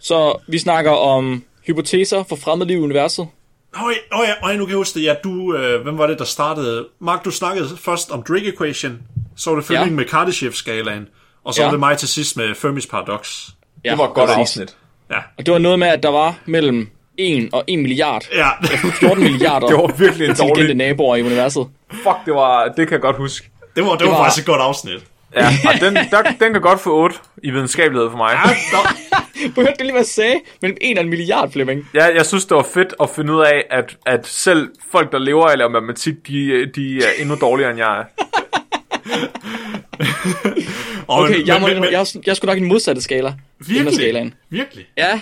Speaker 4: Så vi snakker om hypoteser for fremmed liv i universet.
Speaker 5: Nå ja, oh, ja, oh, ja, nu kan jeg huske det. Ja, du, øh, hvem var det, der startede? Mark, du snakkede først om Drake Equation, så var det Flemming
Speaker 4: Ja.
Speaker 5: ja. med Kardashev-skalaen, og så ja.
Speaker 4: Ja.
Speaker 5: var det mig til sidst med Fermis Paradox.
Speaker 4: Ja,
Speaker 2: Det var et godt
Speaker 4: præcis.
Speaker 2: afsnit.
Speaker 4: Og det var noget med, at der var mellem 1 og 1 milliard.
Speaker 5: Ja,
Speaker 4: 14 milliarder
Speaker 2: Det var virkelig en
Speaker 4: intelligente
Speaker 2: dårlig...
Speaker 4: naboer i universet.
Speaker 2: Fuck, det, var, det kan jeg godt huske.
Speaker 5: det var, det var
Speaker 4: var-
Speaker 5: faktisk et godt afsnit.
Speaker 2: Ja, og den, der, den kan godt få 8 i videnskabelighed for mig.
Speaker 5: Ja, nå,
Speaker 4: Du hørte det lige, hvad jeg sagde? Mellem 1 og en milliard, Flemming.
Speaker 2: Ja, jeg synes, det var fedt at finde ud af, at, at selv folk, der lever af at lave matematik, de, de er endnu dårligere, end jeg er.
Speaker 5: og-
Speaker 4: Okay, jeg, må,
Speaker 5: men- men-
Speaker 4: jeg, jeg, jeg skulle nok i den modsatte skala.
Speaker 5: virkelig,
Speaker 4: skalaen.
Speaker 5: virkelig.
Speaker 4: Ja,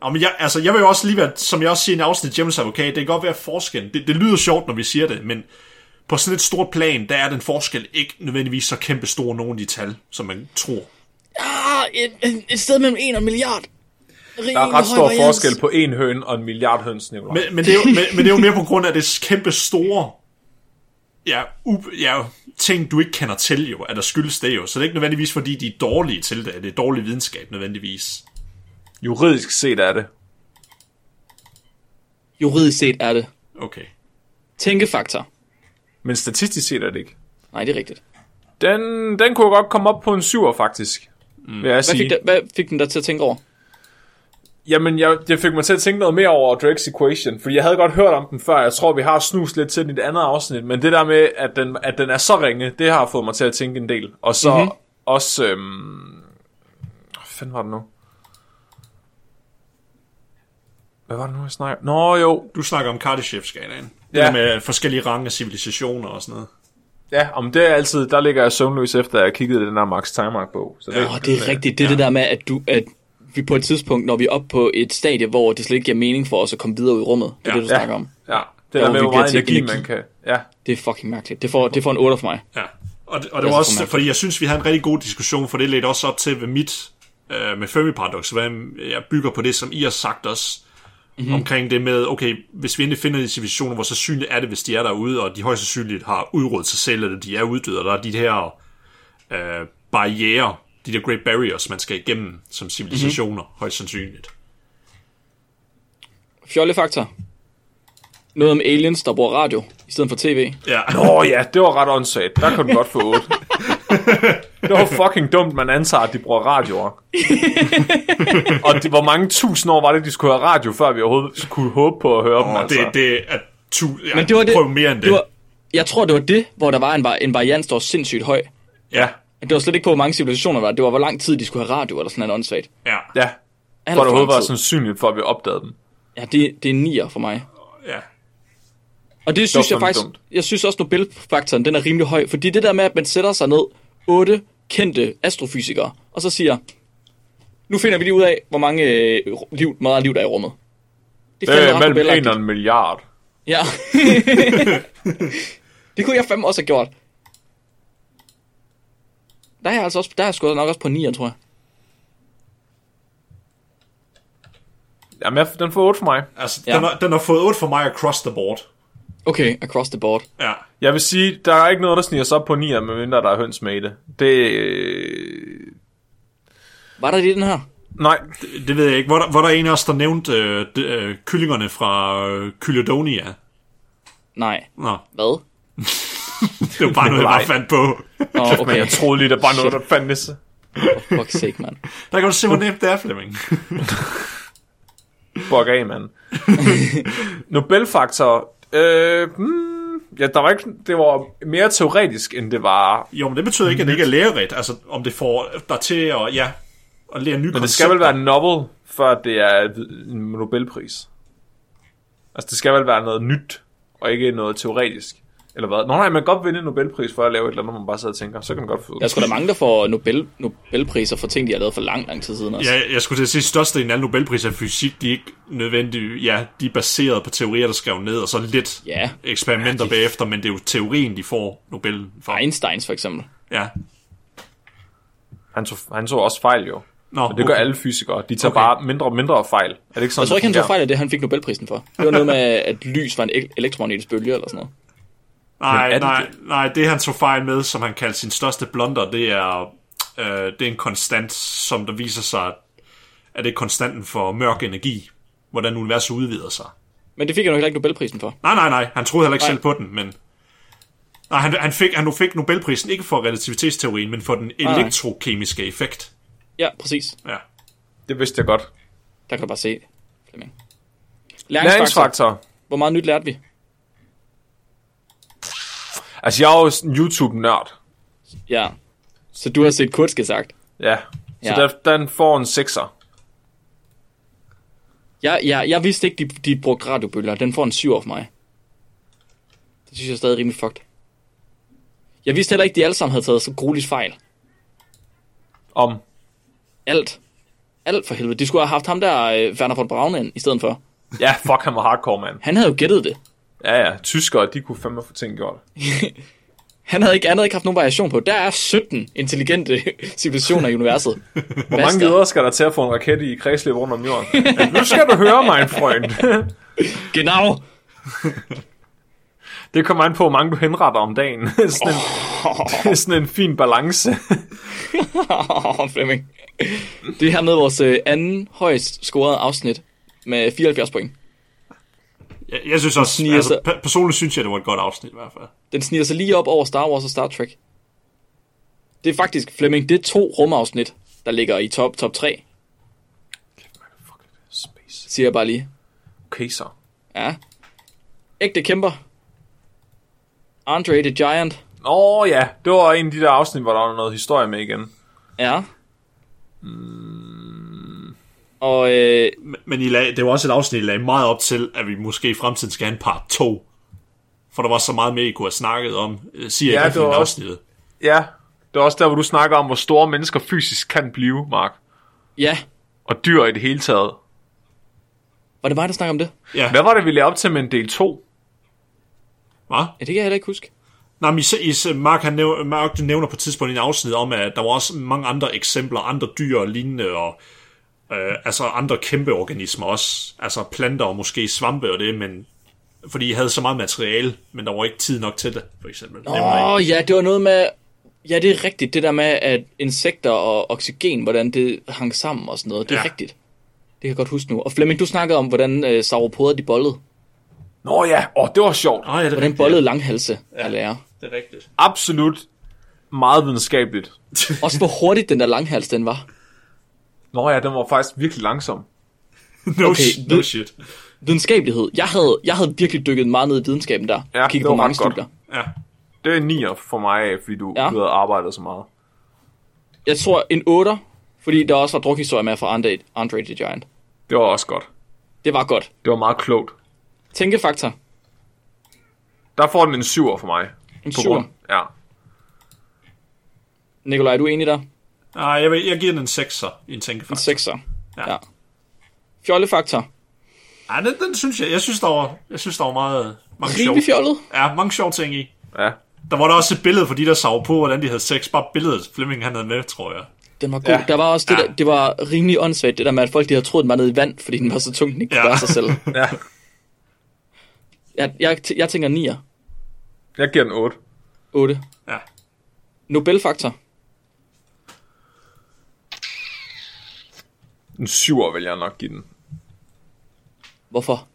Speaker 5: Og men jeg, altså, jeg vil jo også lige være, som jeg også siger i en afsnit, James Advokat, det kan godt være forskellen. Det, det lyder sjovt, når vi siger det, men på sådan et stort plan, der er den forskel ikke nødvendigvis så kæmpe stor nogen de tal, som man tror.
Speaker 4: ah, et, et- et sted mellem 1 og en milliard.
Speaker 2: Der er ret stor forskel på en høn og en milliard høns, Nicolaj.
Speaker 5: Men, men, det er jo, men, men det er jo mere på grund af det kæmpe store ja, u, ja, ting, du ikke kender til jo, at der skyldes det jo. Så det er ikke nødvendigvis, fordi de er dårlige til det, at det er dårlig videnskab nødvendigvis.
Speaker 2: Juridisk set er det.
Speaker 4: Juridisk set er det.
Speaker 5: Okay.
Speaker 4: Tænkefaktor.
Speaker 2: Men statistisk set er det ikke.
Speaker 4: Nej, det er rigtigt.
Speaker 2: Den, den kunne godt komme op på en syver, faktisk. Mm. Vil jeg
Speaker 4: Hvad fik,
Speaker 2: sige.
Speaker 4: der, hvad fik den der til at tænke over?
Speaker 2: Jamen, jeg, jeg fik mig til at tænke noget mere over Drake's Equation, fordi jeg havde godt hørt om den før. Jeg tror, vi har snus lidt til den i det andet afsnit, men det der med, at den, at den er så ringe, det har fået mig til at tænke en del. Og så
Speaker 4: Mhm.
Speaker 2: mm-hmm. også... Øhm, hvad fanden var det nu? Hvad var det nu, jeg snakker? Nå jo,
Speaker 5: Du snakker om Kardashev-skalaen.
Speaker 2: Ja.
Speaker 5: Ja. Det med forskellige range af civilisationer og sådan noget.
Speaker 2: ja, om det er altid, der ligger jeg søvnløs efter, at jeg kiggede i den der Max Timark-bog. Så det,
Speaker 4: Åh, det er rigtigt. Det er det der med, at, du, at vi på et tidspunkt, når vi er oppe på et stadie, hvor det slet ikke giver mening for os at komme videre ud i rummet. Det er ja, det, du
Speaker 2: ja.
Speaker 4: snakker om.
Speaker 2: Ja, det der
Speaker 4: Hvor
Speaker 2: med,
Speaker 4: vi
Speaker 2: hvor
Speaker 4: bliver
Speaker 2: meget
Speaker 4: til
Speaker 2: energi,
Speaker 4: energi.
Speaker 2: man kan... Ja,
Speaker 4: Det er fucking mærkeligt. Det får, det får en 8 for mig.
Speaker 5: Ja. Og det, og det
Speaker 4: er altså
Speaker 5: var
Speaker 4: så
Speaker 5: også,
Speaker 4: mærkeligt.
Speaker 5: fordi jeg synes, vi havde en rigtig god diskussion, for det ledte også op til ved mit, øh, med Fermi-paradox, hvad jeg bygger på det, som I har sagt også,
Speaker 4: Mhm.
Speaker 5: mm-hmm. omkring det med, okay, hvis vi endelig finder en civilisation, hvor sandsynligt er det, hvis de er derude, og de højst sandsynligt har udryddet sig selv, eller de er uddøde, og der er de her øh, barriere, de der great barriers, man skal igennem som civilisationer,
Speaker 4: Mhm.
Speaker 5: mm-hmm. højst sandsynligt.
Speaker 4: Fjollefaktor. Noget om aliens, der bruger radio i stedet for tv.
Speaker 5: Ja.
Speaker 2: Åh oh, ja, det var ret åndssvagt. Der kunne den godt få 8. det var fucking dumt, man antager, at de bruger radioer. og de, hvor mange tusind år var det, de skulle have radio, før vi overhovedet skulle håbe på at høre dem?
Speaker 5: Og
Speaker 2: Altså.
Speaker 5: det, det er tu, ja,
Speaker 4: Men det var det,
Speaker 5: prøv mere end det.
Speaker 4: det var, jeg tror, det var det, hvor der var en, var en varians, der var sindssygt høj.
Speaker 5: ja.
Speaker 4: Det var slet ikke på, hvor mange civilisationer der var. Det var, hvor lang tid de skulle have radio, eller sådan noget åndssvagt.
Speaker 5: Ja,
Speaker 2: Ja,
Speaker 4: Alt
Speaker 2: for det overhovedet
Speaker 4: lang
Speaker 2: var
Speaker 4: tid.
Speaker 2: sandsynligt for, at vi opdagede dem.
Speaker 4: Ja, det, det er en nier for mig.
Speaker 5: ja.
Speaker 4: Og det synes
Speaker 2: var
Speaker 4: jeg
Speaker 2: fandme
Speaker 4: faktisk,
Speaker 2: dumt.
Speaker 4: jeg synes også Nobelfaktoren, den er rimelig høj, fordi det der med, at man sætter sig ned, otte kendte astrofysikere, og så siger, nu finder vi lige ud af, hvor mange øh, liv, meget liv der er i rummet. Det er
Speaker 2: Det
Speaker 4: fandme
Speaker 2: er
Speaker 4: ret
Speaker 2: Øh, mellem
Speaker 4: Nobelagtigt.
Speaker 2: 1 og en milliard.
Speaker 4: Ja. det kunne jeg fandme også have gjort. Der er jeg altså også, der er jeg sgu nok også på 9, tror jeg.
Speaker 2: Jamen, jeg, den får 8 for mig.
Speaker 5: Altså,
Speaker 4: Ja.
Speaker 5: ja. den, har, den har fået 8 for mig across the board.
Speaker 4: Okay, across the board.
Speaker 5: Ja.
Speaker 2: Jeg vil sige, der er ikke noget, der sniger sig op på 9, medmindre der er høns med i det. Det... øh,
Speaker 4: Var der lige den her?
Speaker 2: Nej,
Speaker 5: Det, det ved jeg ikke. Var der, var der en af os, der nævnte øh, de, øh, kyllingerne fra øh, Kylledonia?
Speaker 4: Nej.
Speaker 5: Nå,
Speaker 4: Hvad?
Speaker 5: det var bare noget, jeg bare fandt på.
Speaker 4: Nå,
Speaker 2: men
Speaker 4: okay.
Speaker 2: jeg troede lige, der var noget, der fandtes.
Speaker 4: Fuck sake, mand.
Speaker 5: Der kan du se, hvor nemt det er, Flemming.
Speaker 2: Fuck af, mand. Nobelfaktor. Øh, hmm, ja, der var ikke, det var mere teoretisk, end det var.
Speaker 5: Jo, men det betyder ikke, at det ikke er lærerigt. Altså, om det får dig til at, ja, at lære nye
Speaker 2: Men det skal vel være en novel, før det er en Nobelpris. Altså, det skal vel være noget nyt, og ikke noget teoretisk. Eller hvad? Nå nej, man kan godt vinde en Nobelpris for at lave et eller andet, man bare sidder og tænker. Så kan man godt få
Speaker 4: Der er sgu da mange, der får Nobel, Nobelpriser for ting, de har lavet for lang, lang tid siden også.
Speaker 5: Ja, jeg skulle til at sige, at størstedelen af alle Nobelpriser i fysik, de er ikke nødvendige. Ja, de er baseret på teorier, der skrev ned, og så lidt
Speaker 4: Ja.
Speaker 5: eksperimenter bagefter, men det er jo teorien, de får Nobel for.
Speaker 4: Einsteins for eksempel.
Speaker 5: Ja.
Speaker 2: Han tog, han tog også fejl jo.
Speaker 5: Nå,
Speaker 2: Men det gør alle fysikere. De tager okay.
Speaker 5: Okay.
Speaker 2: bare mindre og mindre fejl. Er det ikke sådan,
Speaker 4: Jeg tror ikke, han
Speaker 2: det
Speaker 4: tog
Speaker 2: fungerer?
Speaker 4: fejl af det, han fik Nobelprisen for. Det var noget med, at lys var en el- elektromagnetisk bølge eller sådan noget.
Speaker 5: Nej,
Speaker 2: Men er det
Speaker 5: nej, nej, det han tog fejl med, som han kaldte sin største blunder, det er, øh, det er en konstant, som der viser sig, at det er konstanten for mørk energi, hvordan universet udvider sig.
Speaker 4: Men det fik han jo heller ikke Nobelprisen for.
Speaker 5: Nej, nej, nej, han troede heller ikke
Speaker 4: Nej.
Speaker 5: nej. selv på den, men... Nej, han, han, fik, han fik Nobelprisen ikke for relativitetsteorien, men for den
Speaker 4: nej.
Speaker 5: elektrokemiske effekt.
Speaker 4: Ja, præcis.
Speaker 5: Ja.
Speaker 2: Det vidste jeg godt.
Speaker 4: Der kan du bare se, Flemming. Læringsfaktor.
Speaker 2: Læringsfaktor.
Speaker 4: Hvor meget nyt lærte vi?
Speaker 2: Altså, jeg er jo sådan en YouTube-nørd.
Speaker 4: Ja. Så du har set Kurtske sagt.
Speaker 2: Ja. Så ja.
Speaker 4: Ja.
Speaker 2: Der, den får en 6'er.
Speaker 4: Jeg, jeg, jeg vidste ikke, de, de brugte radiobølger. Den får en 7 af mig. Det synes jeg stadig er rimelig fucked. Jeg vidste heller ikke, de alle sammen havde taget så grueligt fejl.
Speaker 2: Om.
Speaker 4: Alt. Alt for helvede. De skulle have haft ham der, øh, Werner von Braun, ind, i stedet for.
Speaker 2: Ja, fuck, han var hardcore, mand.
Speaker 4: Han havde jo gættet det.
Speaker 2: Ja, ja. Tyskere, de kunne fandme få ting gjort.
Speaker 4: Han havde ikke, han havde ikke haft nogen variation på. Der er 17 intelligente civilisationer i universet. Hvor
Speaker 2: Hvor mange videre skal der til at få en raket i kredsløb rundt om jorden? nu skal du høre, min freund.
Speaker 4: Genau.
Speaker 2: Det kommer an på, hvor mange du henretter om dagen. sådan, en, sådan en fin balance.
Speaker 4: Åh, Flemming. Det er hermed vores øh, anden højst scorede afsnit med 74 point.
Speaker 5: Jeg, jeg synes også,
Speaker 4: sniger
Speaker 5: altså,
Speaker 4: sig-
Speaker 5: pe- personligt synes jeg, det var et godt afsnit i hvert fald.
Speaker 4: Den sniger sig lige op over Star Wars og Star Trek. Det er faktisk, Flemming, det er to rumafsnit, der ligger i top, top 3,
Speaker 2: Space.
Speaker 4: siger jeg bare lige.
Speaker 2: Okay, så.
Speaker 4: Ja. Ægte kæmper. Andre the Giant.
Speaker 2: Åh ja, det var en af de der afsnit, hvor der var noget historie med igen.
Speaker 4: Ja. Mm. Og øh,
Speaker 5: Men, men I lag, det var også et afsnit, I lagde meget op til, at vi måske i fremtiden skal have en part 2. For der var så meget mere, I kunne have snakket om, øh, siger
Speaker 2: Ja,
Speaker 5: ja, jeg i
Speaker 2: det var
Speaker 5: hvert
Speaker 2: også-
Speaker 5: afsnittet.
Speaker 2: Ja, det var også der, hvor du snakker om, hvor store mennesker fysisk kan blive, Mark.
Speaker 4: ja,
Speaker 2: Og dyr i det hele taget.
Speaker 4: var det mig, der snakkede om det?
Speaker 5: Ja,
Speaker 2: Hvad var det, vi lavede op til med en del 2?
Speaker 5: hvad?
Speaker 4: Ja, det kan jeg heller ikke huske.
Speaker 5: Nej, men I, se- I, se- Mark, han nævner, Mark du nævner på et tidspunkt i en afsnit om, at der var også mange andre eksempler, andre dyr og lignende, og øh, altså andre kæmpe organismer også. Altså planter og måske svampe og det, men fordi I havde så meget materiale, men der var ikke tid nok til det, for eksempel.
Speaker 4: Åh, oh, ja, det var noget med... Ja, det er rigtigt, det der med, at insekter og oxygen, hvordan det hang sammen og sådan noget. Det er ja.
Speaker 5: Ja.
Speaker 4: rigtigt. Det kan jeg godt huske nu. Og Flemming, du snakkede om, hvordan øh, sauropoder de bollede.
Speaker 2: Nå ja, åh, det var sjovt.
Speaker 5: Nej, det er
Speaker 4: Hvordan
Speaker 5: rigtigt.
Speaker 4: bollede langhalse ja. af lærer.
Speaker 5: Det er rigtigt.
Speaker 2: Absolut meget videnskabeligt.
Speaker 4: Også hvor hurtigt den der langhals, den var.
Speaker 2: Nå ja, den var faktisk virkelig langsom.
Speaker 5: No,
Speaker 4: Okay,
Speaker 5: okay, no
Speaker 4: ved-
Speaker 5: shit.
Speaker 4: Videnskabelighed. Jeg havde, jeg havde virkelig dykket meget ned i videnskaben der.
Speaker 2: Ja,
Speaker 4: Kigget
Speaker 2: det var ret godt.
Speaker 5: Ja.
Speaker 2: Det er en nier for mig, fordi du,
Speaker 4: Ja.
Speaker 2: ja. du havde arbejdet så meget.
Speaker 4: Jeg tror en 8'er, fordi der også var drukhistorie med fra Andre, Andre the Giant.
Speaker 2: Det var også godt.
Speaker 4: Det var godt.
Speaker 2: Det var meget klogt.
Speaker 4: Tænkefaktor.
Speaker 2: Der får den en 7'er for mig.
Speaker 4: En
Speaker 2: På
Speaker 4: 7.
Speaker 2: grund- Ja.
Speaker 4: Nikolaj, er du enig der? En
Speaker 5: Nej, jeg, vil- jeg giver den en 6'er i en tænkefaktor.
Speaker 4: 6'er.
Speaker 5: Ja.
Speaker 4: Ja. Fjollefaktor.
Speaker 5: Ej, den, den synes jeg, jeg synes, der var, jeg synes, der var meget, mange sjove,
Speaker 4: Rimelig fjollet.
Speaker 5: ja, mange sjove ting i.
Speaker 2: Ja.
Speaker 5: Der var der også et billede for de, der sov på, hvordan de havde sex. Bare billedet Flemming han havde med, tror jeg.
Speaker 4: Den var god. Ja. Der var også det, der, det var rimelig åndssvagt, det der med, at folk de havde troet, den var nede i vand, fordi den var så tung, den ikke kunne
Speaker 5: Ja.
Speaker 4: ja. sig selv.
Speaker 2: ja.
Speaker 4: Jeg, jeg, jeg tænker 9'er.
Speaker 2: Jeg giver den 8.
Speaker 4: 8.
Speaker 5: Ja.
Speaker 4: Nobelfaktor.
Speaker 2: En 7'er vil jeg nok give den.
Speaker 4: Hvorfor?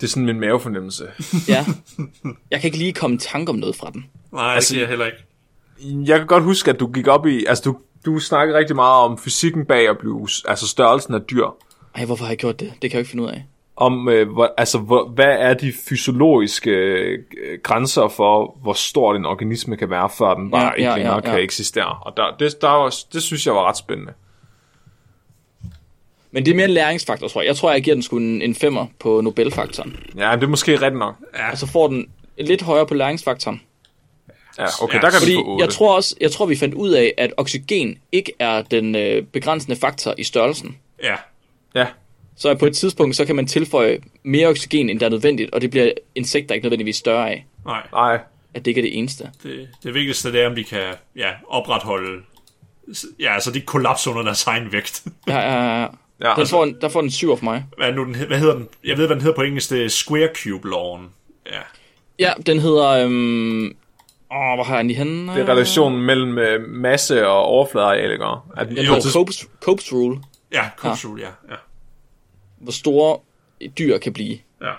Speaker 2: Det er sådan min mavefornemmelse.
Speaker 4: Ja. Jeg kan ikke lige komme i tanke om noget fra den.
Speaker 5: Nej, altså, det er jeg heller ikke.
Speaker 2: Jeg kan godt huske, at du gik op i... Altså, du, du snakkede rigtig meget om fysikken bag at blive... Altså, størrelsen af dyr.
Speaker 4: Ej, hvorfor har jeg gjort det? Det kan jeg jo ikke finde ud af.
Speaker 2: Om, øh, hvor, altså, hvor, hvad er de fysiologiske øh, grænser for, hvor stor en organisme kan være, før den bare ja, ikke ja, længere ja, ja. kan eksistere. Og der, det, der var, det synes jeg var ret spændende.
Speaker 4: Men det er mere en læringsfaktor, tror jeg. Jeg tror, jeg giver den sgu en, en femmer på Nobelfaktoren.
Speaker 2: Ja, det er måske rigtigt nok.
Speaker 4: Og så får den lidt højere på læringsfaktoren.
Speaker 2: Ja, okay,
Speaker 5: Ja,
Speaker 2: der kan
Speaker 4: Fordi
Speaker 2: vi få 8.
Speaker 4: jeg tror også, jeg tror, vi fandt ud af, at oxygen ikke er den øh, begrænsende faktor i størrelsen.
Speaker 5: Ja.
Speaker 2: Ja,
Speaker 4: Så på et tidspunkt, så kan man tilføje mere oxygen, end der er nødvendigt, og det bliver insekter ikke nødvendigvis større af,
Speaker 5: Nej,
Speaker 2: nej.
Speaker 4: at det ikke er det eneste.
Speaker 5: det, det vigtigste det er, om de kan ja, opretholde... Ja, altså de kollapser under deres egen vægt.
Speaker 4: Ja, ja, ja.
Speaker 2: Ja, altså-
Speaker 4: Den får en, der får den syv for mig.
Speaker 5: Hvad, er nu den, hed- hvad hedder den? Jeg ved, hvad den hedder på engelsk. Det er Square Cube Lawn. Ja.
Speaker 4: Ja, den hedder... Øhm... Åh, hvor har jeg den lige henne?
Speaker 2: Det er relationen mellem øh, masse og overfladeareal, ikke? At
Speaker 4: Den
Speaker 2: jo,
Speaker 4: hedder Cope's, Cope's Rule,
Speaker 5: Ja, Cube ja. ja.
Speaker 4: hvor store dyr kan blive.
Speaker 5: ja.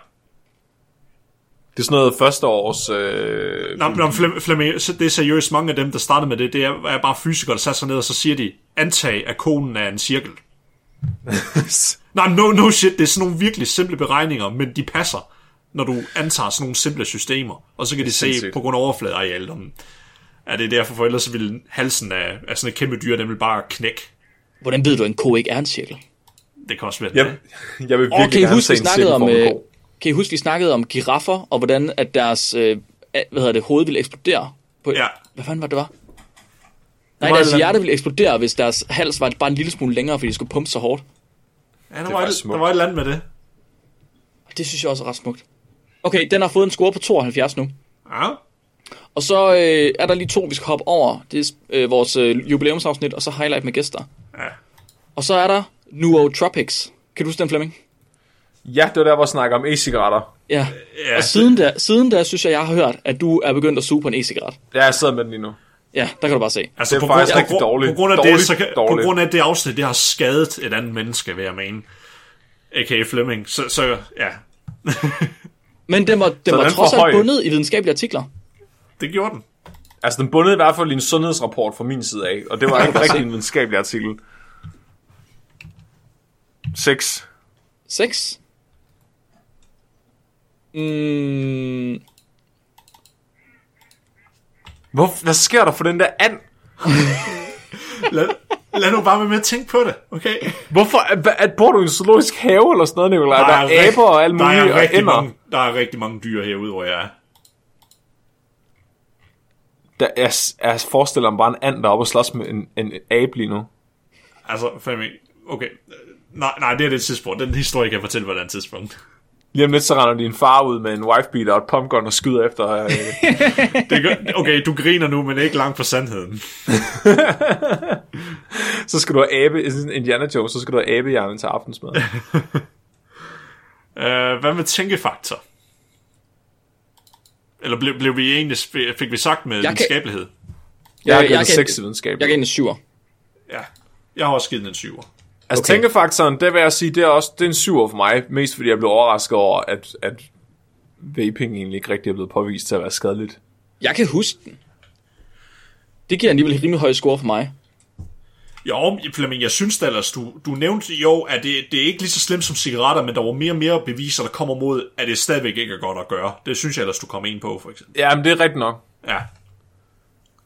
Speaker 2: det er sådan noget første års... Øh,
Speaker 5: Nå, men om Flem- Flemming, så det er seriøst mange af dem, der startede med det, det er er bare fysikere, der satte sig ned, og så siger de, antag at konen er en cirkel. Nej, no, no shit, det er sådan nogle virkelig simple beregninger, men de passer, når du antager sådan nogle simple systemer. Og så kan de se
Speaker 2: sindssygt.
Speaker 5: på grund af overfladearealet, om at det er derfor, for ellers så ville halsen af, af sådan et kæmpe dyr, den vil bare knække.
Speaker 4: Hvordan ved du, at en ko ikke er en cirkel?
Speaker 5: Det kan også være den er.
Speaker 2: jeg, jeg vil
Speaker 4: Og
Speaker 2: virkelig
Speaker 4: kan I
Speaker 2: gerne
Speaker 4: huske,
Speaker 2: se
Speaker 4: vi
Speaker 2: en
Speaker 4: snakkede om...
Speaker 2: cirkelformet
Speaker 4: Øh,
Speaker 2: ko.
Speaker 4: kan I huske, vi snakkede om giraffer, og hvordan at deres øh, hvad hedder det, hoved ville eksplodere? På,
Speaker 5: Ja.
Speaker 4: Hvad fanden var det, det var? Nej,
Speaker 2: var
Speaker 4: deres
Speaker 2: et eller andet-
Speaker 4: hjerte ville eksplodere, hvis deres hals var bare en lille smule længere, fordi de skulle pumpe så hårdt.
Speaker 5: Ja, der,
Speaker 2: er
Speaker 5: var et,
Speaker 2: faktisk smukt.
Speaker 5: der var et eller andet med det.
Speaker 4: Det synes jeg også er ret smukt. Okay, den har fået en score på 72 nu.
Speaker 5: Ja,
Speaker 4: Og så øh, er der lige to, vi skal hoppe over. Det er øh, vores øh, jubilæumsafsnit, og så highlight med gæster.
Speaker 5: Ja.
Speaker 4: Og så er der Nootropics. Kan du huske den, Flemming?
Speaker 2: Ja, det var der, hvor jeg snakker om e-cigaretter.
Speaker 4: Ja.
Speaker 5: ja.
Speaker 2: Øh,
Speaker 4: Og siden da, siden da, synes jeg, jeg har hørt, at du er begyndt at suge på en e-cigaret.
Speaker 2: Ja, jeg sidder med den lige nu.
Speaker 4: Ja, der kan du bare se.
Speaker 5: Altså,
Speaker 2: Det er
Speaker 5: på grund-
Speaker 2: faktisk
Speaker 5: på
Speaker 2: rigtig
Speaker 5: grund-
Speaker 2: dårligt.
Speaker 5: På grund, af det,
Speaker 2: Dårligt,
Speaker 5: så kan, på
Speaker 2: dårligt.
Speaker 5: grund af det afsnit, det har skadet et andet menneske, vil jeg mene. A.k.a. Fleming. Så, så ja,
Speaker 4: Men den var, den
Speaker 2: Så
Speaker 4: var
Speaker 2: den
Speaker 4: trods
Speaker 2: får høj.
Speaker 4: alt bundet i videnskabelige artikler.
Speaker 5: det gjorde den.
Speaker 2: Altså, den bundede i hvert fald i en sundhedsrapport fra min side af, og det var ikke rigtig en videnskabelig artikel. 6.
Speaker 4: 6. Mm,
Speaker 2: Hvor, hvad sker der for den der and?
Speaker 5: Lad, lad nu bare være med at tænke på det, okay?
Speaker 2: Hvorfor? At, at, bor du i en zoologisk have eller sådan noget, Nicolaj? Der, altså, der er
Speaker 5: rigt-
Speaker 2: aber og alt
Speaker 5: der
Speaker 2: muligt,
Speaker 5: er
Speaker 2: og
Speaker 5: rigtig
Speaker 2: ænder.
Speaker 5: mange, Der er rigtig mange dyr herude, hvor jeg er.
Speaker 2: Der, jeg, jeg forestiller mig bare en and, der er oppe og slås med en, en abe lige nu.
Speaker 5: Altså, Flemming, okay. Nej, nej, det er det tidspunkt. Den historie kan jeg fortælle på et andet tidspunkt.
Speaker 2: Lige om lidt, så render din far ud med en wifebeater og et pumpgun og skyder efter. Øh,
Speaker 5: Det gør, okay, du griner nu, men ikke langt fra sandheden.
Speaker 2: så skal du have abe, sådan en Indiana Jones, så skal du have abehjernen til aftensmad.
Speaker 5: Uh, hvad med tænkefaktor? Eller blev, blev vi egentlig, sp- fik vi sagt med
Speaker 4: kan-
Speaker 5: videnskabelighed?
Speaker 2: Jeg har
Speaker 4: jeg
Speaker 2: givet
Speaker 4: kan-
Speaker 2: 6 i videnskab.
Speaker 4: jeg gav en 7'er.
Speaker 5: Ja. Jeg har også givet den en syver.
Speaker 2: Altså okay. tænkefaktoren, det vil jeg sige, det er også det er en syver for mig, mest fordi jeg blev overrasket over, at, at vaping egentlig ikke rigtig er blevet påvist til at være skadeligt.
Speaker 4: Jeg kan huske den. Det giver alligevel en rimelig høj score for mig.
Speaker 5: Jo, Flemming, jeg synes da ellers, du, du nævnte jo, at det, det er ikke lige så slemt som cigaretter, men der var mere og mere beviser, der kommer mod, at det stadigvæk ikke er godt at gøre. Det synes jeg ellers, du kom ind på, for eksempel.
Speaker 2: Ja, men det er rigtigt nok.
Speaker 5: Ja.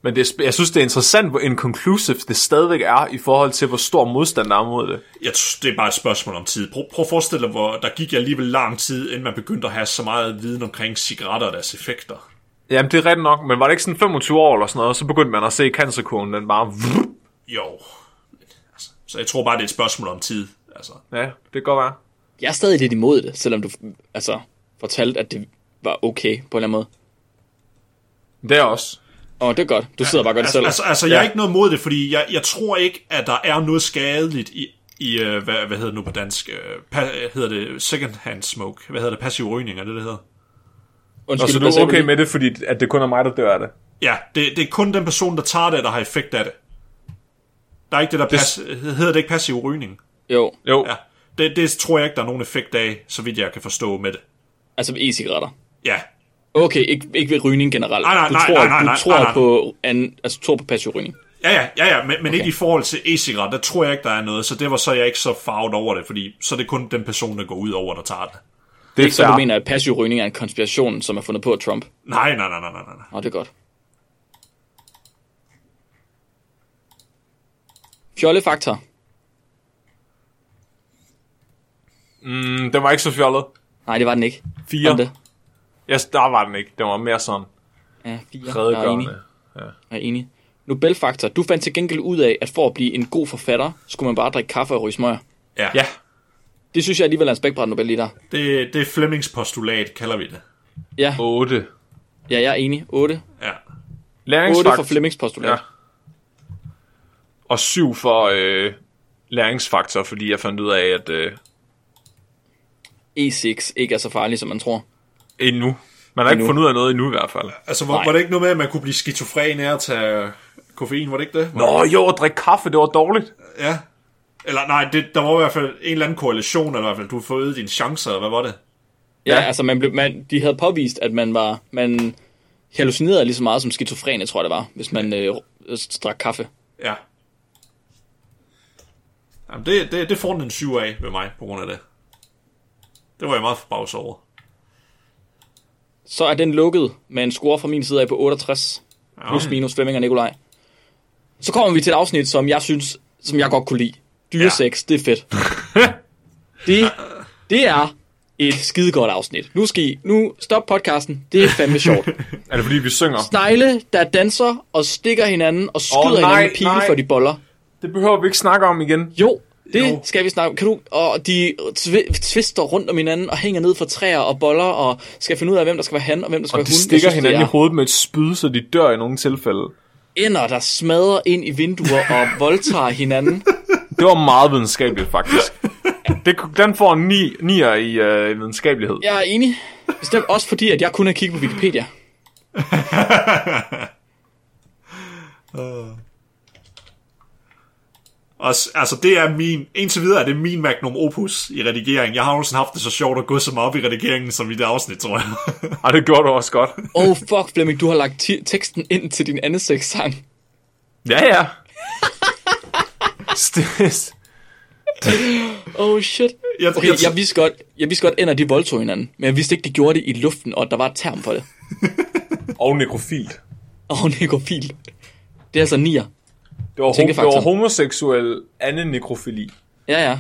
Speaker 2: Men det, er sp- jeg synes, det er interessant, hvor inconclusive det stadigvæk er, i forhold til, hvor stor modstand der er mod det.
Speaker 5: Jeg synes, det er bare et spørgsmål om tid. Prøv, prøv at forestille dig, hvor der gik alligevel lang tid, inden man begyndte at have så meget viden omkring cigaretter og deres effekter.
Speaker 2: Jamen, det er rigtigt nok, men var det ikke sådan 25 år eller sådan noget, så begyndte man at se cancerkurven, den bare...
Speaker 5: Jo. Altså, Så jeg tror bare, det er et spørgsmål om tid. Altså,
Speaker 2: Ja, det kan godt være.
Speaker 4: Jeg er stadig lidt imod det, selvom du altså, fortalte, at det var okay på en eller anden måde.
Speaker 2: Det er også.
Speaker 4: Og det er godt. Du sidder bare og gør det
Speaker 5: altså,
Speaker 4: selv.
Speaker 5: altså, altså jeg er ikke noget mod det, fordi jeg, jeg tror ikke, at der er noget skadeligt i, i øh, hvad, hvad hedder det nu på dansk? Øh, pa, hedder det second hand smoke? Hvad hedder det? Passiv rygning, er det, det hedder?
Speaker 2: Og
Speaker 5: altså,
Speaker 4: Undskyld,
Speaker 2: så du
Speaker 4: hvad
Speaker 2: er
Speaker 4: sagde
Speaker 2: okay
Speaker 4: lige?
Speaker 2: med det, fordi at det kun er mig, der dør af det.
Speaker 5: Ja, det, det er kun den person, der tager det, der har effekt af det. Der er ikke det, der pas, hedder det ikke passiv rygning.
Speaker 4: Jo,
Speaker 2: Jo,
Speaker 5: Ja, det, det tror jeg ikke, der er nogen effekt af, så vidt jeg kan forstå med det.
Speaker 4: altså med e-cigaretter.
Speaker 5: Ja,
Speaker 4: Okay, ikke, ikke ved rygning generelt.
Speaker 5: Nej, nej,
Speaker 4: du
Speaker 5: nej,
Speaker 4: tror,
Speaker 5: nej, nej,
Speaker 4: du
Speaker 5: nej,
Speaker 4: tror
Speaker 5: nej, nej.
Speaker 4: på an, altså du tror på passiv rygning.
Speaker 5: ja, ja, ja, ja men, men okay. ikke i forhold til e-cigaret, der tror jeg ikke, der er noget, så det var så jeg ikke så farvet over det, fordi så er det kun den person, der går ud over, der tager det.
Speaker 2: det er
Speaker 4: Ikke så du
Speaker 2: fair.
Speaker 4: mener, at passiv rygning er en konspiration, som er fundet på af Trump.
Speaker 5: Nej, nej, nej, nej, nej, nej.
Speaker 4: Nå, det er godt. Fjollefaktor.
Speaker 2: Mm, Den var ikke så fjollet.
Speaker 4: Nej, det var den ikke.
Speaker 2: Fire.
Speaker 4: Om det.
Speaker 2: Ja, der var den ikke. Den var mere sådan
Speaker 4: Ja, fire. Jeg er enig.
Speaker 2: redegørende.
Speaker 4: Jeg er enig. Nobelfaktor. Du fandt til gengæld ud af, at for at blive en god forfatter, skulle man bare drikke kaffe og ryge smøger.
Speaker 5: Ja,
Speaker 2: Ja,
Speaker 4: Det synes jeg alligevel er en spækbræt Nobel lige der.
Speaker 5: Det, det er Flemings postulat, kalder vi det.
Speaker 4: Ja,
Speaker 2: 8.
Speaker 4: ja jeg er enig. 8.
Speaker 5: Ja.
Speaker 4: 8 for
Speaker 2: Læringsfaktor.
Speaker 4: Flemings postulat.
Speaker 2: Ja. Og 7 for øh, læringsfaktor, fordi jeg fandt ud af, at øh,
Speaker 4: E6 E ikke er så farlig, som man tror.
Speaker 2: endnu. Man har ikke fundet ud af noget endnu i hvert fald.
Speaker 5: Altså, var, var det ikke noget med, at man kunne blive skizofren af at tage koffein, var det ikke det?
Speaker 2: Nå jo, at drikke kaffe, det var dårligt.
Speaker 5: Ja. Eller nej, det, der var i hvert fald en eller anden korrelation, eller i hvert fald, du får øget dine chancer, eller hvad var det?
Speaker 4: Ja,
Speaker 2: Ja.
Speaker 4: ja. altså man blev, man, de havde påvist, at man var man hallucinerede lige så meget som skizofrene, tror jeg det var, hvis man øh, øh, drak kaffe.
Speaker 5: Ja. Jamen, det, det, det får den en 7 af ved mig, på grund af det. Det var jeg meget forbavs over.
Speaker 4: Så er den lukket med en score fra min side af på 68, plus
Speaker 2: Ah.
Speaker 4: minus Flemming og Nikolaj. Så kommer vi til et afsnit, som jeg synes, som jeg godt kunne lide. Dyresex, ja. det er fedt. det, det er et skidegodt afsnit. Nu skal I, nu stop podcasten, det er fandme sjovt.
Speaker 2: Er det fordi, vi synger?
Speaker 4: Snegle, der danser og stikker hinanden og skyder
Speaker 2: Åh, nej,
Speaker 4: oh, nej, hinanden med pile
Speaker 2: nej.
Speaker 4: for de boller.
Speaker 2: Det behøver vi ikke snakke om igen.
Speaker 4: Jo, det jo. skal vi snakke om. Kan du, og de tvi- tvister rundt om hinanden og hænger ned fra træer og boller og skal finde ud af, hvem der skal være han og hvem der skal være
Speaker 2: De
Speaker 4: hun. Jeg
Speaker 2: stikker
Speaker 4: synes,
Speaker 2: hinanden i
Speaker 4: det
Speaker 2: hovedet med et spyd, så de dør i nogle tilfælde.
Speaker 4: er Ender, der smadrer ind i vinduer og voldtager hinanden.
Speaker 2: Det var meget videnskabeligt, faktisk. Det, den får en 9, 9'er i øh, videnskabelighed.
Speaker 4: Jeg er enig. Bestemt også fordi, at jeg kun har kigget på Wikipedia.
Speaker 5: Og, s- altså, det er min, indtil videre er det min magnum opus i redigering. Jeg har jo sådan haft det så sjovt at gå så meget op i redigeringen, som i det afsnit, tror jeg.
Speaker 2: Og det gjorde du også godt.
Speaker 4: Oh fuck, Flemming, du har lagt ti- teksten ind til din anden sang.
Speaker 2: Ja, ja. Stis.
Speaker 4: Oh shit.
Speaker 5: Jeg,
Speaker 4: Okay, jeg vidste godt, jeg vidste godt, Ender de voldtog hinanden, men jeg vidste ikke, de gjorde det i luften, og at der var et term for det.
Speaker 2: Og nekrofilt.
Speaker 4: Åh, oh, nekrofil. Det er altså nier.
Speaker 2: Det var, hom- det
Speaker 4: Tænkefaktor.
Speaker 2: var homoseksuel anden nekrofili.
Speaker 4: Ja, ja.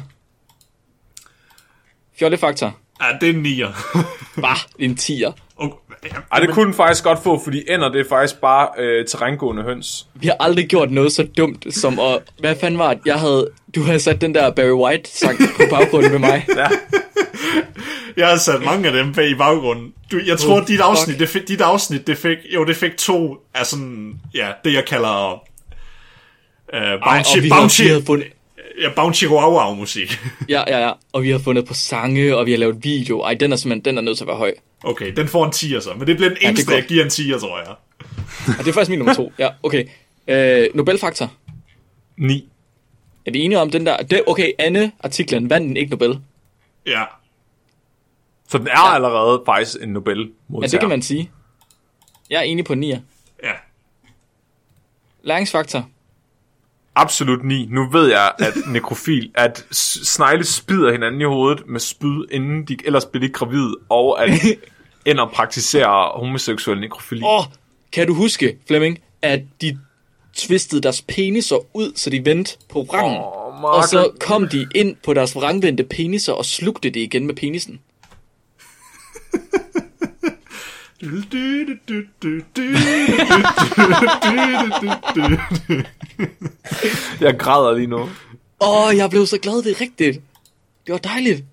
Speaker 4: Fjollefaktor.
Speaker 5: ja, det er en nier.
Speaker 4: Bare en 10'er.
Speaker 5: Okay,
Speaker 2: Ej, det kunne den faktisk godt få, fordi ender det er faktisk bare øh, terrængående høns.
Speaker 4: Vi har aldrig gjort noget så dumt som at... Hvad fanden var det? Jeg havde... Du havde sat den der Barry White-sang på baggrunden med mig.
Speaker 5: Jeg har sat mange af dem bag i baggrunden. Du, jeg tror, oh, dit, afsnit, det fik, dit afsnit, det fik, jo, det fik to af sådan, ja, det jeg kalder uh,
Speaker 4: Ej, og
Speaker 5: bouncy,
Speaker 4: vi havde,
Speaker 5: bouncy,
Speaker 4: vi havde fundet,
Speaker 5: ja, bouncy wow musik.
Speaker 4: ja, ja, ja. Og vi har fundet på sange, og vi har lavet video. Ej, den er simpelthen den er nødt til at være høj.
Speaker 5: Okay, den får en 10'er så, men det bliver den
Speaker 4: er
Speaker 5: eneste, ja, jeg
Speaker 4: godt.
Speaker 5: giver en 10'er, tror jeg.
Speaker 4: Og det er faktisk min nummer to. Ja, okay. Øh, Nobelfaktor.
Speaker 2: 9.
Speaker 4: Er vi enige om den der... Det, okay, Anne artiklen vandt den ikke Nobel.
Speaker 5: Ja,
Speaker 2: Så den er ja. allerede faktisk en Nobel
Speaker 4: Ja, det kan man sige. Jeg er enig på 9'er.
Speaker 5: ja.
Speaker 4: Læringsfaktor.
Speaker 2: Absolut 9. Nu ved jeg, at nekrofil, at s- snegle spider hinanden i hovedet med spyd, inden de ellers bliver de gravide, og at ender praktiserer homoseksuel nekrofili.
Speaker 4: Åh, kan du huske, Flemming, at de tvistede deres peniser ud, så de vendte på vrangen.
Speaker 2: Åh,
Speaker 4: og så
Speaker 2: Marker.
Speaker 4: kom de ind på deres vrangvendte peniser og slugte det igen med penisen.
Speaker 2: Jeg græder lige nu.
Speaker 4: Åh, oh, jeg blev så glad, det er rigtigt. Det var dejligt.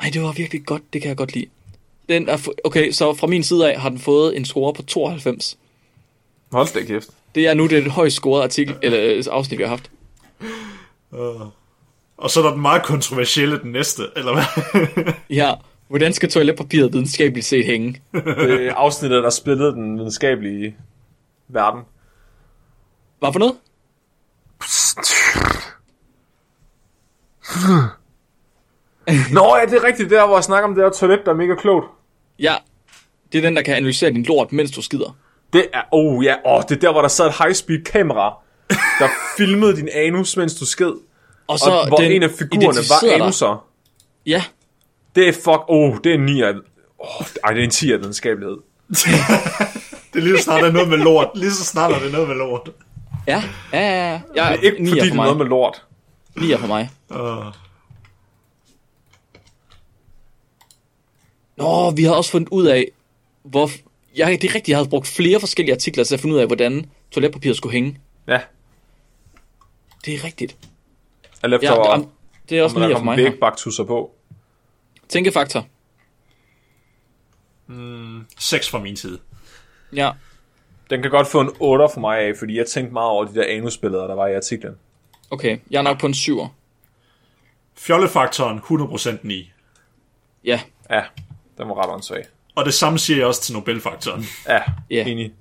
Speaker 4: Ej, det var virkelig godt, det kan jeg godt lide. Den er, fu- okay, så fra min side af har den fået en score på 92.
Speaker 2: Hold da kæft.
Speaker 4: Det er nu det højst scorede artikel, eller øh, afsnit, vi har haft.
Speaker 5: Og så er der den meget kontroversielle, den næste, eller hvad?
Speaker 4: Ja, hvordan skal toiletpapiret videnskabeligt set hænge?
Speaker 2: Det er afsnittet, der splittede den videnskabelige verden.
Speaker 4: Hvad for noget?
Speaker 2: Nå ja, det er rigtigt, der hvor jeg snakker om det der toilet, der er mega klogt.
Speaker 4: Ja, det er den, der kan analysere din lort, mens du skider.
Speaker 2: Det er, oh ja, oh, det er der, hvor der sad et high-speed kamera, der filmede din anus, mens du sked.
Speaker 4: Og
Speaker 2: Og
Speaker 4: så
Speaker 2: hvor
Speaker 4: den
Speaker 2: en af figurerne
Speaker 4: identificerer
Speaker 2: var
Speaker 4: dig.
Speaker 2: anuser.
Speaker 4: Ja,
Speaker 2: Det er fuck, oh, det er en 9'er. Oh, ej, det er en 10'er videnskabelighed.
Speaker 5: det er lige så snart der er noget med lort. Lige så snart er det noget med lort.
Speaker 4: ja, ja, ja. ja. Jeg
Speaker 2: Det er ikke fordi,
Speaker 4: nier
Speaker 2: det
Speaker 4: for
Speaker 2: er
Speaker 4: mig.
Speaker 2: noget med lort.
Speaker 4: Nier for mig.
Speaker 5: Uh,
Speaker 4: Nå, vi har også fundet ud af, hvor... Jeg, det er rigtigt, jeg havde brugt flere forskellige artikler til at finde ud af, hvordan toiletpapiret skulle hænge.
Speaker 2: Ja,
Speaker 4: Det er rigtigt.
Speaker 2: alt efter,
Speaker 4: Ja,
Speaker 2: ja,
Speaker 4: jamen, det er også
Speaker 2: om der
Speaker 4: nier for
Speaker 2: kom
Speaker 4: mig. her.
Speaker 2: vægbaktusser på.
Speaker 4: Tænkefaktor.
Speaker 5: sex fra min side.
Speaker 4: Ja.
Speaker 2: Den kan godt få en 8 for mig af, fordi jeg tænkte meget over de der anusbilleder, der var i artiklen.
Speaker 4: Okay, jeg er nok på en syver.
Speaker 5: Fjollefaktoren 100% 9.
Speaker 4: Ja,
Speaker 2: Ja, den var ret åndssvag.
Speaker 5: Og det samme siger jeg også til Nobelfaktoren.
Speaker 2: Ja,
Speaker 4: Ja.
Speaker 2: yeah. enig.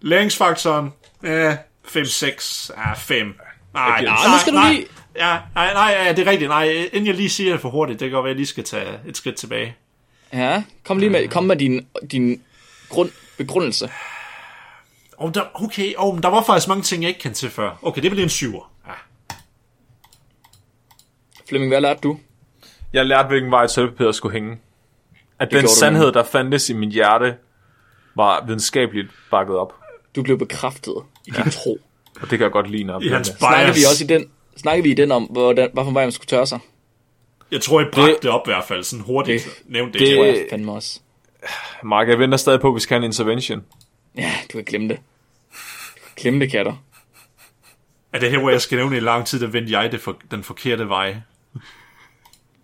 Speaker 5: Læringsfaktoren, eh, 5-6, ah, 5. Nej,
Speaker 2: giver
Speaker 5: nej,
Speaker 2: den.
Speaker 4: Ah, nu skal du
Speaker 5: nej,
Speaker 4: lige-
Speaker 5: Ja, nej, nej, ja, det er rigtigt. Nej, inden jeg lige siger det for hurtigt, det kan godt være, at jeg lige skal tage et skridt tilbage.
Speaker 4: ja. Kom lige med, kom med din, din grund, begrundelse.
Speaker 5: Oh, der, okay, oh, men der var faktisk mange ting, jeg ikke kendte til før. Okay, det bliver en syver. Ja.
Speaker 4: Flemming, hvad lærte du?
Speaker 2: Jeg lærte, hvilken vej sølvpapiret skulle hænge. At den
Speaker 4: gjorde du
Speaker 2: sandhed, der fandtes i mit hjerte, var videnskabeligt bakket op.
Speaker 4: Du blev bekræftet i din tro.
Speaker 2: Og det kan jeg godt lide, når jeg
Speaker 5: I
Speaker 2: bliver
Speaker 5: hans
Speaker 2: det.
Speaker 4: Snakker
Speaker 5: bias.
Speaker 4: vi også i den, snakker vi i den om, hvordan, hvorfor vej man skulle tørre sig?
Speaker 5: Jeg tror, jeg bragte det, op i hvert fald, sådan hurtigt. Det, Nævnte det.
Speaker 4: Det
Speaker 5: det.
Speaker 4: tror
Speaker 2: Øh.
Speaker 4: jeg fandme også.
Speaker 2: Mark, jeg venter stadig på, at vi skal have en intervention.
Speaker 4: Ja, du kan glemme det. Du kan glemme det, katter.
Speaker 5: Er det her, hvor jeg skal nævne i lang tid, der vendte jeg det for, den forkerte vej?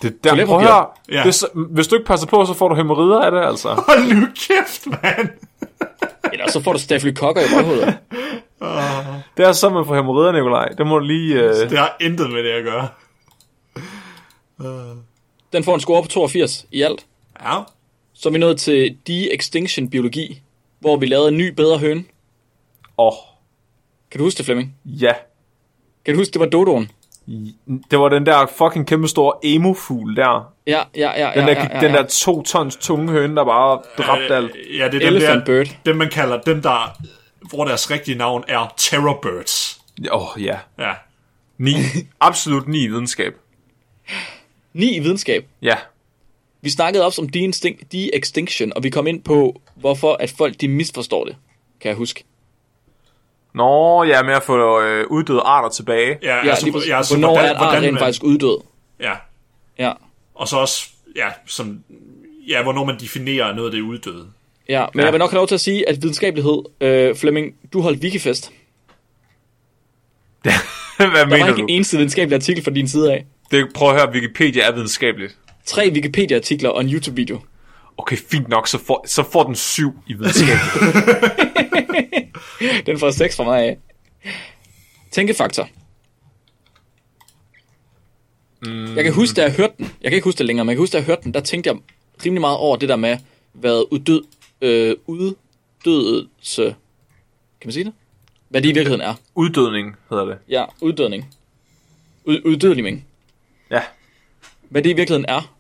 Speaker 2: Det der,
Speaker 4: Toiletpapir.
Speaker 2: prøv at høre.
Speaker 5: Ja.
Speaker 2: Det er så, hvis du ikke passer på, så får du hemorrider af det, altså.
Speaker 5: Hold nu kæft, mand!
Speaker 4: Ellers så får du stafylokokker i røvhullet.
Speaker 2: Det er så, man får hemorrider, Nikolaj. Det må du lige... Øh...
Speaker 5: Det har intet med det at gøre.
Speaker 4: Den får en score på 82 i alt.
Speaker 5: Ja,
Speaker 4: Så er vi nået til de-extinction biologi, hvor vi lavede en ny bedre høne.
Speaker 2: Åh,
Speaker 4: Kan du huske det, Flemming?
Speaker 2: ja.
Speaker 4: Kan du huske, det var dodoen?
Speaker 2: Det var den der fucking kæmpe store emo-fugl der.
Speaker 4: Ja, ja, ja, ja,
Speaker 2: Den, der,
Speaker 4: ja, ja,
Speaker 2: den
Speaker 4: ja.
Speaker 2: der to tons tunge høne, der bare dræbte alt.
Speaker 5: Øh, Ja, det er dem,
Speaker 4: Elephant
Speaker 5: der,
Speaker 4: bird.
Speaker 5: dem, man kalder dem, der, hvor deres rigtige navn er Terror Birds.
Speaker 2: Åh, oh, ja.
Speaker 5: Ja.
Speaker 2: Ni. Absolut ni videnskab.
Speaker 4: Ni i videnskab.
Speaker 2: Ja.
Speaker 4: Vi snakkede også om de-instinct- de-extinction, og vi kom ind på, hvorfor at folk de misforstår det, kan jeg huske.
Speaker 2: Nå, ja, med at få øh, uddøde arter tilbage.
Speaker 5: Ja,
Speaker 4: Ja,
Speaker 5: altså,
Speaker 4: lige præcis.
Speaker 5: ja, altså,
Speaker 4: hvornår
Speaker 5: hvordan-
Speaker 4: er et art
Speaker 5: hvordan
Speaker 4: rent
Speaker 5: man-
Speaker 4: faktisk uddød?
Speaker 5: Ja,
Speaker 4: Ja,
Speaker 5: og så også, ja, som, ja, hvornår man definerer noget af det uddøde.
Speaker 4: ja. men ja. jeg vil nok have lov til at sige, at videnskabelighed, øh, Flemming, du holdt wikifest.
Speaker 2: Hvad
Speaker 4: Der var
Speaker 2: mener
Speaker 4: ikke
Speaker 2: du?
Speaker 4: en eneste videnskabelig artikel fra din side af.
Speaker 2: Det, prøv at høre, Wikipedia er videnskabeligt.
Speaker 4: Tre Wikipedia-artikler og en YouTube-video.
Speaker 2: Okay, fint nok, så får, så får den syv i videnskab.
Speaker 4: Den får 6 fra mig af. Tænkefaktor. Mm. Jeg kan huske, da jeg hørte den. Jeg kan ikke huske det længere, men jeg kan huske, da jeg hørte den, der tænkte jeg rimelig meget over det der med, hvad uddød, øh, uddødelse, kan man sige det? Hvad det i virkeligheden er.
Speaker 2: Uddødning hedder det.
Speaker 4: Ja, uddødning. Ud, uddødeligning.
Speaker 2: Ja.
Speaker 4: Hvad det i virkeligheden er.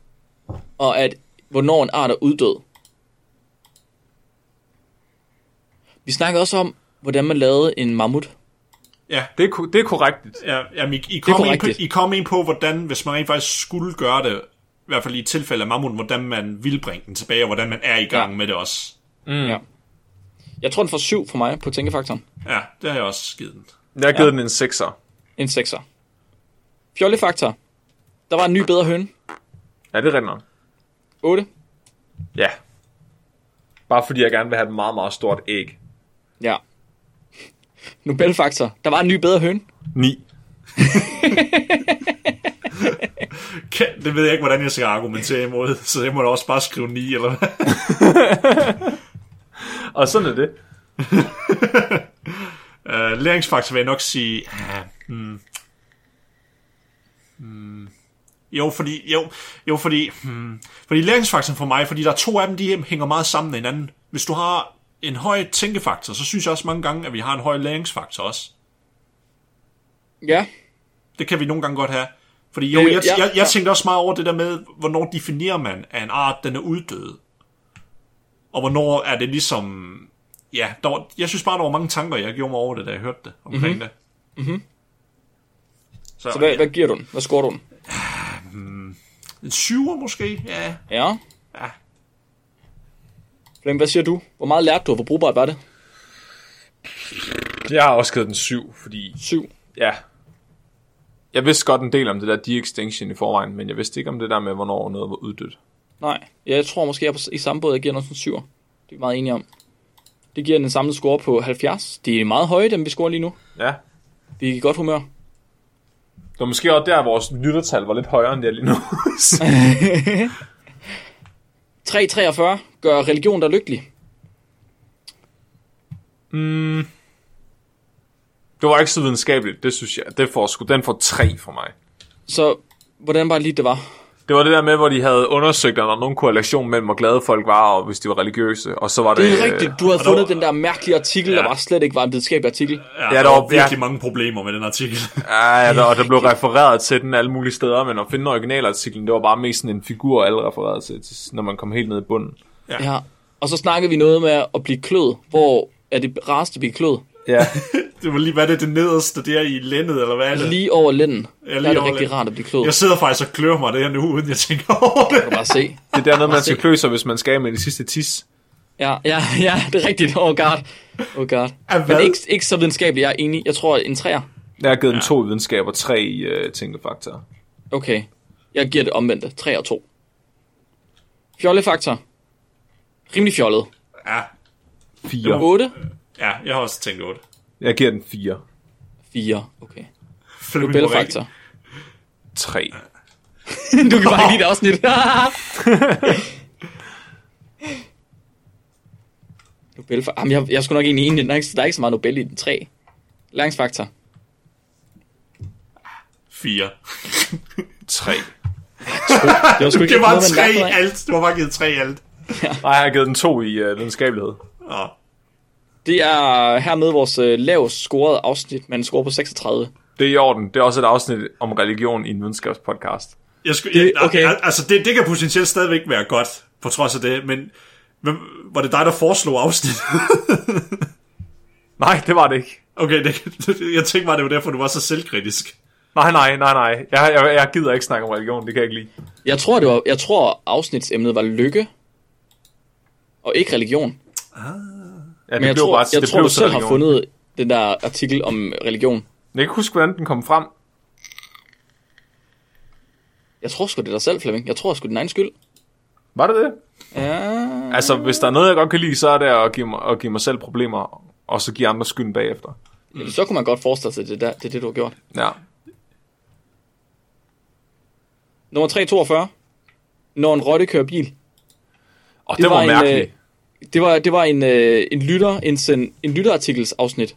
Speaker 4: Og at, hvornår en art er uddød. Vi snakkede også om, hvordan man lavede en mammut.
Speaker 5: Ja,
Speaker 2: Det er, ko- det er korrekt.
Speaker 5: ja, jamen, I, I, kom ind
Speaker 4: korrekt,
Speaker 5: på,
Speaker 4: det.
Speaker 5: I kom ind på, hvordan, hvis man rent faktisk skulle gøre det, i hvert fald i et tilfælde af mammuten, hvordan man ville bringe den tilbage, og hvordan man er i gang
Speaker 4: Ja.
Speaker 5: ja. med det også.
Speaker 4: Ja. Jeg tror, den får 7 for mig på tænkefaktoren.
Speaker 5: Ja, det har jeg også givet den.
Speaker 2: Jeg har givet ja. den en 6'er.
Speaker 4: En 6'er. Fjollefaktor. Der var en ny bedre høn.
Speaker 2: Ja, det er rigtigt nok.
Speaker 4: 8.
Speaker 2: Ja. Bare fordi jeg gerne vil have et meget, meget stort æg.
Speaker 4: Ja. Nobelfaktor. Der var en ny bedre høn.
Speaker 2: 9.
Speaker 5: Kan- Det ved jeg ikke, hvordan jeg skal argumentere imod, så jeg må da også bare skrive 9, eller hvad?
Speaker 2: Og sådan er det.
Speaker 5: Uh, læringsfaktor vil jeg nok sige... ja, mm, mm, Hmm. jo, fordi... Jo, jo fordi, hmm, fordi læringsfaktoren for mig, fordi der er to af dem, de hænger meget sammen med hinanden. Hvis du har en høj tænkefaktor, så synes jeg også mange gange, at vi har en høj læringsfaktor også.
Speaker 4: Ja.
Speaker 5: Det kan vi nogle gange godt have. Fordi jo,
Speaker 4: Øh,
Speaker 5: jeg, jeg,
Speaker 4: ja,
Speaker 5: jeg,
Speaker 4: ja.
Speaker 5: jeg tænkte også meget over det der med, hvornår definerer man, at en art den er uddød? Og hvornår er det ligesom... Ja, der var, jeg synes bare, der var mange tanker, jeg gjorde mig over det, da jeg hørte det omkring mm-hmm. det. Mm-hmm. Så,
Speaker 4: Mhm. Så hvad, hvad giver du den? Hvad scorer du den?
Speaker 5: En syver måske? Ja.
Speaker 4: Ja.
Speaker 5: Ja.
Speaker 4: Flemming, hvad siger du? Hvor meget lærte du, og hvor brugbart var det?
Speaker 2: Jeg har også givet den 7, fordi
Speaker 4: 7.
Speaker 2: Ja. Jeg vidste godt en del om det der de-extinction i forvejen, men jeg vidste ikke om det der med, hvornår noget var uddødt.
Speaker 4: Nej. Ja, jeg tror måske, jeg er på- i samme båd, jeg giver den også en 7. Det er vi meget enige om. Det giver den samlede score på 70. Det er meget høje, dem vi scorer lige nu.
Speaker 2: Ja.
Speaker 4: Vi er i godt humør.
Speaker 2: Det var måske også der, vores lyttertal var lidt højere, end det er lige nu.
Speaker 4: 343 gør religion dig lykkelig.
Speaker 2: det var ikke så videnskabeligt, det synes jeg. Det får sgu, den får 3 for mig.
Speaker 4: Så hvordan var det lige, det var?
Speaker 2: Det var det der med, hvor de havde undersøgt, om der var nogen korrelation mellem, hvor glade folk var, og hvis de var religiøse. Og så var det...
Speaker 4: Det er rigtigt, du havde
Speaker 5: Øh, der
Speaker 4: fundet
Speaker 5: var-
Speaker 4: den der mærkelige artikel, ja. der
Speaker 5: Ja.
Speaker 4: var slet ikke var en videnskabelig artikel.
Speaker 5: ja
Speaker 2: der
Speaker 5: der
Speaker 2: var-
Speaker 5: var virkelig
Speaker 2: ja.
Speaker 5: mange problemer med den artikel.
Speaker 2: Ja, ja der, og der blev refereret til den alle mulige steder, men at finde originalartiklen, det var bare mest sådan en figur, alle refererede til, til- når man kom helt ned i bunden.
Speaker 4: Ja. Og så snakkede vi noget med at blive klød. Hvor er det rareste at blive klød?
Speaker 2: Ja,
Speaker 5: det var lige, hvad er det, det nederste der i lændet, eller hvad er det?
Speaker 4: Lige over lænden. Ja,
Speaker 5: lige
Speaker 4: der er det
Speaker 5: over
Speaker 4: rigtig
Speaker 5: lænden.
Speaker 4: rart at blive klød.
Speaker 5: Jeg
Speaker 4: Yes.
Speaker 5: sidder faktisk og klør mig det her nu, uden jeg tænker over det.
Speaker 4: Kan bare se.
Speaker 2: det er dernede, man skal klø sig, hvis man skal af med de sidste tis.
Speaker 4: Ja, ja, ja, det er rigtigt. Oh god. Oh god.
Speaker 5: Af
Speaker 4: Men
Speaker 5: Altså, hvad?
Speaker 4: ikke, ikke så videnskabelig, jeg er enig. Jeg tror en træer.
Speaker 2: Jeg har givet ja. dem to i videnskab og tre i øh, tænkefaktorer.
Speaker 4: Okay. Jeg giver det omvendte. 3 og 2. Fjollefaktor. Rimelig fjollet.
Speaker 5: Ja,
Speaker 2: Fire.
Speaker 4: 8.
Speaker 5: ja, jeg har også tænkt over det.
Speaker 2: Jeg giver den fire.
Speaker 4: 4. Okay.
Speaker 5: Flemming var rigtig-
Speaker 4: Nobelfaktor.
Speaker 2: Tre.
Speaker 4: du kan bare ikke lide det afsnit. Nobel for... Jamen, jeg, jeg skulle nok egentlig enig. i den. Der er, ikke, der er ikke så meget Nobel i den 3. Læringsfaktor.
Speaker 5: Fire.
Speaker 2: Tre.
Speaker 4: Det var sgu ikke
Speaker 5: Det var
Speaker 4: noget, man
Speaker 5: tre
Speaker 4: lærte
Speaker 5: i
Speaker 4: noget af.
Speaker 5: alt. Du har bare givet tre i alt.
Speaker 2: Nej, jeg har givet den to i øh, videnskabelighed.
Speaker 5: Nå.
Speaker 4: Det er hermed vores øh, lavest scorede afsnit, men score på 36.
Speaker 2: Det er i orden. Det er også et afsnit om religion i en videnskabspodcast.
Speaker 5: Jeg skulle, det,
Speaker 4: okay.
Speaker 5: okay. al, altså, det, det kan potentielt stadigvæk være godt, på trods af det, men hvem, var det dig, der foreslog afsnit?
Speaker 2: Nej, det var det ikke.
Speaker 5: okay, det, det, jeg tænkte bare, det var derfor, du var så selvkritisk.
Speaker 2: Nej, nej, nej, nej. Jeg, jeg, jeg gider ikke snakke om religion, det kan jeg ikke lide.
Speaker 4: Jeg tror, det var, jeg tror afsnitsemnet var lykke, og ikke religion.
Speaker 2: Ja, det
Speaker 4: Men jeg
Speaker 2: blev
Speaker 4: tror,
Speaker 2: bare,
Speaker 4: jeg
Speaker 2: det
Speaker 4: tror
Speaker 2: blev
Speaker 4: du
Speaker 2: til
Speaker 4: selv har
Speaker 2: religion.
Speaker 4: fundet den der artikel om religion.
Speaker 2: Jeg kan ikke huske, hvordan den kom frem.
Speaker 4: Jeg tror sgu, det er dig selv, Flemming. Jeg tror sgu, det er din egen skyld.
Speaker 2: Var det det?
Speaker 4: Ja,
Speaker 2: Altså, hvis der er noget, jeg godt kan lide, så er det at give mig, at give mig selv problemer, og så give andre skylden bagefter.
Speaker 4: så kunne man godt forestille sig, at det, der, det er det, du har gjort.
Speaker 2: Ja.
Speaker 4: Nummer 342. Når en rotte kører bil.
Speaker 2: Og det, det var, var mærkeligt.
Speaker 4: En, øh, det var, det var en, øh, en, lytter, en, send, en lytterartikels afsnit.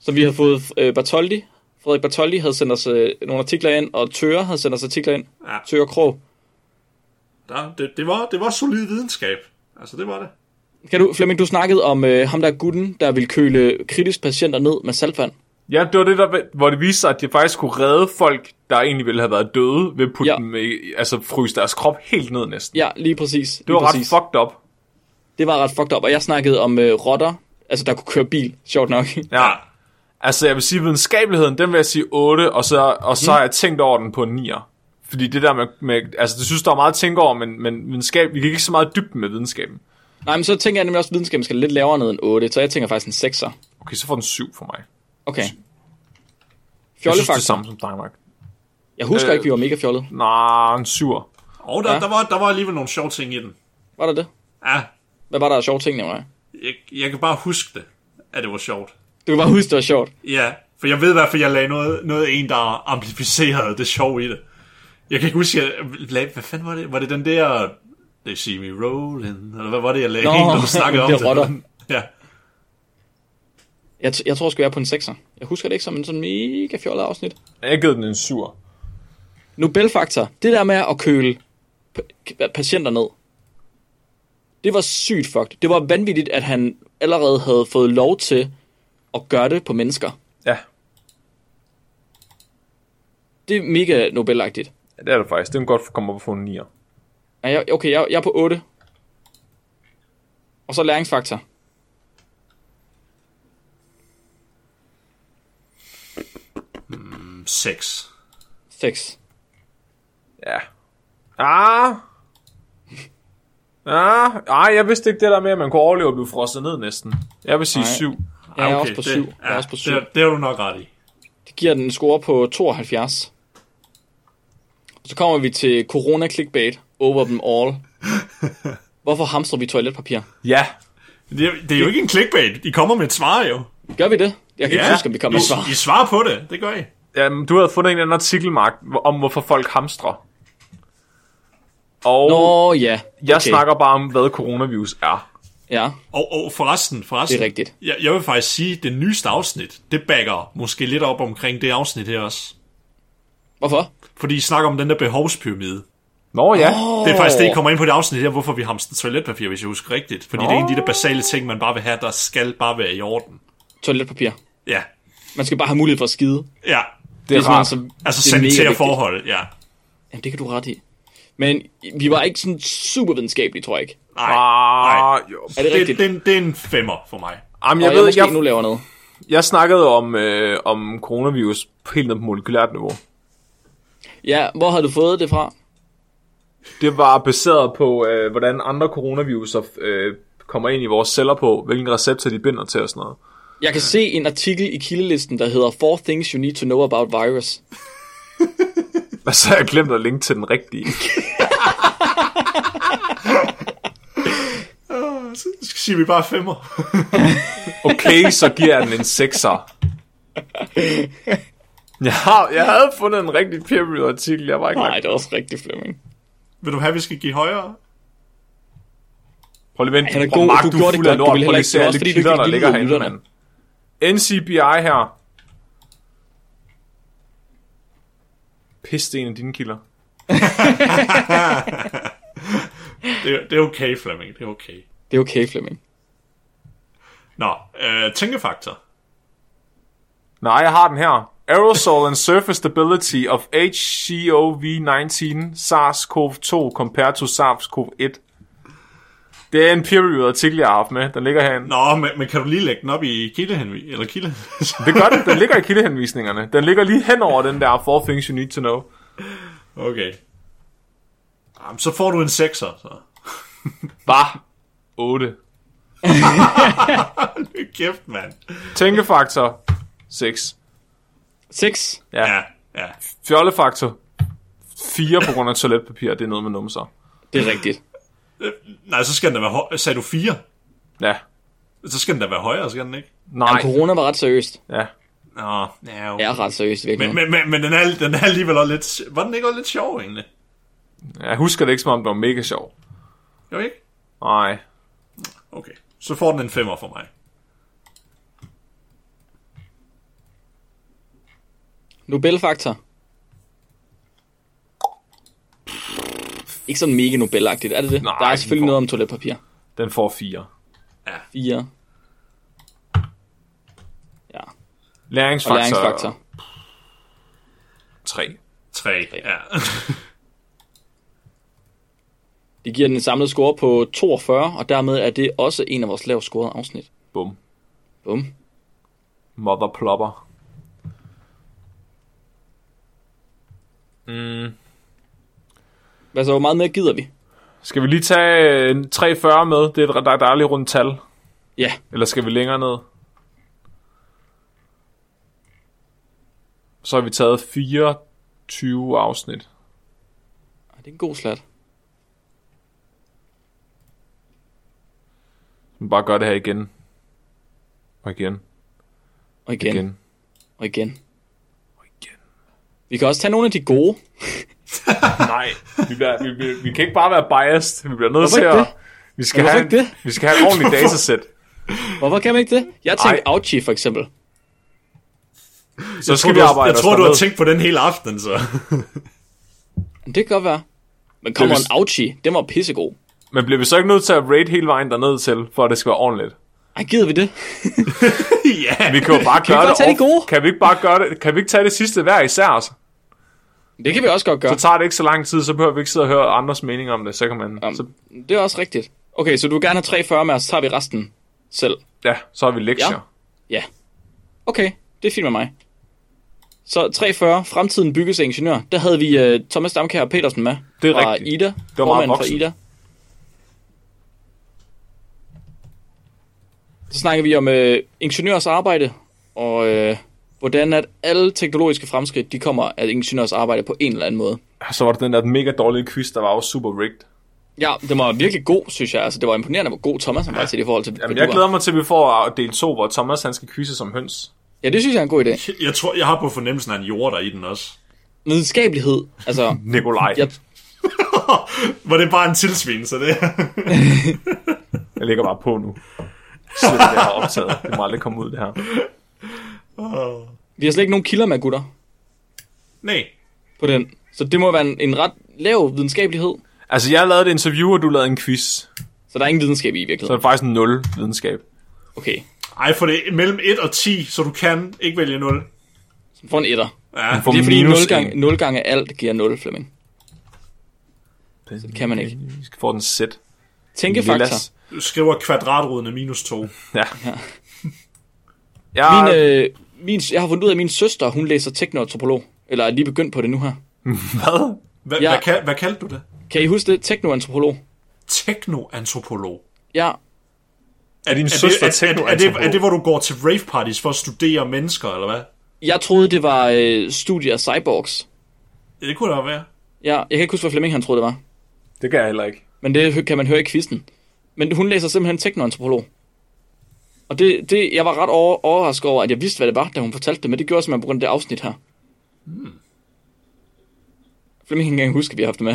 Speaker 4: Så vi havde fået øh, Bartoldi. Frederik Bartoldi havde sendt os øh, nogle artikler ind, og Tøre havde sendt os artikler ind.
Speaker 5: Ja.
Speaker 4: Tøre Krog.
Speaker 5: Der, det, det, var, det var solid videnskab. Altså, det var det.
Speaker 4: Kan du, Flemming, du snakkede om øh, ham der gutten, der ville køle kritiske patienter ned med saltvand.
Speaker 2: Ja, det var det, der, hvor det viste sig, at de faktisk kunne redde folk, der egentlig ville have været døde, ved at putte
Speaker 4: Ja.
Speaker 2: ja. dem i, altså fryse deres krop helt ned næsten.
Speaker 4: Ja, lige præcis.
Speaker 2: Det var
Speaker 4: lige
Speaker 2: ret
Speaker 4: præcis.
Speaker 2: fucked up.
Speaker 4: det var ret fucked up, og jeg snakkede om øh, rotter, altså der kunne køre bil, sjovt nok.
Speaker 2: Ja. Altså, jeg vil sige, videnskabeligheden, den vil jeg sige 8, og så, og så mm. har jeg tænkt over den på en 9'er. Fordi det der med, med altså det synes, der er meget at tænke over, men, men videnskab, vi gik ikke så meget dybt med videnskaben.
Speaker 4: Nej, men så tænker jeg nemlig også, at videnskaben skal lidt lavere ned end 8, så jeg tænker faktisk en 6'er.
Speaker 2: Okay, så får den 7 for mig.
Speaker 4: Okay.
Speaker 2: Jeg synes, det er
Speaker 4: Fjollefaktor.
Speaker 2: samme som Danmark.
Speaker 4: Jeg husker
Speaker 2: Øh.
Speaker 4: ikke, vi var mega fjollet.
Speaker 2: Nej, en 7'er.
Speaker 5: Og der,
Speaker 4: Ja.
Speaker 5: ja. der, var, der var alligevel nogle sjove ting i den.
Speaker 4: Var der det?
Speaker 5: Ja,
Speaker 4: Hvad var der af sjove ting, Nicolaj?
Speaker 5: jeg, jeg kan bare huske det, at det var sjovt.
Speaker 4: Du kan bare huske, det var sjovt.
Speaker 5: Ja, for jeg ved i hvert fald, at jeg lagde noget, noget en, der amplificerede det sjove i det. Jeg kan ikke huske, jeg lagde, hvad fanden var det? Var det den der, they see me rolling, eller hvad var det, jeg lagde
Speaker 4: Nå,
Speaker 5: Nå, en, der snakkede om
Speaker 4: det er rotter.
Speaker 5: Ja,
Speaker 4: Jeg, t- jeg tror sgu, jeg er på en 6'er. Jeg husker det ikke som en sådan mega fjollet afsnit.
Speaker 2: Jeg givet den en 7'er.
Speaker 4: Nobelfaktor. Det der med at køle pa- patienter ned. Det var sygt fucked. Det var vanvittigt, at han allerede havde fået lov til at gøre det på mennesker.
Speaker 2: Ja,
Speaker 4: Det er mega Nobelagtigt.
Speaker 2: det er det faktisk. Den godt komme op og få en 9'er.
Speaker 4: Ja, jeg, okay, jeg, jeg er på 8. Og så læringsfaktor.
Speaker 5: sex.
Speaker 4: 6.
Speaker 2: Ja. Ah. Ah. Ah, jeg vidste ikke det der med, at man kunne overleve at blive frosset ned næsten. Jeg vil sige
Speaker 4: Nej.
Speaker 2: 7.
Speaker 4: Jeg er
Speaker 5: Ah,
Speaker 4: også på
Speaker 5: det,
Speaker 4: 7.
Speaker 5: Ja,
Speaker 4: Jeg er også på 7.
Speaker 5: Det, det er du nok ret i.
Speaker 4: Det giver den en score på 72. Og så kommer vi til corona clickbait over them all. Hvorfor hamstrer vi toiletpapir?
Speaker 2: Ja.
Speaker 5: Det, er- det er jo ikke en clickbait. I kommer med et svar jo.
Speaker 4: Gør vi det? Jeg kan ikke huske, om vi kommer
Speaker 5: I,
Speaker 4: med svar.
Speaker 5: I svarer på det. Det gør I.
Speaker 2: Jamen, du havde fundet en eller anden artikel, Mark, hvor- om hvorfor folk hamstrer. Og Nå,
Speaker 4: Nå ja, okay.
Speaker 2: jeg snakker bare om, hvad coronavirus er.
Speaker 4: Ja,
Speaker 5: Og, og forresten, forresten.
Speaker 4: Det er rigtigt.
Speaker 5: Jeg, jeg vil faktisk sige, at det nyeste afsnit, det backer måske lidt op omkring det afsnit her også.
Speaker 4: hvorfor?
Speaker 5: Fordi I snakker om den der behovspyramide.
Speaker 2: Nå ja. Oh.
Speaker 5: Det er faktisk det, I kommer ind på det afsnit her, hvorfor vi hamster toiletpapir, hvis jeg husker rigtigt. Fordi det er en af de der basale ting, man bare vil have, der skal bare være i orden.
Speaker 4: Toiletpapir.
Speaker 5: Ja,
Speaker 4: Man skal bare have mulighed for at skide.
Speaker 5: ja.
Speaker 2: Det er
Speaker 4: Hvis man
Speaker 2: rart.
Speaker 4: altså-
Speaker 5: Altså
Speaker 4: det er mega
Speaker 5: sanitære
Speaker 4: vigtigt.
Speaker 5: forhold, ja.
Speaker 4: Jamen, det kan du ret i. Men vi var ikke sådan super videnskabelige, tror jeg ikke.
Speaker 5: Nej, nej.
Speaker 2: Ah, jo.
Speaker 4: Er det,
Speaker 5: Det,
Speaker 4: rigtigt?
Speaker 5: det, er en- det er en femmer for mig.
Speaker 2: Jamen,
Speaker 4: jeg
Speaker 2: jeg,
Speaker 4: og
Speaker 2: jeg ved,
Speaker 4: måske
Speaker 2: jeg,
Speaker 4: nu laver noget.
Speaker 2: jeg snakkede om, øh, om coronavirus på helt ned på molekylært niveau.
Speaker 4: Ja, hvor har du fået det fra?
Speaker 2: Det var baseret på, øh, hvordan andre coronaviruser øh, kommer ind i vores celler på, hvilken receptor de binder til og sådan noget.
Speaker 4: Jeg kan se en artikel i kildelisten, der hedder Four Things You Need to Know About Virus.
Speaker 2: Hvad så har jeg glemt at linke til den rigtige?
Speaker 5: Så skal sige, vi bare er femmer.
Speaker 2: Okay, så giver jeg den en 6'er. Jeg, har, jeg havde fundet en rigtig peer review artikel, jeg var ikke
Speaker 4: Nej,
Speaker 2: Nej.
Speaker 4: det er også rigtig Flemming.
Speaker 5: Vil du have, at vi skal give højere?
Speaker 2: Prøv lige vent,
Speaker 4: Han er
Speaker 2: Prøv,
Speaker 4: god,
Speaker 2: Mark,
Speaker 4: du
Speaker 2: du,
Speaker 4: gjorde
Speaker 2: er
Speaker 4: det
Speaker 2: fuld af
Speaker 4: godt, du
Speaker 2: lort,
Speaker 4: ville
Speaker 2: prøv lige
Speaker 4: heller
Speaker 2: at se
Speaker 4: ikke-
Speaker 2: alle
Speaker 4: det var også, fordi du
Speaker 2: kilder,
Speaker 4: ikke
Speaker 2: der
Speaker 4: lige
Speaker 2: ligger
Speaker 4: lyttede
Speaker 2: herinde, mand. NCBI her. Pis, det er en af dine kilder.
Speaker 5: Det, det er okay, Flemming, det er okay.
Speaker 4: Det er okay, Flemming.
Speaker 5: Nå, øh, tænkefaktor.
Speaker 2: Nej, jeg har den her. Aerosol and surface stability of HCOV-19 SARS-CoV-2 compared to SARS-CoV-1. Det er en peer review artikel, jeg har haft med. Den ligger herinde.
Speaker 5: Nå, men, men kan du lige lægge den op i kildehenvi? Eller kilde?
Speaker 2: Det gør det. Den ligger i kildehenvisningerne. Den ligger lige hen over den der four things you need to know.
Speaker 5: okay. Jamen, så får du en sekser, så.
Speaker 2: Var 8.
Speaker 5: Kæft, mand.
Speaker 2: Tænkefaktor 6.
Speaker 4: 6.
Speaker 5: Ja, ja.
Speaker 2: Fjollefaktor 4 på grund af toiletpapir. Det er noget med numser.
Speaker 4: Det er rigtigt.
Speaker 5: Nej, så skal den da være højere. Sagde du fire?
Speaker 2: Ja.
Speaker 5: Så skal den da være højere, skal den ikke?
Speaker 2: Nej.
Speaker 4: Corona var ret seriøst.
Speaker 2: Ja.
Speaker 5: Nå, ja, okay.
Speaker 4: Det er ret seriøst, virkelig.
Speaker 5: Men, men, men, men den, er, den er alligevel også lidt... Var den ikke også lidt sjov, egentlig?
Speaker 2: Jeg husker det ikke, som om det var mega sjov.
Speaker 5: Jo, ikke?
Speaker 2: Nej.
Speaker 5: Okay. Så får den en femmer for mig.
Speaker 4: Nobelfaktor. Ikke sådan mega Nobelagtigt, er det det?
Speaker 2: Nej,
Speaker 4: der er selvfølgelig
Speaker 2: den får-
Speaker 4: noget om toiletpapir.
Speaker 2: Den får 4.
Speaker 4: 4. Ja, og
Speaker 2: Læringsfaktor,
Speaker 4: læringsfaktor.
Speaker 2: 3.
Speaker 5: Tre, ja.
Speaker 4: Det giver den en samlet score på 42, og dermed er det også en af vores lavt scorede afsnit.
Speaker 2: Bum.
Speaker 4: Bum.
Speaker 2: Mother plopper. Mm.
Speaker 4: Hvad så, hvor meget mere gider vi?
Speaker 2: Skal vi lige tage øh, 340 med? Det er et ret dejligt rundt tal.
Speaker 4: Ja,
Speaker 2: Eller skal vi længere ned? Så har vi taget 24 afsnit.
Speaker 4: Ej, det er en god slat.
Speaker 2: Vi bare gør det her igen. Og igen.
Speaker 4: Og igen, igen.
Speaker 2: Igen.
Speaker 4: og igen. Vi kan også tage nogle af de gode.
Speaker 2: Nej, vi, bliver, vi, vi, vi kan ikke bare være biased. Vi bliver nødt
Speaker 4: Hvorfor
Speaker 2: til
Speaker 4: ikke
Speaker 2: at...
Speaker 4: det?
Speaker 2: Vi skal,
Speaker 4: Hvorfor
Speaker 2: have,
Speaker 4: ikke det?
Speaker 2: vi skal have et ordentligt datasæt.
Speaker 4: Hvorfor kan man ikke det? Jeg tænkte Auchi for eksempel.
Speaker 2: Så skal
Speaker 5: tror,
Speaker 2: vi
Speaker 5: du har-
Speaker 2: arbejde
Speaker 5: jeg
Speaker 2: os
Speaker 5: tror, du har
Speaker 2: derned.
Speaker 5: tænkt på den hele aften, så.
Speaker 4: Men det kan godt være. Men kommer
Speaker 2: Det er
Speaker 4: en Auchi, den var pissegod.
Speaker 2: Men bliver vi så ikke nødt til at rate hele vejen derned til, for at det skal være ordentligt?
Speaker 4: Ej, gider vi det?
Speaker 5: ja,
Speaker 2: Vi kan jo bare
Speaker 4: vi
Speaker 2: gøre
Speaker 4: bare
Speaker 2: det.
Speaker 4: tage de
Speaker 2: over-
Speaker 4: gode?
Speaker 2: Kan vi ikke bare gøre det? Kan vi ikke tage det sidste hver især? Altså?
Speaker 4: Det kan vi også godt gøre.
Speaker 2: Så tager det ikke så lang tid, så behøver vi ikke sidde og høre andres mening om det. Så kan man...
Speaker 4: Jamen,
Speaker 2: Så,
Speaker 4: Det er også rigtigt. Okay, så du vil gerne have 340 med, og så tager vi resten selv.
Speaker 2: ja, så har vi lektier.
Speaker 4: Ja. Okay, det er fint med mig. Så 340, fremtiden bygges af ingeniør. Der havde vi uh, Thomas Damkær og Petersen med.
Speaker 2: Det er
Speaker 4: fra
Speaker 2: rigtigt.
Speaker 4: Ida,
Speaker 2: var meget
Speaker 4: formand for
Speaker 2: voksen.
Speaker 4: Ida. Så snakker vi om øh, ingeniørers arbejde, og øh, hvordan at alle teknologiske fremskridt, de kommer af ingeniørers arbejde på en eller anden måde.
Speaker 2: Så var det den der mega dårlige quiz, der var også super rigged.
Speaker 4: Ja, det var virkelig god, synes jeg. Altså, det var imponerende, hvor god Thomas han var til det i forhold til... hvad
Speaker 2: Jamen,
Speaker 4: du
Speaker 2: jeg
Speaker 4: var.
Speaker 2: glæder mig til, at vi får del 2, hvor Thomas han skal quizze som høns.
Speaker 4: Ja, det synes jeg er en god idé.
Speaker 5: jeg tror, jeg har på fornemmelsen, at han jorder i den også.
Speaker 4: Videnskabelighed, altså...
Speaker 2: Nikolaj.
Speaker 4: Jeg,
Speaker 5: Var det bare en tilsvin, så det
Speaker 2: Jeg ligger bare på nu. Så det er optaget. Det må aldrig komme ud, det her.
Speaker 4: vi har slet ikke nogen kilder med gutter
Speaker 5: Nej.
Speaker 4: på den. Så det må være en, en ret lav videnskabelighed.
Speaker 2: Altså, jeg lavede et interview, og du lavede en quiz. Så
Speaker 4: Så der er ingen videnskab i
Speaker 2: er
Speaker 4: virkeligheden.
Speaker 2: det faktisk en nul videnskab.
Speaker 4: Okay,
Speaker 5: Ej, for det er mellem 1 og 10, så du kan ikke vælge 0.
Speaker 4: så får en etter.
Speaker 5: Ja,
Speaker 2: På
Speaker 4: Det er fordi 0
Speaker 2: en.
Speaker 4: gange, 0 gange alt giver 0, Flemming. Så det kan man ikke.
Speaker 2: Vi skal få den sæt.
Speaker 4: Tænkefaktor.
Speaker 5: du skriver kvadratruden af minus 2.
Speaker 2: Ja.
Speaker 4: Min,
Speaker 2: Jeg,
Speaker 4: øh, min, jeg har fundet ud af, at min søster, hun læser teknoantropolog. Eller er lige begyndt på det nu her.
Speaker 2: hvad?
Speaker 5: Hva,
Speaker 4: Ja.
Speaker 5: ja. hvad, kal- hvad kaldte du det?
Speaker 4: Kan I huske det? Teknoantropolog.
Speaker 5: Teknoantropolog.
Speaker 4: Ja,
Speaker 2: Er din
Speaker 5: Er det, er, er, er, det, er det, hvor du går til rave parties for at studere mennesker, eller hvad?
Speaker 4: jeg troede, det var øh, studier af cyborgs.
Speaker 5: Ja, Det kunne da være.
Speaker 4: Ja, jeg kan ikke huske, hvad Flemming han troede, det var.
Speaker 2: det kan jeg heller ikke.
Speaker 4: Men det kan man høre i quizzen. Men hun læser simpelthen teknoantropolog. Og det, det, jeg var ret over, overrasket over, at jeg vidste, hvad det var, da hun fortalte det, men det gjorde jeg simpelthen på grund af det afsnit her. Hmm. Flemming kan ikke engang huske, at vi har haft det med.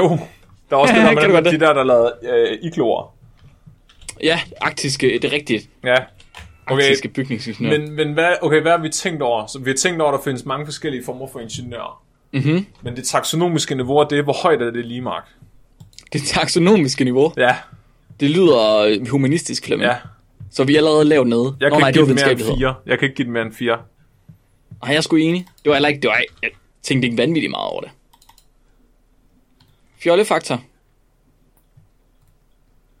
Speaker 2: Jo. Der er også det
Speaker 4: Kan
Speaker 2: der
Speaker 4: du
Speaker 2: med dem,
Speaker 4: godt
Speaker 2: de
Speaker 4: det?
Speaker 2: der, der lavede øh, igloer.
Speaker 4: ja, arktiske, det er rigtigt.
Speaker 2: Ja. Okay,
Speaker 4: Arktiske okay. bygningsingeniører. Men...
Speaker 2: men, men hvad, okay, hvad har vi tænkt over? Så vi har tænkt over, at der findes mange forskellige former for ingeniører. Mm-hmm. Men det taksonomiske niveau er det, hvor højt er det lige, Mark?
Speaker 4: Det taksonomiske niveau,
Speaker 2: Ja,
Speaker 4: det lyder øh, humanistisk, Flemming.
Speaker 2: ja.
Speaker 4: Ja. Så vi er allerede lavt nede.
Speaker 2: Jeg
Speaker 4: Nå,
Speaker 2: kan
Speaker 4: nej,
Speaker 2: ikke
Speaker 4: det
Speaker 2: give
Speaker 4: var
Speaker 2: den mere
Speaker 4: videnskabelighed.
Speaker 2: end 4. Jeg kan ikke give den mere end 4.
Speaker 4: Nej, jeg er sgu enig. Det var heller ikke, det var, jeg tænkte ikke vanvittigt meget over det. Fjollefaktor.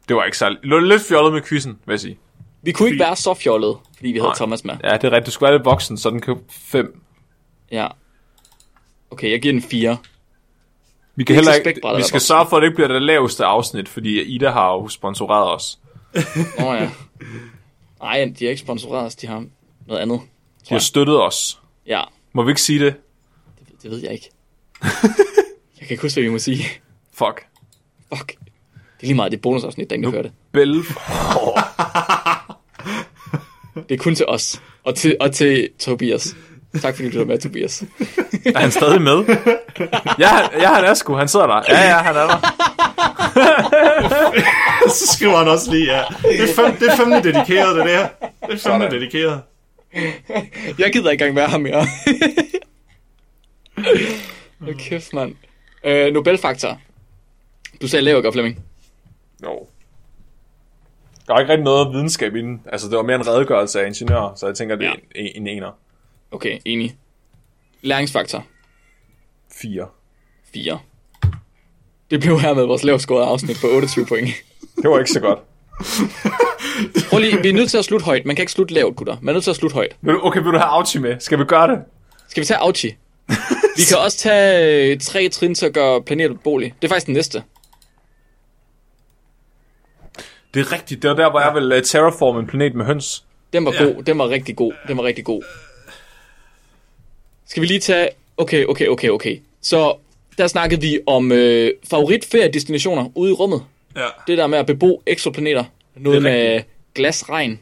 Speaker 2: Det var ikke særlig. Det var lidt fjollet med quizzen, vil jeg sige.
Speaker 4: Vi kunne ikke være så fjollede, fordi vi havde
Speaker 2: Nej.
Speaker 4: Thomas med.
Speaker 2: Ja, det er rigtigt. Du skulle være lidt voksen, så den kan 5.
Speaker 4: Ja. Okay, jeg giver den 4.
Speaker 2: Vi kan
Speaker 4: Det
Speaker 2: heller
Speaker 4: er ikke så
Speaker 2: ikke,
Speaker 4: spækbrættet
Speaker 2: vi
Speaker 4: at
Speaker 2: skal
Speaker 4: være
Speaker 2: sørge for, at det ikke bliver det laveste afsnit, fordi Ida har jo sponsoreret os.
Speaker 4: Nå oh, ja. Nej, de har ikke sponsoreret os, de har noget andet.
Speaker 2: De har støttet os.
Speaker 4: Ja,
Speaker 2: Må vi ikke sige det?
Speaker 4: det, det ved jeg ikke. jeg kan ikke huske, hvad vi må sige.
Speaker 2: Fuck.
Speaker 4: Fuck. Det er lige meget, det er bonusafsnit, der ikke hørte.
Speaker 2: Bell.
Speaker 4: Det er kun til os. Og til, og til Tobias. Tak fordi du var med, Tobias.
Speaker 2: Er han stadig med? ja, han, ja, han er sgu. Han sidder der. Ja, ja, han er der.
Speaker 5: Så skriver han også lige, ja. Det er, fem, det er fandme dedikeret, det der. Det er fandme dedikeret.
Speaker 4: Jeg gider ikke engang være her mere. Hvor kæft, mand. Øh, Nobelfaktor. Du sagde lav, ikke, Flemming?
Speaker 2: Jo. Der er ikke rigtig noget videnskab i den. Altså, det var mere en redegørelse af ingeniører, så jeg tænker, det er
Speaker 4: Ja.
Speaker 2: en, en ener.
Speaker 4: Okay, enig. Læringsfaktor.
Speaker 2: Fire.
Speaker 4: 4. Det blev hermed vores lavskårede afsnit på 28 point.
Speaker 2: Det var ikke så godt.
Speaker 4: Prøv lige, vi er nødt til at slutte højt. Man kan ikke slutte lavt, gutter. Man er nødt til at slutte højt.
Speaker 2: Vil du- Okay, vil du have Auchi med? Skal vi gøre det?
Speaker 4: Skal vi tage Auchi? Vi kan også tage øh, tre trin til at gøre planetet bolig. Det er faktisk den næste.
Speaker 2: Det er rigtigt. Det var der, hvor jeg ville øh, terraform en planet med høns.
Speaker 4: Den var god, den var rigtig god, den var rigtig god. Skal vi lige tage... Okay, okay, okay, okay. Så der snakkede vi om øh, favoritferiedestinationer ude i rummet.
Speaker 5: Ja,
Speaker 4: Det der med at bebo eksoplaneter. Noget
Speaker 2: Det er
Speaker 4: med glasregn.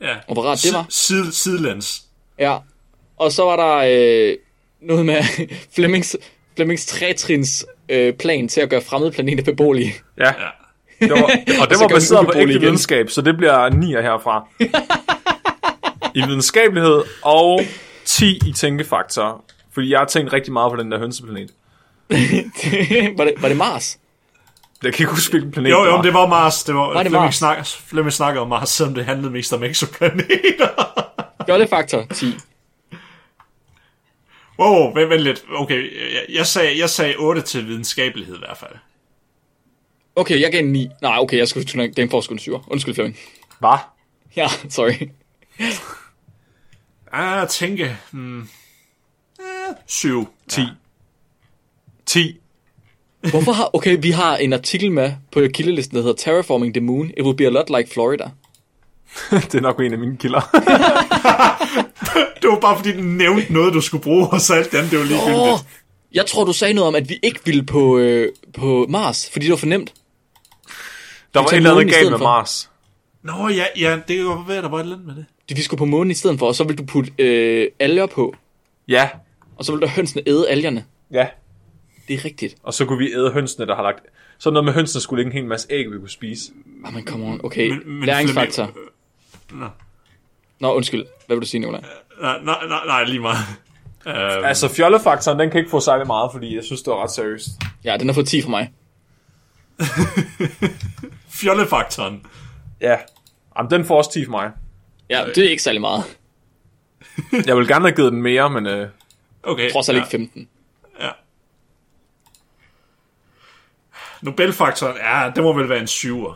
Speaker 5: ja.
Speaker 4: Og hvor rart det var.
Speaker 5: Si- Side, sidelands.
Speaker 4: Ja. Og så var der øh, noget med Flemings, Flemings trætrins øh, plan til at gøre fremmede planeter beboelige.
Speaker 2: Ja.
Speaker 5: Ja.
Speaker 2: Det var, og det
Speaker 4: så
Speaker 2: var
Speaker 4: gør vi
Speaker 2: baseret på
Speaker 4: ubeboelig
Speaker 2: ægte
Speaker 4: igen.
Speaker 2: videnskab, så det bliver 9 herfra. I videnskabelighed og 10 i tænkefaktor. Fordi jeg har tænkt rigtig meget på den der hønseplanet.
Speaker 4: var, det, var det Mars?
Speaker 2: Jeg kan ikke huske, hvilken planet
Speaker 5: Jo,
Speaker 2: det
Speaker 5: jo,
Speaker 2: var.
Speaker 5: men det var Mars. Det var,
Speaker 4: Var det
Speaker 5: Flemming,
Speaker 4: Mars?
Speaker 5: Snak, Flemming snakkede om Mars, selvom det handlede mest om eksoplaneter.
Speaker 4: Jollefaktor 10.
Speaker 5: wow, vent, vent lidt. Okay, jeg, jeg, sagde, jeg sagde 8 til videnskabelighed i hvert fald.
Speaker 4: Okay, jeg gav en 9. Nej, okay, jeg skulle tunne den får sgu en 7. Undskyld, Flemming.
Speaker 2: Hvad?
Speaker 4: Ja, sorry.
Speaker 5: Ah, tænke. Hmm. Ah, 7.
Speaker 2: 10. 10.
Speaker 4: Hvorfor har... Okay, vi har en artikel med på kildelisten, der hedder Terraforming the Moon. It would be a lot like Florida.
Speaker 2: Det er nok en af mine kilder.
Speaker 5: Det var bare fordi, den nævnte noget, du skulle bruge, og så alt det andet, det var ligegyldigt.
Speaker 4: Åh, jeg tror, du sagde noget om, at vi ikke ville på, øh, på Mars, fordi det var for nemt.
Speaker 2: Der var et
Speaker 4: tager
Speaker 2: eller
Speaker 4: månen
Speaker 2: andet
Speaker 4: i
Speaker 2: galt
Speaker 4: stedet
Speaker 2: med
Speaker 4: for.
Speaker 2: Mars.
Speaker 5: Nå, ja, ja, det kan godt være, der var et eller andet med det.
Speaker 4: Det- Vi skulle på månen i stedet for, og så ville du putte øh, alger på,
Speaker 2: Ja.
Speaker 4: og så ville der hønsene æde algerne.
Speaker 2: Ja.
Speaker 4: Det er rigtigt.
Speaker 2: Og så kunne vi æde hønsene, der har lagt... Så noget med hønsene skulle ligge en hel masse æg, vi kunne spise.
Speaker 4: Ah, men come on. Okay,
Speaker 5: Men- men
Speaker 4: læringsfaktor.
Speaker 5: Flemming-
Speaker 4: Nå, undskyld. Hvad vil du sige, Nicolaj?
Speaker 5: Nej, nej, nej, nej lige meget. Uh, altså,
Speaker 2: Altså, fjollefaktoren, den kan ikke få særlig meget, fordi jeg synes, det var ret seriøst.
Speaker 4: Ja, den har fået 10 fra mig.
Speaker 5: fjollefaktoren.
Speaker 2: Ja. Jamen, den får også 10 for mig.
Speaker 4: Ja, det er ikke særlig meget.
Speaker 2: Jeg ville gerne have givet den mere, men... Øh,
Speaker 5: Okay,
Speaker 4: Trods alt
Speaker 5: ja.
Speaker 4: ikke 15.
Speaker 5: Nobelfaktoren, ja, det må vel være en 7'er.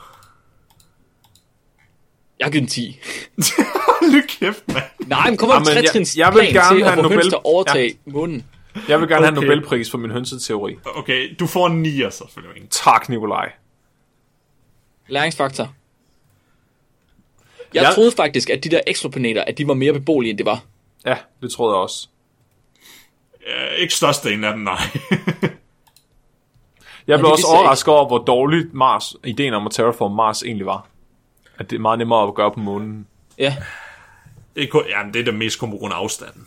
Speaker 4: Jeg har givet den 10.
Speaker 5: Hold kæft, mand.
Speaker 4: Nej, men kommer
Speaker 2: Jamen,
Speaker 4: en
Speaker 2: jeg-
Speaker 4: trætrins
Speaker 2: jeg vil
Speaker 4: plan
Speaker 2: gerne
Speaker 4: til at
Speaker 2: have
Speaker 4: få
Speaker 2: Nobel-
Speaker 4: høns til at overtage ja. månen.
Speaker 2: jeg vil gerne okay. have
Speaker 5: Okay.
Speaker 2: en Nobelpris for min hønseteori.
Speaker 5: Okay, du får en 9'er, så Flemming.
Speaker 2: Tak, Nikolaj.
Speaker 4: Læringsfaktor. Jeg
Speaker 2: Jeg-
Speaker 4: troede faktisk, at de der ekstraplaneter, at de var mere beboelige, end det var.
Speaker 2: Ja, det troede jeg også.
Speaker 5: Uh, ikke størstedelen af dem, nej.
Speaker 2: Jeg blev
Speaker 4: det
Speaker 2: også
Speaker 4: vidste jeg
Speaker 2: overrasket over, hvor dårligt Mars, ideen om at terraforme Mars egentlig var. At det er meget nemmere at gøre på månen.
Speaker 4: Ja,
Speaker 5: det, er kun, jamen, det er det mest kun på grund af afstanden.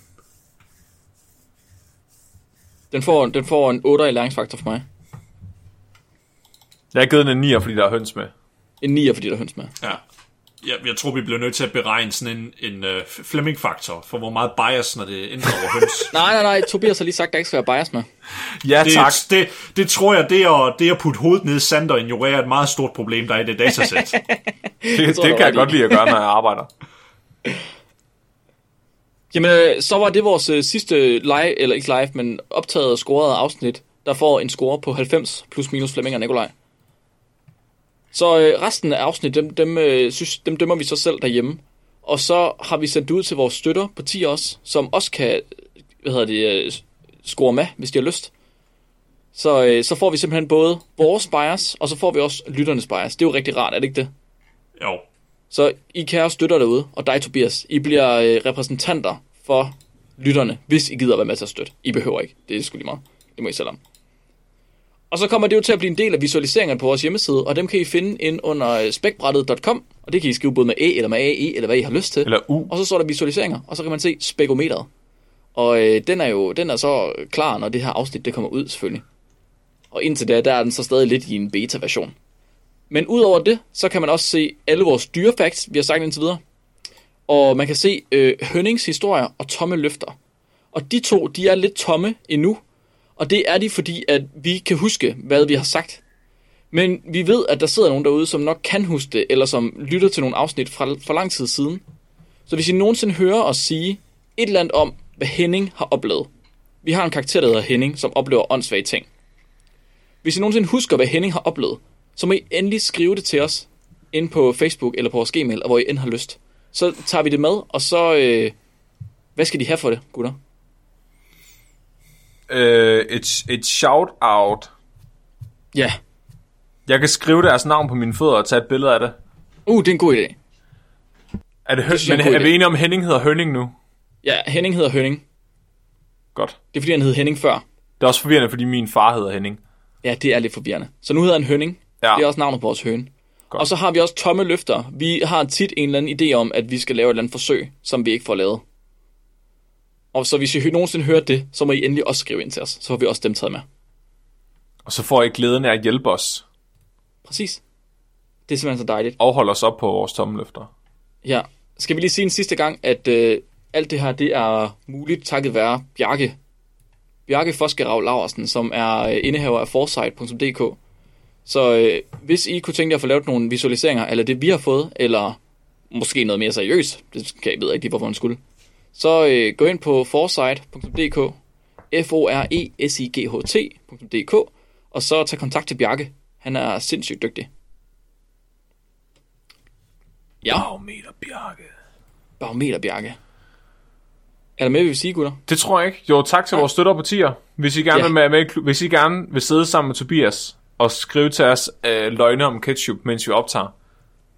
Speaker 4: den får, den får en 8 i læringsfaktor for mig.
Speaker 2: Jeg har givet den en 9, fordi der er høns med.
Speaker 4: En 9, fordi der er høns med.
Speaker 5: Ja. Jeg, jeg tror, vi bliver nødt til at beregne sådan en, en uh, Flemming-faktor, for hvor meget bias, når det ændrer over høns.
Speaker 4: Nej, nej, nej, Tobias har lige sagt, at der ikke skal være bias med.
Speaker 2: Ja,
Speaker 5: Det,
Speaker 2: tak.
Speaker 5: det, det tror jeg, det at, det at putte hovedet ned i sand og ignorere er et meget stort problem, der er i det datasæt.
Speaker 2: Det,
Speaker 4: tror
Speaker 2: det,
Speaker 4: jeg,
Speaker 2: det
Speaker 4: du
Speaker 2: kan
Speaker 4: har
Speaker 2: jeg
Speaker 4: ret i.
Speaker 2: godt lide at gøre, når jeg arbejder.
Speaker 4: Jamen, øh, så var det vores øh, sidste live, eller ikke live, men optaget og scoret afsnit, der får en score på 90 plus minus Flemming og Nikolaj. Så øh, resten af afsnit, dem, dem, øh, synes, dem dømmer vi så selv derhjemme. Og så har vi sendt det ud til vores støtter på 10 også, som også kan hvad hedder det, øh, score med, hvis de har lyst. Så, øh, så får vi simpelthen både vores bias, og så får vi også lytternes bias. Det er jo rigtig rart, er det ikke det?
Speaker 5: jo.
Speaker 4: Så I kære støtter derude, og dig Tobias, I bliver øh, repræsentanter for lytterne, hvis I gider være med til at støtte. I behøver ikke, det er sgu lige meget. Det må I selv om. Og så kommer det jo til at blive en del af visualiseringerne på vores hjemmeside, og dem kan I finde ind under øh, spækbrættet.com, og det kan I skrive både med A eller med AE, eller hvad I har lyst til.
Speaker 2: Eller U.
Speaker 4: Og så står der visualiseringer, og så kan man se spekometeret. Og øh, den er jo den er så klar, når det her afsnit det kommer ud selvfølgelig. Og indtil da, der er den så stadig lidt i en beta-version. Men udover det, så kan man også se alle vores dyrefacts, vi har sagt indtil videre. Og man kan se øh, Hønnings historier og tomme løfter. Og de to, de er lidt tomme endnu. Og det er de, fordi at vi kan huske, hvad vi har sagt. Men vi ved, at der sidder nogen derude, som nok kan huske det, eller som lytter til nogle afsnit fra for lang tid siden. Så hvis I nogensinde hører os sige et eller andet om, hvad Henning har oplevet. Vi har en karakter, der hedder Henning, som oplever åndssvage ting. Hvis I nogensinde husker, hvad Henning har oplevet, så må I endelig skrive det til os ind på Facebook eller på vores gmail, og hvor I end har lyst. Så tager vi det med, og så... Øh, hvad skal de have for det, gutter?
Speaker 2: Øh, et, et shout-out
Speaker 4: Ja.
Speaker 2: Jeg kan skrive deres navn på mine fødder og tage et billede af det.
Speaker 4: Uh, det er en god idé.
Speaker 2: Er, det hø-
Speaker 4: synes jeg er en
Speaker 2: men
Speaker 4: god
Speaker 2: er vi
Speaker 4: idé.
Speaker 2: enige om, Henning hedder Hønning nu?
Speaker 4: Ja, Henning hedder Hønning.
Speaker 2: Godt.
Speaker 4: Det er fordi, han hed Henning før.
Speaker 2: Det er også forvirrende, fordi min far hedder Henning.
Speaker 4: Ja, det er lidt forvirrende. Så nu hedder han Hønning.
Speaker 2: Ja.
Speaker 4: Det er også navnet på vores høne. Godt. Og så har vi også tomme løfter. Vi har tit en eller anden idé om, at vi skal lave et eller andet forsøg, som vi ikke får lavet. Og så hvis I hø- nogensinde hører det, så må I endelig også skrive ind til os. Så får vi også dem taget med.
Speaker 2: Og så får jeg glæden af at hjælpe os
Speaker 4: Præcis. Det er simpelthen så dejligt.
Speaker 2: og holde os op på vores tommeløfter.
Speaker 4: Ja. Skal vi lige sige en sidste gang, at øh, alt det her, det er muligt takket være Bjarke. Bjarke Foskerav Laversen, som er øh, indehaver af forsight.dk. Så øh, hvis I kunne tænke jer at få lavet nogle visualiseringer, eller det vi har fået, eller måske noget mere seriøst, det kan jeg ved jeg ikke lige, hvorfor man skulle, så øh, gå ind på forsight.dk, f o r e s i g h t.dk, og så tag kontakt til Bjarke. Han er sindssygt dygtig. Ja.
Speaker 2: Barometer Bjarke.
Speaker 4: Barometer, Bjarke. Er der med, vi vil sige, gutter?
Speaker 2: Det tror jeg ikke. Jo, tak til vores støtterpartier. Hvis I gerne,
Speaker 4: Ja.
Speaker 2: vil, være med, i klub- hvis I gerne vil sidde sammen med Tobias og skrive til os øh, løgne om ketchup, mens vi optager,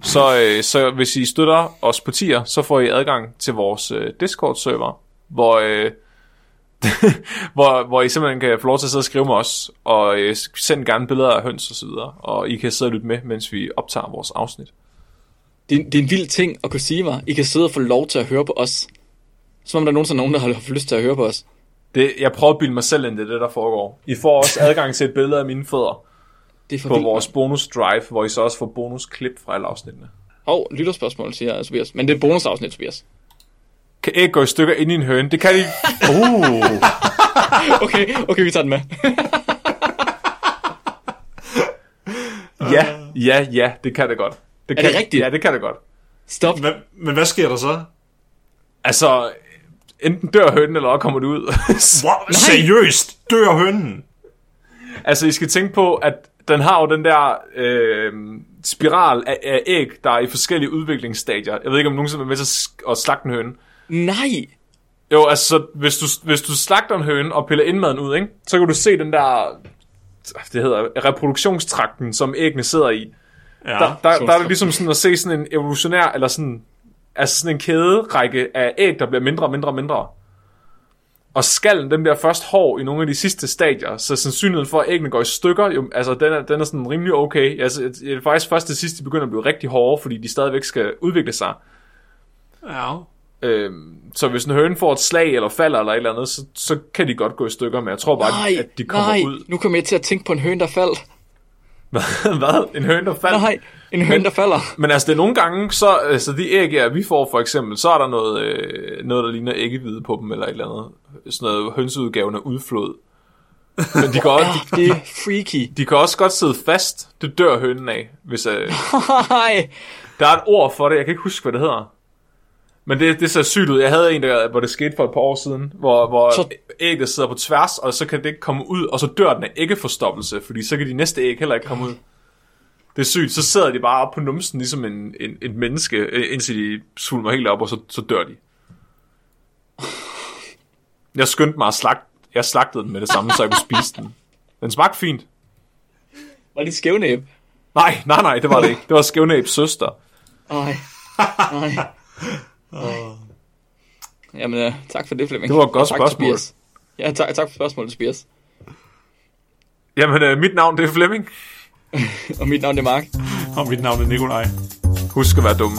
Speaker 2: så, øh, så hvis I støtter os partier, så får I adgang til vores øh, Discord-server, hvor, øh, hvor, hvor I simpelthen kan få lov til at sidde og skrive med os, og øh, send gerne billeder af høns og så videre, og I kan sidde og lytte med, mens vi optager vores afsnit.
Speaker 4: Det, er- det er en vild ting at kunne sige mig. I kan sidde og få lov til at høre på os. Som om der nogensinde er nogen, der har haft lyst til at høre på os.
Speaker 2: Det, jeg prøver at bilde mig selv ind, det er det, der foregår. I får også adgang til et billede af mine fødder.
Speaker 4: Det er for
Speaker 2: på
Speaker 4: vildt.
Speaker 2: vores bonus drive, hvor I så også får bonusklip fra alle afsnittene.
Speaker 4: Hov, lytterspørgsmål, siger Tobias. Men det er et bonusafsnit, Tobias.
Speaker 2: Kan æg gå i stykker ind i en høne? Det kan de...
Speaker 4: Okay, okay, vi tager den med.
Speaker 2: Ja, ja, ja, det kan det godt. Det
Speaker 4: Er
Speaker 2: kan,
Speaker 4: det rigtigt?
Speaker 2: Ja, det kan det godt.
Speaker 4: Stop.
Speaker 5: Hva, men hvad sker der så?
Speaker 2: Altså, enten dør hønen, eller også kommer det ud.
Speaker 5: Wow, seriøst? Dør hønnen?
Speaker 2: altså, I skal tænke på, at den har jo den der øh, spiral af, af æg, der er i forskellige udviklingsstadier. Jeg ved ikke, om nogen som er med til at sk- at slagte en høne.
Speaker 4: Nej.
Speaker 2: Jo, altså, så hvis, du, hvis du slagter en høne og piller indmaden ud, ikke? så kan du se den der det hedder reproduktionstrakten, som æggene sidder i.
Speaker 5: Ja.
Speaker 4: Ah,
Speaker 2: der, der, der er det ligesom sådan at se sådan en evolutionær, eller sådan, altså sådan en kæderække af æg, der bliver mindre og mindre og mindre. Og skallen, den bliver først hård i nogle af de sidste stadier, så sandsynligheden for, at æggene går i stykker, jo, altså den er, den er sådan rimelig okay. Altså, det er faktisk først til sidst, de begynder at blive rigtig hårde, fordi de stadigvæk skal udvikle sig.
Speaker 5: Ja.
Speaker 2: Øhm, så hvis en høne får et slag, eller falder, eller et eller andet, så, så kan de godt gå i stykker, men jeg tror bare,
Speaker 4: Nej,
Speaker 2: at de kommer
Speaker 4: nej.
Speaker 2: ud.
Speaker 4: Nu kommer jeg til at tænke på en høn, der faldt.
Speaker 2: Hvad? En høne, der falder?
Speaker 4: Nej, en høn, der falder.
Speaker 2: Men altså, det er nogle gange, så altså, de æg, ja, vi får for eksempel, så er der noget, øh, noget der ligner æggehvide på dem, eller et eller andet. Sådan noget hønseudgaven af udflod. Men de kan, også,
Speaker 4: Ah, det er freaky.
Speaker 2: de kan også godt sidde fast. Det dør hønen af. Hvis, øh,
Speaker 4: Nej.
Speaker 2: der er et ord for det, jeg kan ikke huske, hvad det hedder. Men det, det ser sygt ud. Jeg havde en, der, hvor det skete for et par år siden, hvor, hvor
Speaker 4: Så-
Speaker 2: ægget sidder på tværs, og så kan det ikke komme ud, og så dør den af æggeforstoppelse, fordi så kan de næste æg heller ikke komme ud. Det er sygt. Så sidder de bare oppe på numsen, ligesom en, en, en menneske, øh, indtil de svulmer helt op, og så, så dør de. Jeg skyndte mig at slagte, jeg slagtede den med det samme, så jeg kunne spise den. Den smagte fint.
Speaker 4: Var det skævnæb?
Speaker 2: Nej, nej, nej, det var det ikke. Det var skævnæbs søster.
Speaker 4: Nej. Nej. Nej. Jamen, øh, tak for det, Flemming.
Speaker 2: Det var et godt
Speaker 4: Og tak,
Speaker 2: spørgsmål.
Speaker 4: Tobias. Ja, tak, tak for spørgsmålet, Tobias.
Speaker 2: Jamen, øh, mit navn det er Flemming.
Speaker 4: Og mit navn er Mark.
Speaker 6: Og mit navn er Nikolaj.
Speaker 2: Husk at være dumme.